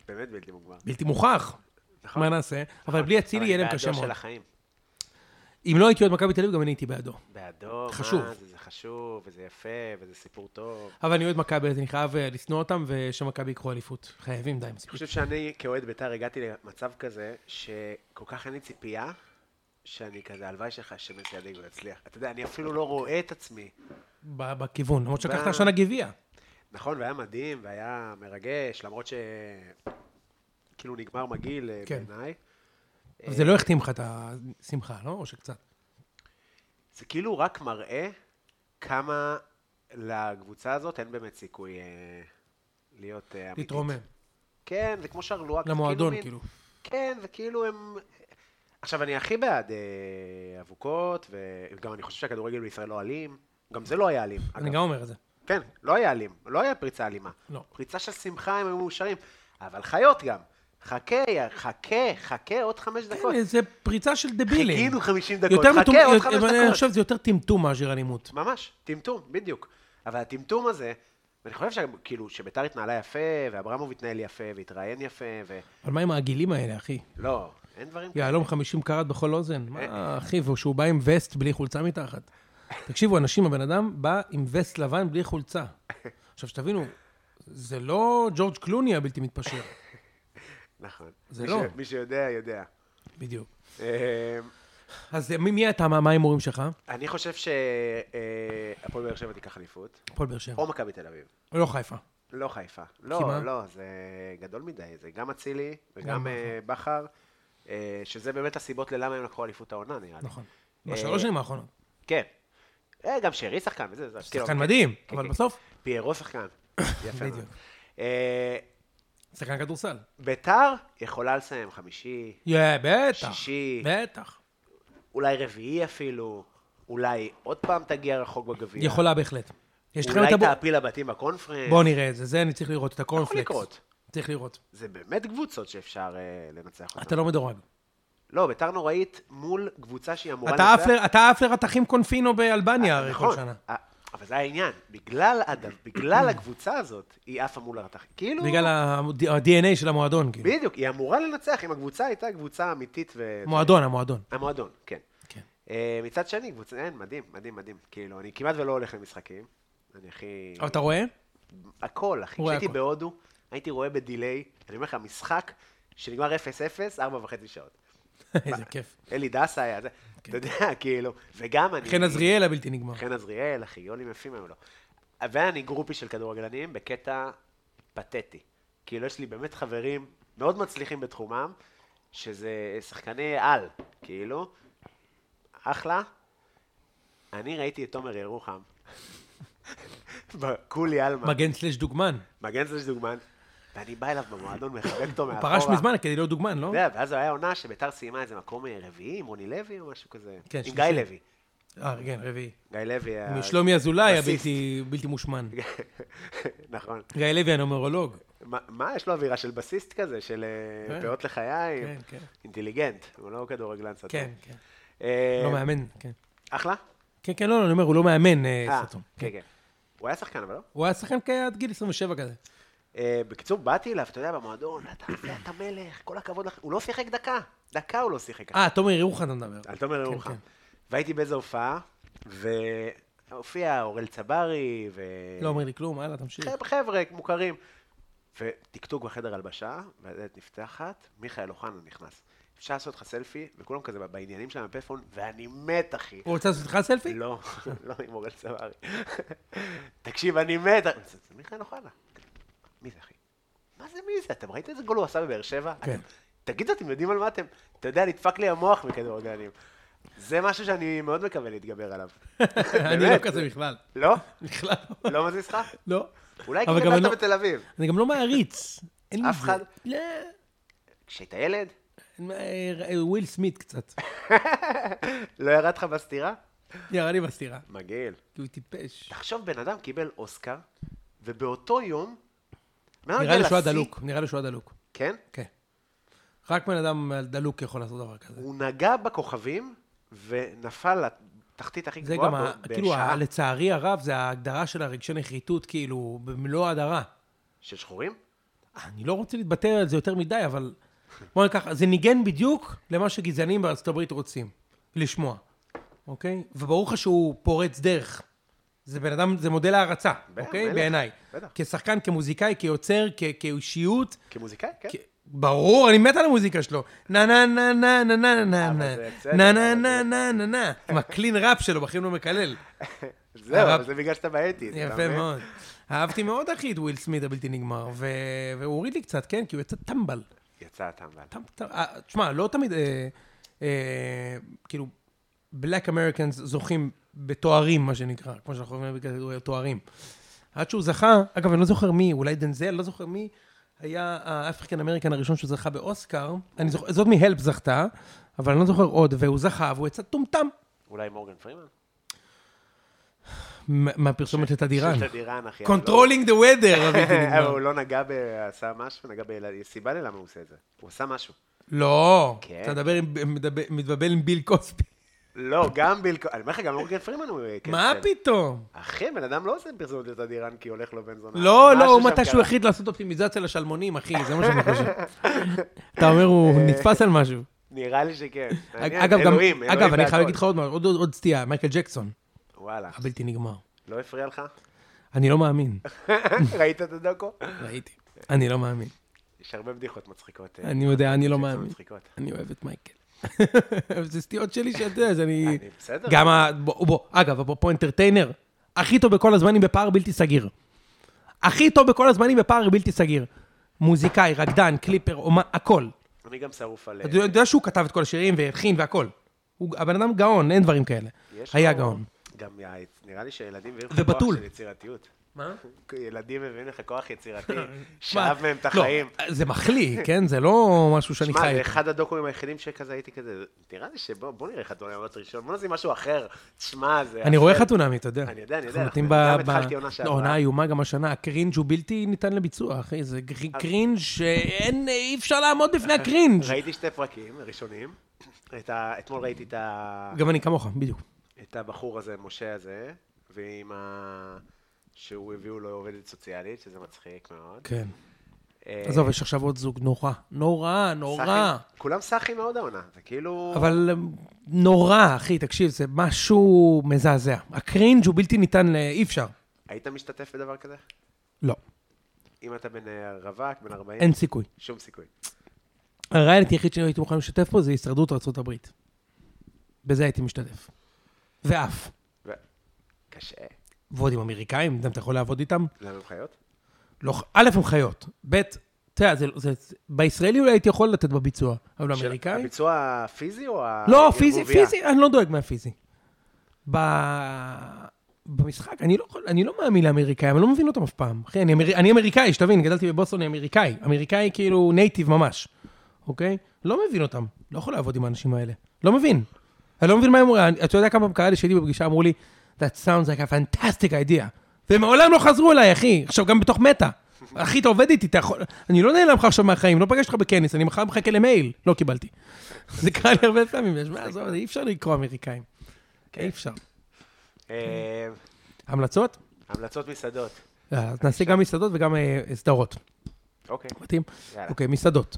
S1: באמת בלתי מוגמר.
S3: בלתי מוכח.
S1: נכון.
S3: מה נעשה? אבל בלי אצילי יהיה להם קשה
S1: בעדו
S3: מאוד.
S1: של החיים.
S3: אם לא הייתי אוהד מכבי תל אביב, גם אני הייתי בעדו.
S1: בעדו,
S3: חשוב.
S1: מה זה, זה חשוב, וזה יפה, וזה סיפור טוב.
S3: אבל אני אוהד מכבי, אז אני חייב אה, לשנוא אותם, ושמכבי ייקחו אליפות. חייבים, די,
S1: אני
S3: מספיק.
S1: חושב שאני כאוהד בית"ר הגעתי למצב כזה, שכל כך אין לי ציפייה, שאני כזה, הלוואי שלך שמסיאדיגו יצליח. אתה יודע, אני אפילו לא רואה את עצמי.
S3: ב- בכיוון, למרות
S1: ב-
S3: שלקחת השנה גביע.
S1: נכון, והיה מדהים, והיה מרגש, למרות ש... כאילו נגמר מגעיל אה,
S3: כן.
S1: בעיניי.
S3: אבל
S1: אה,
S3: זה לא החתים לך את השמחה, לא? או שקצת.
S1: זה כאילו רק מראה כמה לקבוצה הזאת אין באמת סיכוי אה, להיות אה, אמיתית.
S3: להתרומם.
S1: כן, זה כמו שרלואה. זה
S3: למועדון,
S1: מין-
S3: כאילו.
S1: כן, וכאילו הם... עכשיו, אני הכי בעד אה, אבוקות, וגם אני חושב שהכדורגל בישראל לא אלים. גם זה לא היה אלים.
S3: אני
S1: אגב.
S3: גם אומר את זה.
S1: כן, לא היה אלים. לא היה פריצה אלימה.
S3: לא.
S1: פריצה של שמחה הם היו מאושרים. אבל חיות גם. חכה, יא- חכה, חכה עוד חמש דקות.
S3: כן, זה פריצה של דבילים.
S1: חיכינו 50 דקות,
S3: יותר מטומ-
S1: חכה עוד
S3: יותר-
S1: חמש
S3: אבל אני
S1: דקות.
S3: חושב שזה יותר טמטום מאשר אלימות.
S1: ממש, טמטום, בדיוק. אבל הטמטום הזה, ואני חושב שכאילו, שביתר התנהלה יפה, ואברמוב התנהל יפה, והתראיין יפה, ו...
S3: אבל מה עם העגילים האלה, אחי?
S1: לא, אין דברים כאלה.
S3: יהלום 50 קראט בכל אוזן.
S1: אה.
S3: מה, אחי, ושהוא בא עם וסט בלי חולצה מתחת. תקשיבו, אנשים, הבן אדם בא עם וסט לבן בלי חולצה. עכשיו, שתבינו, זה לא ג'ורג' קלוני הבלתי מתפשר.
S1: נכון.
S3: זה
S1: מי
S3: לא.
S1: ש- מי שיודע, יודע.
S3: בדיוק.
S1: אמ,
S3: אז מי מי אתה, מה מה ההימורים שלך?
S1: אני חושב שהפועל באר שבע תיקח אליפות,
S3: הפועל באר שבע.
S1: או מכבי תל אביב.
S3: לא חיפה.
S1: לא חיפה.
S3: כי
S1: לא,
S3: מה?
S1: לא, זה גדול מדי. זה גם אצילי
S3: גם
S1: וגם אה, בכר, אה, שזה באמת הסיבות ללמה הם לקחו אליפות העונה, נראה לי.
S3: נכון. בשלוש שנים האחרונות.
S1: אה, כן. אה, גם שרי שחקן, וזה, זה... כאילו, כן.
S3: שחקן מדהים,
S1: כן,
S3: אבל
S1: כן.
S3: בסוף,
S1: פיירו שחקן. יפה מאוד.
S3: בדיוק.
S1: אה,
S3: שחקן כדורסל.
S1: ביתר יכולה לסיים חמישי,
S3: יא, בטח.
S1: שישי.
S3: בטח.
S1: אולי רביעי אפילו, אולי עוד פעם תגיע רחוק בגביע.
S3: יכולה בהחלט. יש לכם את
S1: אולי
S3: הבור...
S1: תעפיל לבתים בקונפרנס.
S3: בואו נראה את זה, זה אני צריך לראות, את הקורנפלקס.
S1: לקרות.
S3: צריך לראות.
S1: זה באמת קבוצות שאפשר אה, לנצח אותן.
S3: אתה לא מדורג.
S1: לא, ביתר נוראית מול קבוצה שהיא אמורה
S3: אתה עף ל- אתה עף לרתכים קונפינו באלבניה הרי כל
S1: נכון,
S3: שנה.
S1: אה, אבל זה העניין. בגלל הדב- בגלל הקבוצה הזאת, היא עפה מול הרתח. כאילו...
S3: בגלל ה-DNA של המועדון, כאילו.
S1: בדיוק, היא אמורה לנצח אם הקבוצה הייתה קבוצה אמיתית ו...
S3: מועדון, המועדון.
S1: המועדון, כן.
S3: כן.
S1: אה, מצד שני, קבוצה, אין, מדהים, מדהים, מדהים. כאילו, אני כמעט ולא הולך למשחקים. אני הכי...
S3: אבל אתה רואה?
S1: הכל, אחי.
S3: רואה
S1: כשהייתי
S3: הכל.
S1: בהודו, הייתי רואה בדיליי, אני אומר לך, משחק שנגמר 0-0, 4.5 שעות.
S3: איזה
S1: אה,
S3: כיף.
S1: אלי דסה היה זה, אתה יודע, כאילו, וגם אני...
S3: כן. חן עזריאל הבלתי נגמר.
S1: חן עזריאל, אחי, גולים יפים היום לו. ואני גרופי של כדורגלנים בקטע פתטי. כאילו, יש לי באמת חברים מאוד מצליחים בתחומם, שזה שחקני על, כאילו, אחלה. אני ראיתי את תומר ירוחם, בקולי עלמה,
S3: מגן סלש דוגמן.
S1: מגן זה דוגמן, ואני בא אליו במועדון, מחבק אותו מאחורה.
S3: הוא פרש מזמן כדי להיות דוגמן, לא?
S1: אתה יודע, ואז היה עונה שביתר סיימה איזה מקום אה, רביעי, עם רוני לוי או משהו כזה.
S3: כן,
S1: עם
S3: שלישי.
S1: גיא לוי.
S3: אה, כן, רביעי.
S1: גיא לוי היה...
S3: משלומי אזולאי
S1: אה, בסיסט.
S3: הבלתי בלתי מושמן.
S1: נכון.
S3: גיא לוי הנומרולוג.
S1: מה, מה, יש לו אווירה של בסיסט כזה, של אה,
S3: כן.
S1: פאות לחיים,
S3: כן, כן.
S1: אינטליגנט, הוא לא כדורגלן סתום.
S3: כן, כן.
S1: אה,
S3: לא מאמן, כן.
S1: אחלה?
S3: כן, כן, לא, לא, אני אומר, הוא לא מאמן, אה,
S1: אה,
S3: סתום.
S1: כן, כן. הוא היה שחקן, אבל לא?
S3: הוא היה שחקן כ- עד גיל 27 כזה.
S1: אה, בקיצור, באתי אליו, אתה יודע, במועדון, אתה אתה מלך, כל הכבוד לך. הוא לא שיחק דקה, דקה הוא לא שיחק.
S3: אה, תומר ירוחם אתה מדבר.
S1: על תומר
S3: כן,
S1: ירוחם.
S3: כן.
S1: והייתי באיזו הופעה, והופיע אורל צברי, ו...
S3: לא אומר לי כלום, הלאה, תמשיך.
S1: חבר'ה, חבר'ה מוכרים. וטקטוק בחדר הלבשה, והדלת נפתחת, מיכאל אוחנה נכנס. אפשר לעשות לך סלפי, וכולם כזה בעניינים שלהם בפלאפון, ואני מת, אחי.
S3: הוא רוצה לעשות לך סלפי?
S1: לא, לא עם אורל צברי. תקשיב, אני מת. זה זה מיכאל אוחנה. מי זה, אחי? מה זה מי זה? אתם ראיתם איזה גול הוא עשה בבאר שבע?
S3: כן.
S1: אתם- תגידו, אתם יודעים על מה אתם? אתה יודע, נדפק לי המוח מכדורגלנים. זה משהו שאני מאוד מקווה להתגבר עליו.
S3: אני
S1: באמת.
S3: לא כזה בכלל.
S1: לא?
S3: בכלל לא.
S1: לא מזיז לך?
S3: לא.
S1: אולי
S3: אבל
S1: כי
S3: גם אני
S1: גדלת
S3: לא-
S1: בתל אביב.
S3: אני גם לא מעריץ. אין לי
S1: אף
S3: זה.
S1: אחד?
S3: לא.
S1: כשהיית ילד?
S3: אין- אה, אה, וויל סמית קצת.
S1: לא ירד לך בסתירה?
S3: ירה לי בסתירה.
S1: מגעיל.
S3: כי הוא טיפש.
S1: תחשוב, בן אדם קיבל אוסקר, ובאותו יום... בן אדם
S3: נראה לי
S1: הגיע
S3: שהוא היה
S1: לשיא-
S3: דלוק. נראה לי שהוא היה דלוק.
S1: כן?
S3: כן. רק בן אדם דלוק יכול לעשות דבר כזה.
S1: הוא נגע בכוכבים, ונפל לתחתית הכי
S3: זה
S1: גבוהה
S3: גם, ה-
S1: ב-
S3: כאילו,
S1: בשעה
S3: ה- לצערי הרב, זה ההגדרה של הרגשי נחיתות, כאילו, במלוא ההדרה.
S1: של שחורים.
S3: אני לא רוצה להתבטא על זה יותר מדי, אבל בוא ניקח, זה ניגן בדיוק למה שגזענים בארצות הברית רוצים לשמוע, אוקיי? וברור לך שהוא פורץ דרך. זה בן אדם, זה מודל הערצה,
S1: בטח,
S3: אוקיי?
S1: בטח,
S3: בעיניי.
S1: בטח.
S3: כשחקן, כמוזיקאי, כיוצר, כ- כאישיות.
S1: כמוזיקאי, כן.
S3: כ- ברור, אני מת על המוזיקה שלו. נה נה נה נה נה נה נה
S1: אבל
S3: נה
S1: זה בסדר,
S3: נה נה
S1: אבל
S3: נה
S1: זה-
S3: נה נה נה עם הקלין ראפ שלו, בחיים לא מקלל.
S1: זהו,
S3: הרב-
S1: אבל זה בגלל שאתה באייטיז. אתה
S3: יפה
S1: מבין?
S3: מאוד. אהבתי מאוד, אחי, את וויל סמית הבלתי נגמר, ו- והוא הוריד לי קצת, כן? כי הוא יצא טמבל.
S1: יצא הטמבל.
S3: טם- טם- אה, תשמע, לא תמיד, אה, אה, כאילו, black Americans זוכים בתוארים, מה שנקרא, כמו שאנחנו אומרים בכדורגל, תוארים. עד שהוא זכה, אגב, אני לא זוכר מי, אולי דנזל, לא זוכר מי, היה האפריקן אמריקן הראשון שזכה באוסקר, אני זוכר, זאת מהלפ זכתה, אבל אני לא זוכר עוד, והוא זכה, והוא יצא טומטם
S1: אולי מורגן פרימן?
S3: מ- מהפרסומת של תדירן.
S1: של תדירן, אחי. אבל לא-
S3: Controlling the weather, הבלתי
S1: אבל הוא
S3: נגמר.
S1: לא נגע ב... עשה משהו, נגע ב... יש סיבה ללמה הוא עושה את זה. הוא עשה משהו.
S3: לא,
S1: כן.
S3: אתה מדבר עם- מדבר- מתבלבל עם ביל קוספי.
S1: לא, גם ביל... אני אומר לך, גם מורגן פרימן הוא... קפטן.
S3: מה פתאום?
S1: אחי, בן אדם לא עושה פרסומת לתדירן כי הולך לו בן זונה.
S3: לא, לא,
S1: משהו
S3: הוא
S1: שם
S3: מתי שהוא
S1: קרה.
S3: החליט לעשות אופטימיזציה לשלמונים, אחי, זה מה שאני חושב. אתה אומר, הוא נתפס על משהו.
S1: נראה לי שכן. אה, מעניין,
S3: אגב, גם,
S1: אלוהים, אלוהים
S3: אגב, אני
S1: בהכל.
S3: חייב להגיד לך עוד משהו, עוד- עוד- עוד סטייה, מייקל ג'קסון,
S1: וואלה,
S3: הבלתי נגמר.
S1: לא הפריע לך?
S3: אני לא מאמין,
S1: ראית את הדוקו?
S3: ראיתי. אני לא מאמין.
S1: יש הרבה בדיחות מצחיקות. אה,
S3: אני יודע, אני לא
S1: בדיחות
S3: מאמין.
S1: מצחיקות.
S3: אני אוהב את מייקל. אבל זה סטיות שלי שאתה יודע, אז אני...
S1: אני בסדר.
S3: גם ה... בוא, בוא, אגב, אפרופו אנטרטיינר, הכי טוב בכל הזמנים בפער בלתי סגיר. הכי טוב בכל הזמנים בפער בלתי סגיר. מוזיקאי, רקדן, קליפר, אומן, הכל.
S1: אני גם שרוף על...
S3: אתה יודע שהוא כתב את כל השירים והלחין והכל. הוא- הבן אדם גאון, אין דברים כאלה.
S1: אה, יש
S3: היה
S1: לו-
S3: גאון.
S1: גם ה- נראה לי שילדים מביאים לך כוח
S3: ובתול.
S1: של יצירתיות.
S3: מה?
S1: ילדים מביאים לך כוח יצירתי, שאב מהם את
S3: לא.
S1: החיים.
S3: זה מחליא, כן? זה לא משהו שאני
S1: שמע,
S3: חי.
S1: זה
S3: איתו.
S1: אחד הדוקומים היחידים שכזה הייתי כזה, נראה לי שבוא בוא נראה חתונה עונת ראשון, בוא נעשה משהו אחר. שמע, זה...
S3: אני רואה
S1: אחר.
S3: חתונמי, אתה יודע.
S1: אני יודע, אני
S3: אנחנו
S1: יודע,
S3: נוטים
S1: אנחנו-
S3: ב-
S1: גם
S3: ב-
S1: התחלתי עונה שעברה.
S3: לא, עונה איומה גם השנה, הקרינג' הוא בלתי ניתן לביצוע, אחי. זה גר- קרינג' שאין, אי אפשר לעמוד בפני הקרינג'.
S1: ראיתי שתי פרקים ראשונים. את ה- אתמול ראיתי את ה...
S3: גם אני כמוך, בדיוק.
S1: את הבחור הזה, משה הזה, ועם ה... שהוא הביאו לו עובדת סוציאלית, שזה מצחיק מאוד.
S3: כן.
S1: אה,
S3: עזוב, יש עכשיו עוד זוג נורא. נורא, נורא.
S1: סאחים- כולם סאחים מאוד העונה, זה כאילו...
S3: אבל אמ, נורא, אחי, תקשיב, זה משהו מזעזע. הקרינג' הוא בלתי ניתן ל... אי אפשר.
S1: היית משתתף בדבר כזה?
S3: לא,
S1: אם אתה בן אה, רווק, בן 40,
S3: אין סיכוי.
S1: שום סיכוי.
S3: הריאליטי היחיד שהייתי מוכן להשתתף פה זה הישרדות ארה"ב. בזה הייתי משתתף. ואף.
S1: ו- קשה.
S3: ועוד עם אמריקאים, גם אתה יכול לעבוד איתם.
S1: למה הם חיות?
S3: לא, ח- א', הם חיות, ב', אתה יודע, זה, זה, בישראלי אולי הייתי יכול לתת בביצוע, אבל
S1: של-
S3: באמריקאי...
S1: הביצוע הפיזי או ה...
S3: לא, פיזי,
S1: הערבוביה?
S3: פיזי, אני לא דואג מהפיזי. ב... במשחק, אני לא, יכול- אני לא מאמין לאמריקאים, אני לא מבין אותם אף פעם. אחי, אני, אמר, אני אמריקאי, שתבין, גדלתי בבוסטון, אני אמריקאי. אמריקאי כאילו נייטיב ממש, אוקיי? לא מבין אותם, לא יכול לעבוד עם האנשים האלה. לא מבין. אני לא מבין מה הם אומרים. אתה יודע כמה פעמים קרה לי שהייתי בפגישה, אמרו לי, That sounds like a fantastic idea. והם מעולם לא חזרו אליי, אחי. עכשיו, גם בתוך מטא. אחי, אתה עובד איתי, אתה יכול... אני לא נעלם לך עכשיו מהחיים, לא פגשתי אותך בכנס, אני מחר מחכה למייל. לא קיבלתי. זה קרה לי הרבה פעמים, יש מה, עזוב, אי אפשר לקרוא אמריקאים. אי אפשר.
S1: אה,
S3: המלצות?
S1: המלצות מסעדות.
S3: לא, אז נעשה גם מסעדות וגם אה, סדרות.
S1: אוקיי,
S3: מתאים?
S1: יאללה.
S3: אוקיי, מסעדות.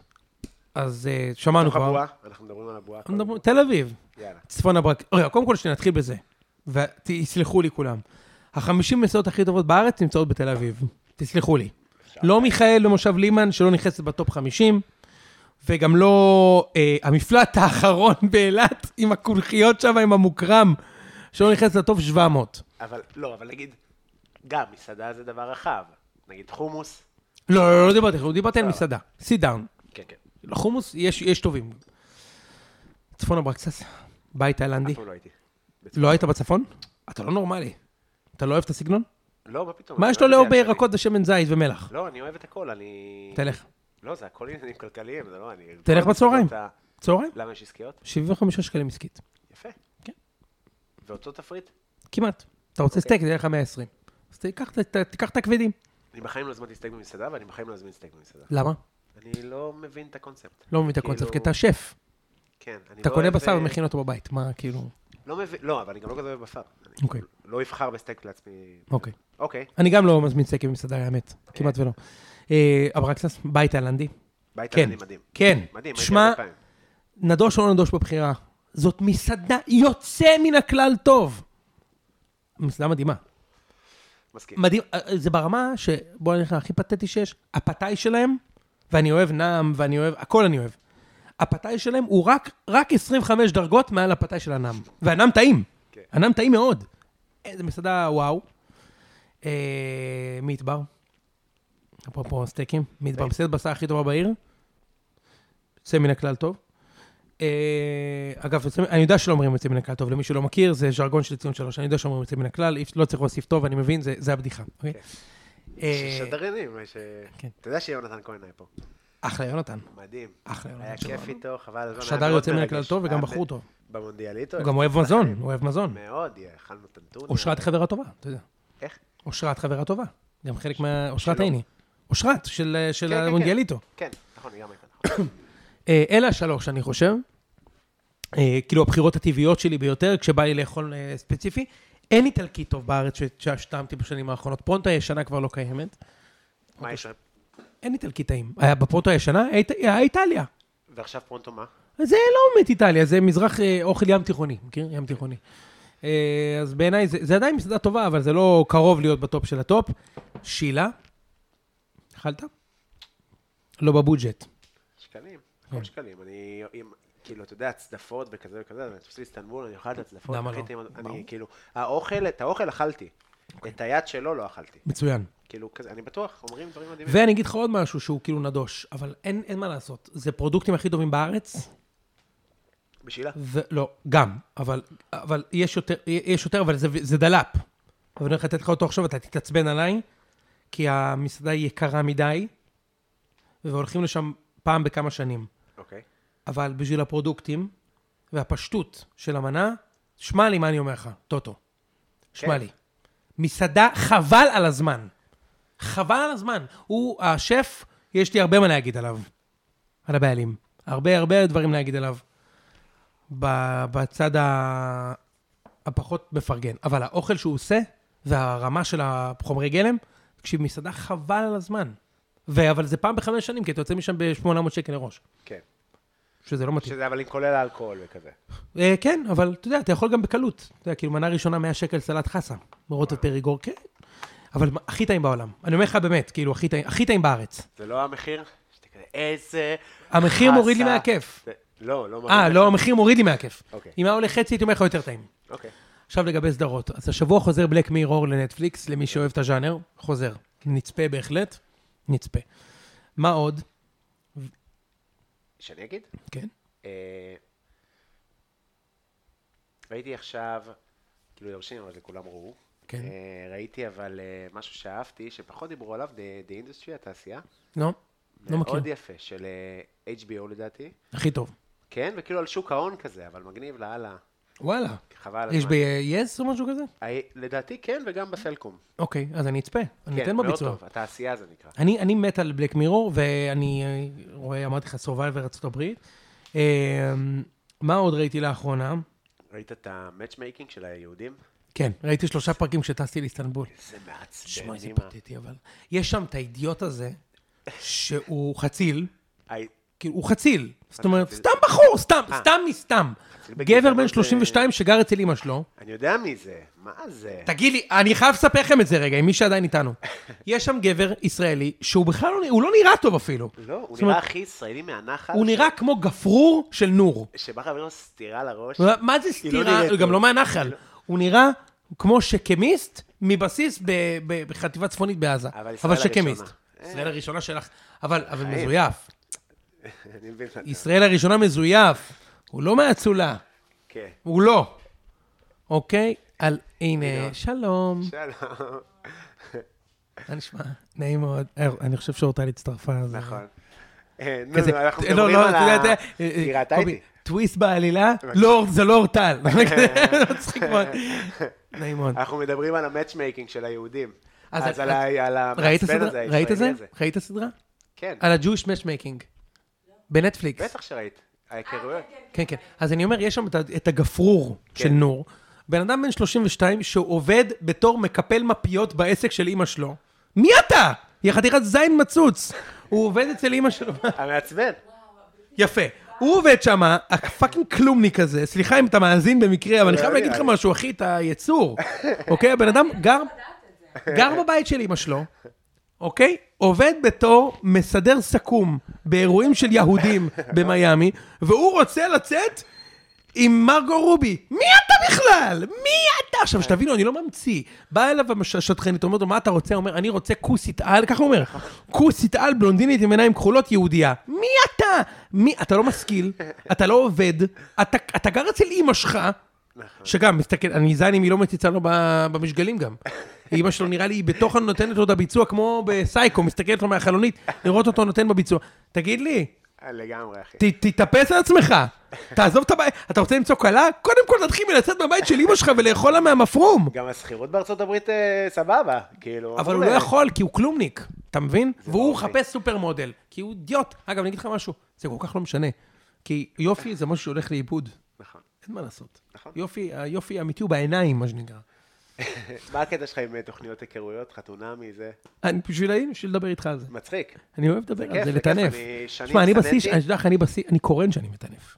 S3: אז אה, שמענו
S1: בתוך
S3: כבר.
S1: הבועה, אנחנו מדברים על הבועה.
S3: אנחנו מדברים- תל אביב,
S1: יאללה.
S3: צפון הברק. רגע, קודם כל שנתחיל בזה, ותסלחו לי כולם. החמישים מסעדות הכי טובות בארץ נמצאות בתל אביב. תסלחו לי. לא מיכאל במושב לימן, שלא נכנסת בטופ 50, וגם לא אה, המפלט האחרון באילת, עם הקונכיות שם, עם המוקרם, שלא נכנס לטופ 700.
S1: אבל, לא, אבל נגיד, גם מסעדה זה דבר רחב. נגיד חומוס.
S3: לא, לא, לא דיברתי, חומוס, דיברתי על מסעדה. sit down.
S1: כן, כן.
S3: לחומוס יש, יש טובים. צפון הברקסס, בית תאילנדי.
S1: אף פעם לא הייתי.
S3: לא היית בצפון? אתה לא נורמלי. אתה לא אוהב את הסגנון?
S1: לא, מה פתאום.
S3: מה
S1: אני
S3: יש לו
S1: לא יודע,
S3: לאהוב
S1: שאני-
S3: בירקות ושמן זית ומלח?
S1: לא, אני אוהב את הכל, אני...
S3: תלך.
S1: לא, זה הכל עניינים כלכליים, זה לא אני...
S3: תלך בצהריים.
S1: אתה-
S3: צהריים?
S1: למה יש עסקיות?
S3: 75 שקלים עסקית.
S1: יפה.
S3: כן.
S1: ואותו תפריט?
S3: כמעט. אתה
S1: אוקיי.
S3: רוצה סטייק, זה יהיה לך 120. אז תיקח את- ת- תיקח את הכבדים.
S1: אני בחיים לא הזמנתי סטייק במסעדה, ואני בחיים לא אזמין סטייק במסעדה.
S3: למה?
S1: אני לא מבין את הקונספט.
S3: לא מבין את הקונספט, כי
S1: כאילו-
S3: אתה שף.
S1: כן, אני
S3: אתה
S1: לא
S3: קונה
S1: אוהב,
S3: בשר
S1: אה,
S3: ומכין אותו בבית. מה, כאילו...
S1: לא מבין, לא, אבל אני גם לא כזה אוהב בשר. אני
S3: אוקיי.
S1: לא אבחר בסטייק לעצמי.
S3: אוקיי.
S1: אוקיי, כן.
S3: אני גם לא מזמין סטייקים במסעדה, האמת. כמעט ולא. אה, אברקסס, בית תאילנדי.
S1: בית
S3: כן.
S1: אני מדהים.
S3: כן.
S1: מדהים, הייתי
S3: שמע,
S1: הרבה פעמים.
S3: נדוש או לא נדוש בבחירה, זאת מסעדה יוצא מן הכלל טוב. מסעדה מדהימה.
S1: מסכים.
S3: מדהים, אה, זה ברמה ש... בוא נלך להכי פתטי שיש, הפתאי שלהם, ואני אוהב נעם, ואני אוהב, הכל אני אוהב. הפתאי שלהם הוא רק, רק 25 דרגות מעל הפתאי של הנעם. והנעם טעים.
S1: כן.
S3: הנעם טעים מאוד. אה, זו מסעדה וואו. אה, מיטבר. אפרופו סטייקים, מיטבר, מסעדת בשר הכי טובה בעיר. יוצא מן הכלל טוב. אה, אגב, יוצא- אני יודע שלא אומרים יוצא מן הכלל טוב, למי שלא מכיר, זה ז'רגון של ציון שלוש, אני יודע שאומרים יוצא מן הכלל, אי- לא צריך להוסיף טוב, אני מבין, זה, זה הבדיחה, אוקיי? אה,
S1: שדרנים, ש...
S3: כן.
S1: אתה יודע שיונתן כהן היה פה.
S3: אחלה, יונתן.
S1: מדהים.
S3: אחלה,
S1: היה
S3: יונתן.
S1: כיף
S3: שלנו.
S1: איתו, חבל. על הזמן, היה
S3: שדר
S1: מאוד
S3: יוצא מן הכלל
S1: מרגש.
S3: טוב וגם
S1: היה
S3: בחור
S1: ב-
S3: טוב.
S1: במונדיאליטו.
S3: הוא גם אוהב נכון. מזון, הוא אוהב מזון.
S1: מאוד, יא, אכלנו טנטון.
S3: אושרת חברה טובה, אתה יודע.
S1: איך? כן,
S3: אושרת חברה טובה. גם חלק מה... אושרת
S1: שלו.
S3: עיני. אושרת, של אה, של
S1: כן, כן,
S3: המונדיאליטו.
S1: כן, נכון, היא גם הייתה. נכון.
S3: אה, אלה השלוש, אני חושב. אה, כאילו, הבחירות הטבעיות שלי ביותר, כשבא לי לאכול אה, ספציפי. אין איטלקי טוב בארץ ש- שהשתמתי בשנים האחרונות. פרונטו הישנה כבר לא קיימת.
S1: מה יש?
S3: אין איטלקי טעים. היה בפרונטו הישנה, היה אית- היה איטליה.
S1: ועכשיו פרונטו מה?
S3: זה לא באמת איטליה, זה מזרח אה, אוכל ים תיכוני, מכיר? ים תיכוני. אה, אז בעיניי זה, זה עדיין מסעדה טובה, אבל זה לא קרוב להיות בטופ של הטופ. שילה, אכלת? לא בבוג'ט.
S1: שקלים.
S3: כן.
S1: הכל שקלים. אני, אם- כאילו, אתה יודע, הצדפות וכזה וכזה, אני תופס לאיסטנבול, אני אוכל את הצדפות.
S3: למה לא?
S1: הכי טעימות. אני, כאילו, האוכל, את האוכל אכלתי.
S3: אוקיי.
S1: את היד שלו לא אכלתי.
S3: מצוין.
S1: כאילו, כזה, אני בטוח, אומרים דברים מדהימים.
S3: ואני אגיד לך עוד משהו שהוא כאילו נדוש, אבל אין, אין מה לעשות. זה פרודוקטים הכי טובים בארץ,
S1: בשאלה.
S3: ולא, גם, אבל, אבל יש, יותר, יש יותר, אבל זה, זה דלאפ. אבל אני הולך לתת לך אותו עכשיו, אתה תתעצבן עליי, כי המסעדה היא יקרה מדי, והולכים לשם פעם בכמה שנים.
S1: אוקיי.
S3: אבל בשביל הפרודוקטים והפשטות של המנה, שמע לי מה אני אומר לך, טוטו. שמע
S1: כן.
S3: לי. מסעדה, חבל על הזמן. חבל על הזמן. הוא, השף, יש לי הרבה מה להגיד עליו. על הבעלים. הרבה הרבה דברים להגיד עליו. ב- בצד ה- הפחות מפרגן. אבל האוכל שהוא עושה, והרמה של החומרי גלם, תקשיב, מסעדה חבל על הזמן. ו- אבל זה פעם בחמש שנים, כי אתה יוצא משם ב-800 שקל לראש,
S1: כן.
S3: שזה לא מתאים.
S1: שזה, אבל אם כולל אלכוהול וכזה.
S3: אה, כן, אבל אתה יודע, אתה יכול גם בקלות. אתה יודע, כאילו מנה ראשונה 100 שקל סלט חסה, מרוטב פריגור, כן. אבל מה- הכי טעים בעולם. אני אומר לך באמת, כאילו, הכי טעים, הכי טעים בארץ.
S1: זה לא המחיר? שאתה כזה, איזה...
S3: המחיר
S1: חסה.
S3: מוריד לי מהכיף.
S1: זה- לא, לא מוריד
S3: אה,
S1: לך.
S3: לא, המחיר מוריד לי מהכיף.
S1: אוקיי.
S3: אם היה עולה חצי, הייתי אומר לך יותר טעים.
S1: אוקיי.
S3: עכשיו לגבי סדרות. אז השבוע חוזר בלק מירור לנטפליקס, למי שאוהב את הז'אנר, חוזר. נצפה בהחלט, נצפה. מה עוד?
S1: שאני אגיד?
S3: כן.
S1: אה, ראיתי עכשיו, כאילו יורשים, אבל לכולם ראו.
S3: כן.
S1: אה, ראיתי אבל אה, משהו שאהבתי, שפחות דיברו עליו, The The Industry, התעשייה.
S3: לא? לא
S1: מאוד
S3: מכיר.
S1: יפה, של אה, HBO לדעתי.
S3: הכי טוב.
S1: כן, וכאילו על שוק ההון כזה, אבל מגניב לאללה.
S3: וואלה.
S1: חבל על הזמן.
S3: יש ב-yes או משהו כזה?
S1: אה, לדעתי כן, וגם בסלקום.
S3: אוקיי, אז אני אצפה. אני
S1: כן,
S3: אתן בו
S1: מאוד
S3: ביצוע.
S1: טוב, התעשייה זה נקרא.
S3: אני, אני מת על בלק מירור, ואני אה, רואה, אמרתי לך, סורווייבר ארצות הברית. אה, מה עוד ראיתי לאחרונה?
S1: ראית את המאצ'מייקינג של היהודים?
S3: כן, ראיתי שלושה פרקים כשטסתי לאיסטנבול.
S1: זה מעצבן.
S3: שמע, איזה
S1: כן, אימא.
S3: פתטי, אבל... יש שם את האידיוט הזה, שהוא חציל,
S1: היי,
S3: כאילו, הוא חציל. זאת אומרת,
S1: חציל?
S3: סתם בחור, סתם,
S1: אה.
S3: סתם מסתם. גבר
S1: בגזענות
S3: בן
S1: זה-
S3: 32 שגר אצל אמא שלו.
S1: אני יודע מי זה, מה זה?
S3: תגיד לי, אני חייב לספר לכם את זה רגע, עם מי שעדיין איתנו. יש שם גבר ישראלי, שהוא בכלל לא נראה, הוא לא נראה טוב אפילו.
S1: לא, הוא
S3: זאת אומרת-
S1: נראה הכי ישראלי מהנחל.
S3: הוא
S1: ש-
S3: נראה כמו גפרור של נור.
S1: שבא חבר לו סטירה לראש.
S3: מה
S1: היא
S3: זה
S1: לא
S3: סתירה?
S1: נראית
S3: הוא גם
S1: טוב.
S3: לא מהנחל. הוא נראה כמו שקמיסט מבסיס ב- ב- בחטיבה צפונית בעזה.
S1: אבל ישראל
S3: אבל שקמיסט.
S1: הראשונה.
S3: ישראל הראשונה שלך, אבל אבל
S1: בחיים.
S3: מזויף.
S1: אני מבין לך.
S3: ישראל הראשונה מזויף. הוא לא מהאצולה.
S1: כן.
S3: הוא לא. אוקיי? על... הנה,
S1: הנה.
S3: שלום.
S1: שלום.
S3: מה נשמע? נעים מאוד. אה, אני חושב שאורטל הצטרפה. אז-
S1: נכון. אה, נו,
S3: כזה,
S1: נו, אנחנו
S3: לא,
S1: מדברים
S3: לא,
S1: על
S3: אתה יודע,
S1: ה...
S3: אתה יודע, אה,
S1: היא
S3: אה,
S1: ראתה
S3: קובי,
S1: איתי.
S3: טוויסט בעלילה, לא, זה לא אורטל. מצחיק מאוד. נעים מאוד.
S1: אנחנו מדברים על המאצ'מייקינג של היהודים.
S3: אז-
S1: אז על
S3: אז-
S1: ה- על
S3: ראית
S1: המעצבן
S3: סדרה?
S1: הזה,
S3: ראית את זה?
S1: הישראלי הזה.
S3: ראית סדרה?
S1: כן,
S3: על ה-Jewish matchmaking. בנטפליקס.
S1: בטח שראית. ההיכרויות.
S3: כן, כן. אז אני אומר, יש שם את ה- את הגפרור של
S1: כן.
S3: נור. בן אדם בן 32 שעובד בתור מקפל מפיות בעסק של אימא שלו. מי אתה? יא חתיכת זין מצוץ. הוא עובד אצל אימא שלו.
S1: המעצבן.
S3: יפה. הוא עובד שם, הפאקינג כלומניק הזה, סליחה אם אתה מאזין במקרה, אבל אני חייב
S1: לא
S3: להגיד לך
S1: נראה
S3: משהו, אחי, אתה יצור. אוקיי, הבן אדם גר, גר בבית של אמא שלו, אוקיי? עובד בתור מסדר סכו"ם באירועים של יהודים במיאמי, והוא רוצה לצאת עם מרגו רובי. מי אתה בכלל? מי אתה? עכשיו, שתבינו, אני לא ממציא. באה אליו המש- השטחנית, אומרת לו, מה אתה רוצה? הוא אומר, אני רוצה כוסית על, ככה הוא אומר, כוסית על בלונדינית עם עיניים כחולות יהודייה. מי אתה? מי? אתה לא משכיל, אתה לא עובד, אתה, אתה גר אצל אימא שלך, שגם, מסתכל, אני זין אם היא לא מציצה לו ב- במשגלים גם. אימא שלו, נראה לי, היא בתוך נותנת לו את הביצוע, כמו בסייקו, מסתכלת לו מהחלונית, לראות אותו נותן בביצוע. תגיד לי,
S1: לגמרי, אחי.
S3: ת- תתאפס על עצמך. תעזוב את הבית, אתה רוצה למצוא כלה? קודם כל תתחיל מלצאת מהבית של אמא שלך ולאכול לה מהמפרום.
S1: גם השכירות בארצות הברית אה, סבבה, כאילו...
S3: אבל
S1: אמרו
S3: הוא לא
S1: להם.
S3: יכול, כי הוא כלומניק, אתה מבין? והוא
S1: אוקיי.
S3: מחפש סופר מודל, כי הוא אידיוט. אגב, אני אגיד לך משהו, זה כל כך לא משנה. כי יופי זה משהו שהולך לאיבוד,
S1: נכון.
S3: אין מה לעשות.
S1: נכון.
S3: יופי, היופי האמיתי הוא בעיניים, מה שנקרא.
S1: מה הקטע שלך עם אה, תוכניות היכרויות, חתונמי, זה
S3: אני בשביל האם, בשביל לדבר איתך על זה.
S1: מצחיק.
S3: אני אוהב לדבר על
S1: כיף,
S3: זה,
S1: זה כיף,
S3: לטנף.
S1: אני שנים
S3: תשמע, אני בשיא,
S1: סטודנטי.
S3: אני יודע לך, אני בשיא, אני קורן שאני מטנף.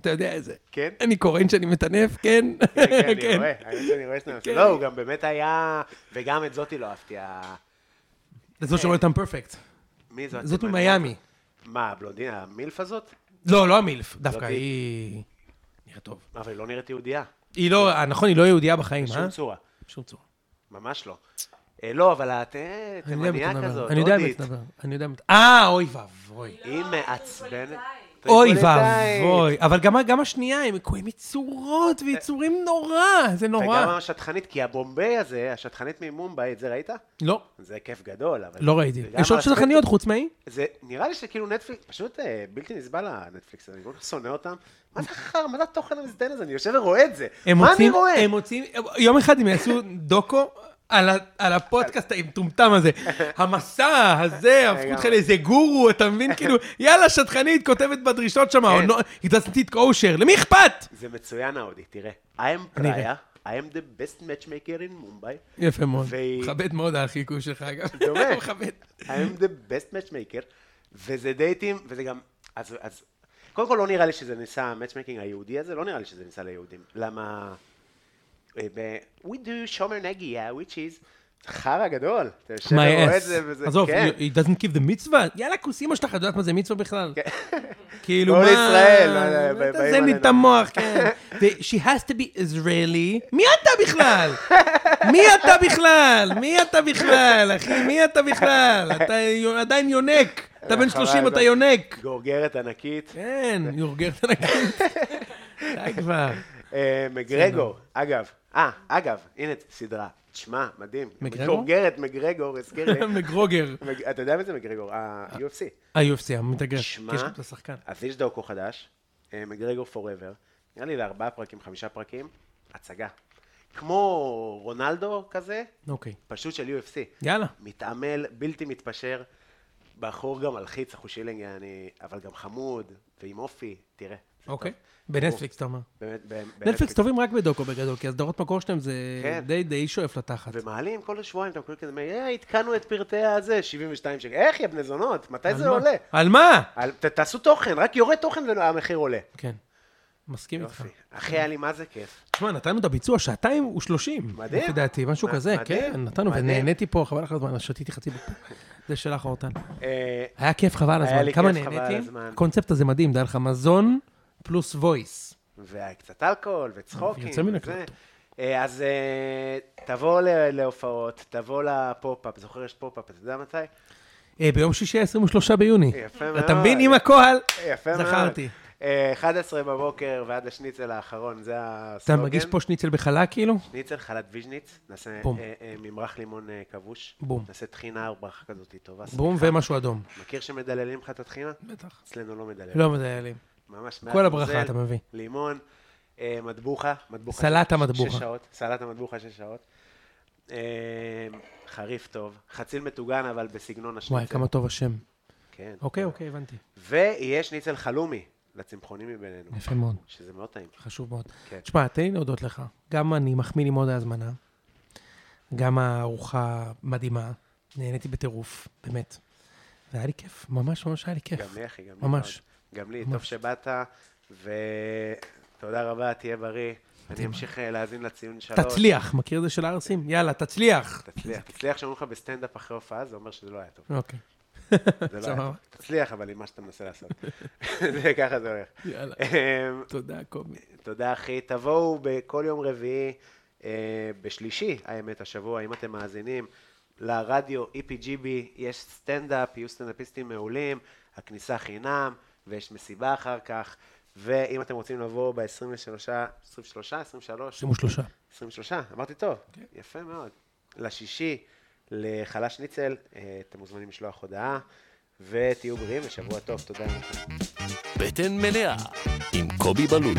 S3: אתה יודע איזה.
S1: כן?
S3: אני קורן שאני מטנף, כן.
S1: כן, כן, אני רואה, האמת שאני רואה שאתה מנסה. לא, הוא גם באמת היה, וגם את זאתי לא אהבתי. ה- כן.
S3: זאת שאומרת אותם פרפקט.
S1: מי זאת?
S3: זאת ממיאמי.
S1: מה, הבלונדינה, המילף הזאת?
S3: לא, לא המילף, דווקא
S1: זאתי.
S3: היא... נראה טוב.
S1: אבל היא לא נראית יהודייה,
S3: היא לא, נכון, היא לא יהודייה בחיים, אה?
S1: בשום צורה.
S3: בשום צורה.
S1: ממש לא. אה, לא, אבל את אה,
S3: אני יודע מה
S1: תימניה
S3: אתה מדבר.
S1: כזאת,
S3: אני יודע מה
S1: הודית.
S3: אתה מדבר. אני יודע מה אתה... אה, אוי ואבוי.
S1: היא מעצבנת.
S3: אוי
S1: טריפוליטאית.
S3: ואבוי. אבל גם, גם השנייה, הם הם יצורות ויצורים נורא, זה
S1: וגם
S3: נורא.
S1: השטחנית, כי הבומביי הזה, השטחנית ממומבאי, את זה ראית?
S3: לא,
S1: זה כיף גדול, אבל...
S3: לא ראיתי.
S1: וגם
S3: יש עוד
S1: האספקט-
S3: שטחניות חוץ מהאי?
S1: זה נראה לי שכאילו נטפליקס, פשוט אה, בלתי נסבל הנטפליקס, אני כל כך שונא אותם. מה זה חכם, מה זה התוכן המזדיין הזה? אני יושב ורואה את זה.
S3: הם
S1: מה אני
S3: מוצאים-
S1: רואה?
S3: הם מוצאים, יום אחד הם יעשו דוקו על, ה, על הפודקאסט המטומטם הזה. המסע הזה, הפכו אותך לאיזה גורו, אתה מבין? כאילו, יאללה, שטחנית, כותבת בדרישות לא- שם,
S1: כן.
S3: היא דסנתית קושר, למי אכפת?
S1: זה מצוין האודי, תראה. I am
S3: אני אראה.
S1: פריה, I am the best matchmaker in Mumbai.
S3: יפה מאוד.
S1: והיא-
S3: מכבד מאוד החיקוי שלך, אגב.
S1: דומה.
S3: מכבד.
S1: I am the best matchmaker, וזה דייטים, וזה גם, אז, אז, קודם כל לא נראה לי שזה ניסה, המצ'מקינג היהודי הזה, לא נראה לי שזה ניסה ליהודים. למה, אה, ב- we do שומר נגיה, which is, חרא גדול. אתה יושב
S3: My
S1: ורואה את
S3: ass.
S1: זה וזה,
S3: עזוב,
S1: כן.
S3: he doesn't give the mitzvah? יאללה, כוס אימא שלך, את יודעת מה זה מיצווה בכלל? כאילו, מה...
S1: כל ישראל, כן. לא, לא, באים
S3: תזן לי
S1: עלינו.
S3: את המוח, כן. ו- She has to be Israeli. מי אתה בכלל? מי אתה בכלל? מי אתה בכלל, אחי? מי אתה בכלל? אתה יו- עדיין יונק. אתה
S1: אה,
S3: בן 30, אתה יונק.
S1: גורגרת ענקית.
S3: כן, יורגר תנקית. די כבר.
S1: אה, מגרגור, אגב, אה, אגב, הנה סדרה. תשמע, מדהים.
S3: מגרגור?
S1: גורגרת מגרגור, הזכיר לי.
S3: מגרוגר.
S1: מג- אתה יודע מי זה מגרגור?
S3: אה.
S1: ה-UFC.
S3: ה-UFC, המתאגר.
S1: שמע,
S3: כן, יש את השחקן.
S1: אז יש דוקו חדש, אה, מגרגור פוראבר, נראה לי לארבעה פרקים, חמישה פרקים, הצגה. כמו רונלדו כזה,
S3: אוקיי.
S1: פשוט של UFC.
S3: יאללה.
S1: מתעמל, בלתי מתפשר, בחור גם מלחיץ, אחו שילינג, אני, אבל גם חמוד, ועם אופי, תראה. זה
S3: אוקיי.
S1: טוב.
S3: בנטפליקס, אתה אומר.
S1: באמת, ב-
S3: נטפליקס
S1: בנטפליקס.
S3: טובים רק בדוקו בגדול, כי הסדרות מקור שלהם זה
S1: כן.
S3: די די שואף לתחת.
S1: ומעלים כל שבועיים, אתה מקבל כזה, מייל, אה, עדכנו את פרטי הזה, 72 שקל. איך, יא בני זונות? מתי
S3: על
S1: זה
S3: מה?
S1: עולה?
S3: על מה?
S1: על- ת- תעשו תוכן, רק יורד תוכן והמחיר עולה.
S3: כן. מסכים איתך.
S1: יופי. אחי, היה לי מה זה כיף.
S3: תשמע, נתנו את הביצוע שעתיים ושלושים.
S1: מדהים.
S3: לפי דעתי, משהו
S1: מ-
S3: כזה,
S1: מדהים.
S3: כן, נתנו,
S1: מדהים.
S3: ונהניתי פה, חבל לך על הזמן, אז שתיתי חצי בפה. זה שלך אורטן.
S1: אה,
S3: היה כיף, חבל על
S1: היה
S3: הזמן.
S1: לי
S3: כמה
S1: כיף, חבל על
S3: נהניתי?
S1: הזמן.
S3: הקונספט הזה מדהים, דע לך, מזון פלוס וויס.
S1: וקצת אלכוהול, וצחוקים,
S3: יוצא מן
S1: וזה.
S3: הכלל.
S1: אה, אז אה, תבוא ל- להופעות, תבוא לפופ-אפ, זוכר יש פופ-אפ, אתה יודע מתי?
S3: אה, ביום שישי, 23 ביוני.
S1: יפה מאוד.
S3: אתה מבין? עם הקוהל.
S1: יפה מאוד.
S3: זכרתי.
S1: אה, 11 בבוקר ועד השניצל האחרון, זה
S3: אתה
S1: הסלוגן.
S3: מגיש פה שניצל בחלה, כאילו?
S1: שניצל, חלת ויז'ניץ, נעשה
S3: בום.
S1: אה, אה, ממרח לימון אה, כבוש.
S3: בום.
S1: נעשה טחינה ארבח כזאת טובה.
S3: בום,
S1: שמחה.
S3: ומשהו אדום.
S1: מכיר שמדללים לך את הטחינה?
S3: בטח.
S1: אצלנו לא מדללים.
S3: לא מדיילים.
S1: ממש
S3: כל
S1: מעט
S3: הברכה
S1: נוזל,
S3: אתה מביא.
S1: לימון, אה, מטבוחה, מטבוחה.
S3: סלט
S1: ש-
S3: המטבוחה.
S1: שש שעות, סלט המטבוחה שש שעות. אה, חריף טוב, חציל מטוגן אבל בסגנון השניצל.
S3: וואי, כמה טוב השם.
S1: כן.
S3: אוקיי, אוקיי, הבנתי.
S1: ויהיה שניצל חלומי, לצמחונים מבינינו,
S3: יפה מאוד.
S1: שזה מאוד טעים.
S3: חשוב מאוד.
S1: כן.
S3: תשמע, תן לי להודות לך. גם אני מחמיא לי מאוד ההזמנה, גם הארוחה מדהימה, נהניתי בטירוף, באמת. והיה לי כיף, ממש ממש היה לי כיף.
S1: גם לי אחי, גם לי.
S3: ממש.
S1: מאוד. גם לי,
S3: ממש.
S1: טוב שבאת, ותודה רבה, תהיה בריא. אני אמשיך אה, להאזין לציון שלוש.
S3: תצליח, מכיר את זה של הערסים? יאללה, תצליח.
S1: תצליח. תצליח שאומרים לך בסטנדאפ אחרי הופעה, זה אומר שזה לא היה טוב.
S3: אוקיי,
S1: זה לא היה
S3: סבבה.
S1: טוב. תצליח, אבל עם מה שאתה מנסה לעשות. זה ככה זה הולך.
S3: יאללה.
S1: אמ,
S3: תודה, קובי.
S1: תודה, אחי. תבואו בכל יום רביעי, אה, בשלישי, האמת, השבוע, אם אתם מאזינים, לרדיו E EPGB, יש סטנדאפ, יהיו סטנדאפיסטים מעולים, הכניסה חינם, ויש מסיבה אחר כך, ואם אתם רוצים לבוא ב-23, 23, 23,
S3: שימו שלושה.
S1: 23, אמרתי טוב, יפה מאוד. לשישי, לחלש ניצל, אה, אתם מוזמנים לשלוח הודעה, ותהיו בריאים ושבוע טוב, תודה לכם.
S2: בטן מלאה עם קובי בלולו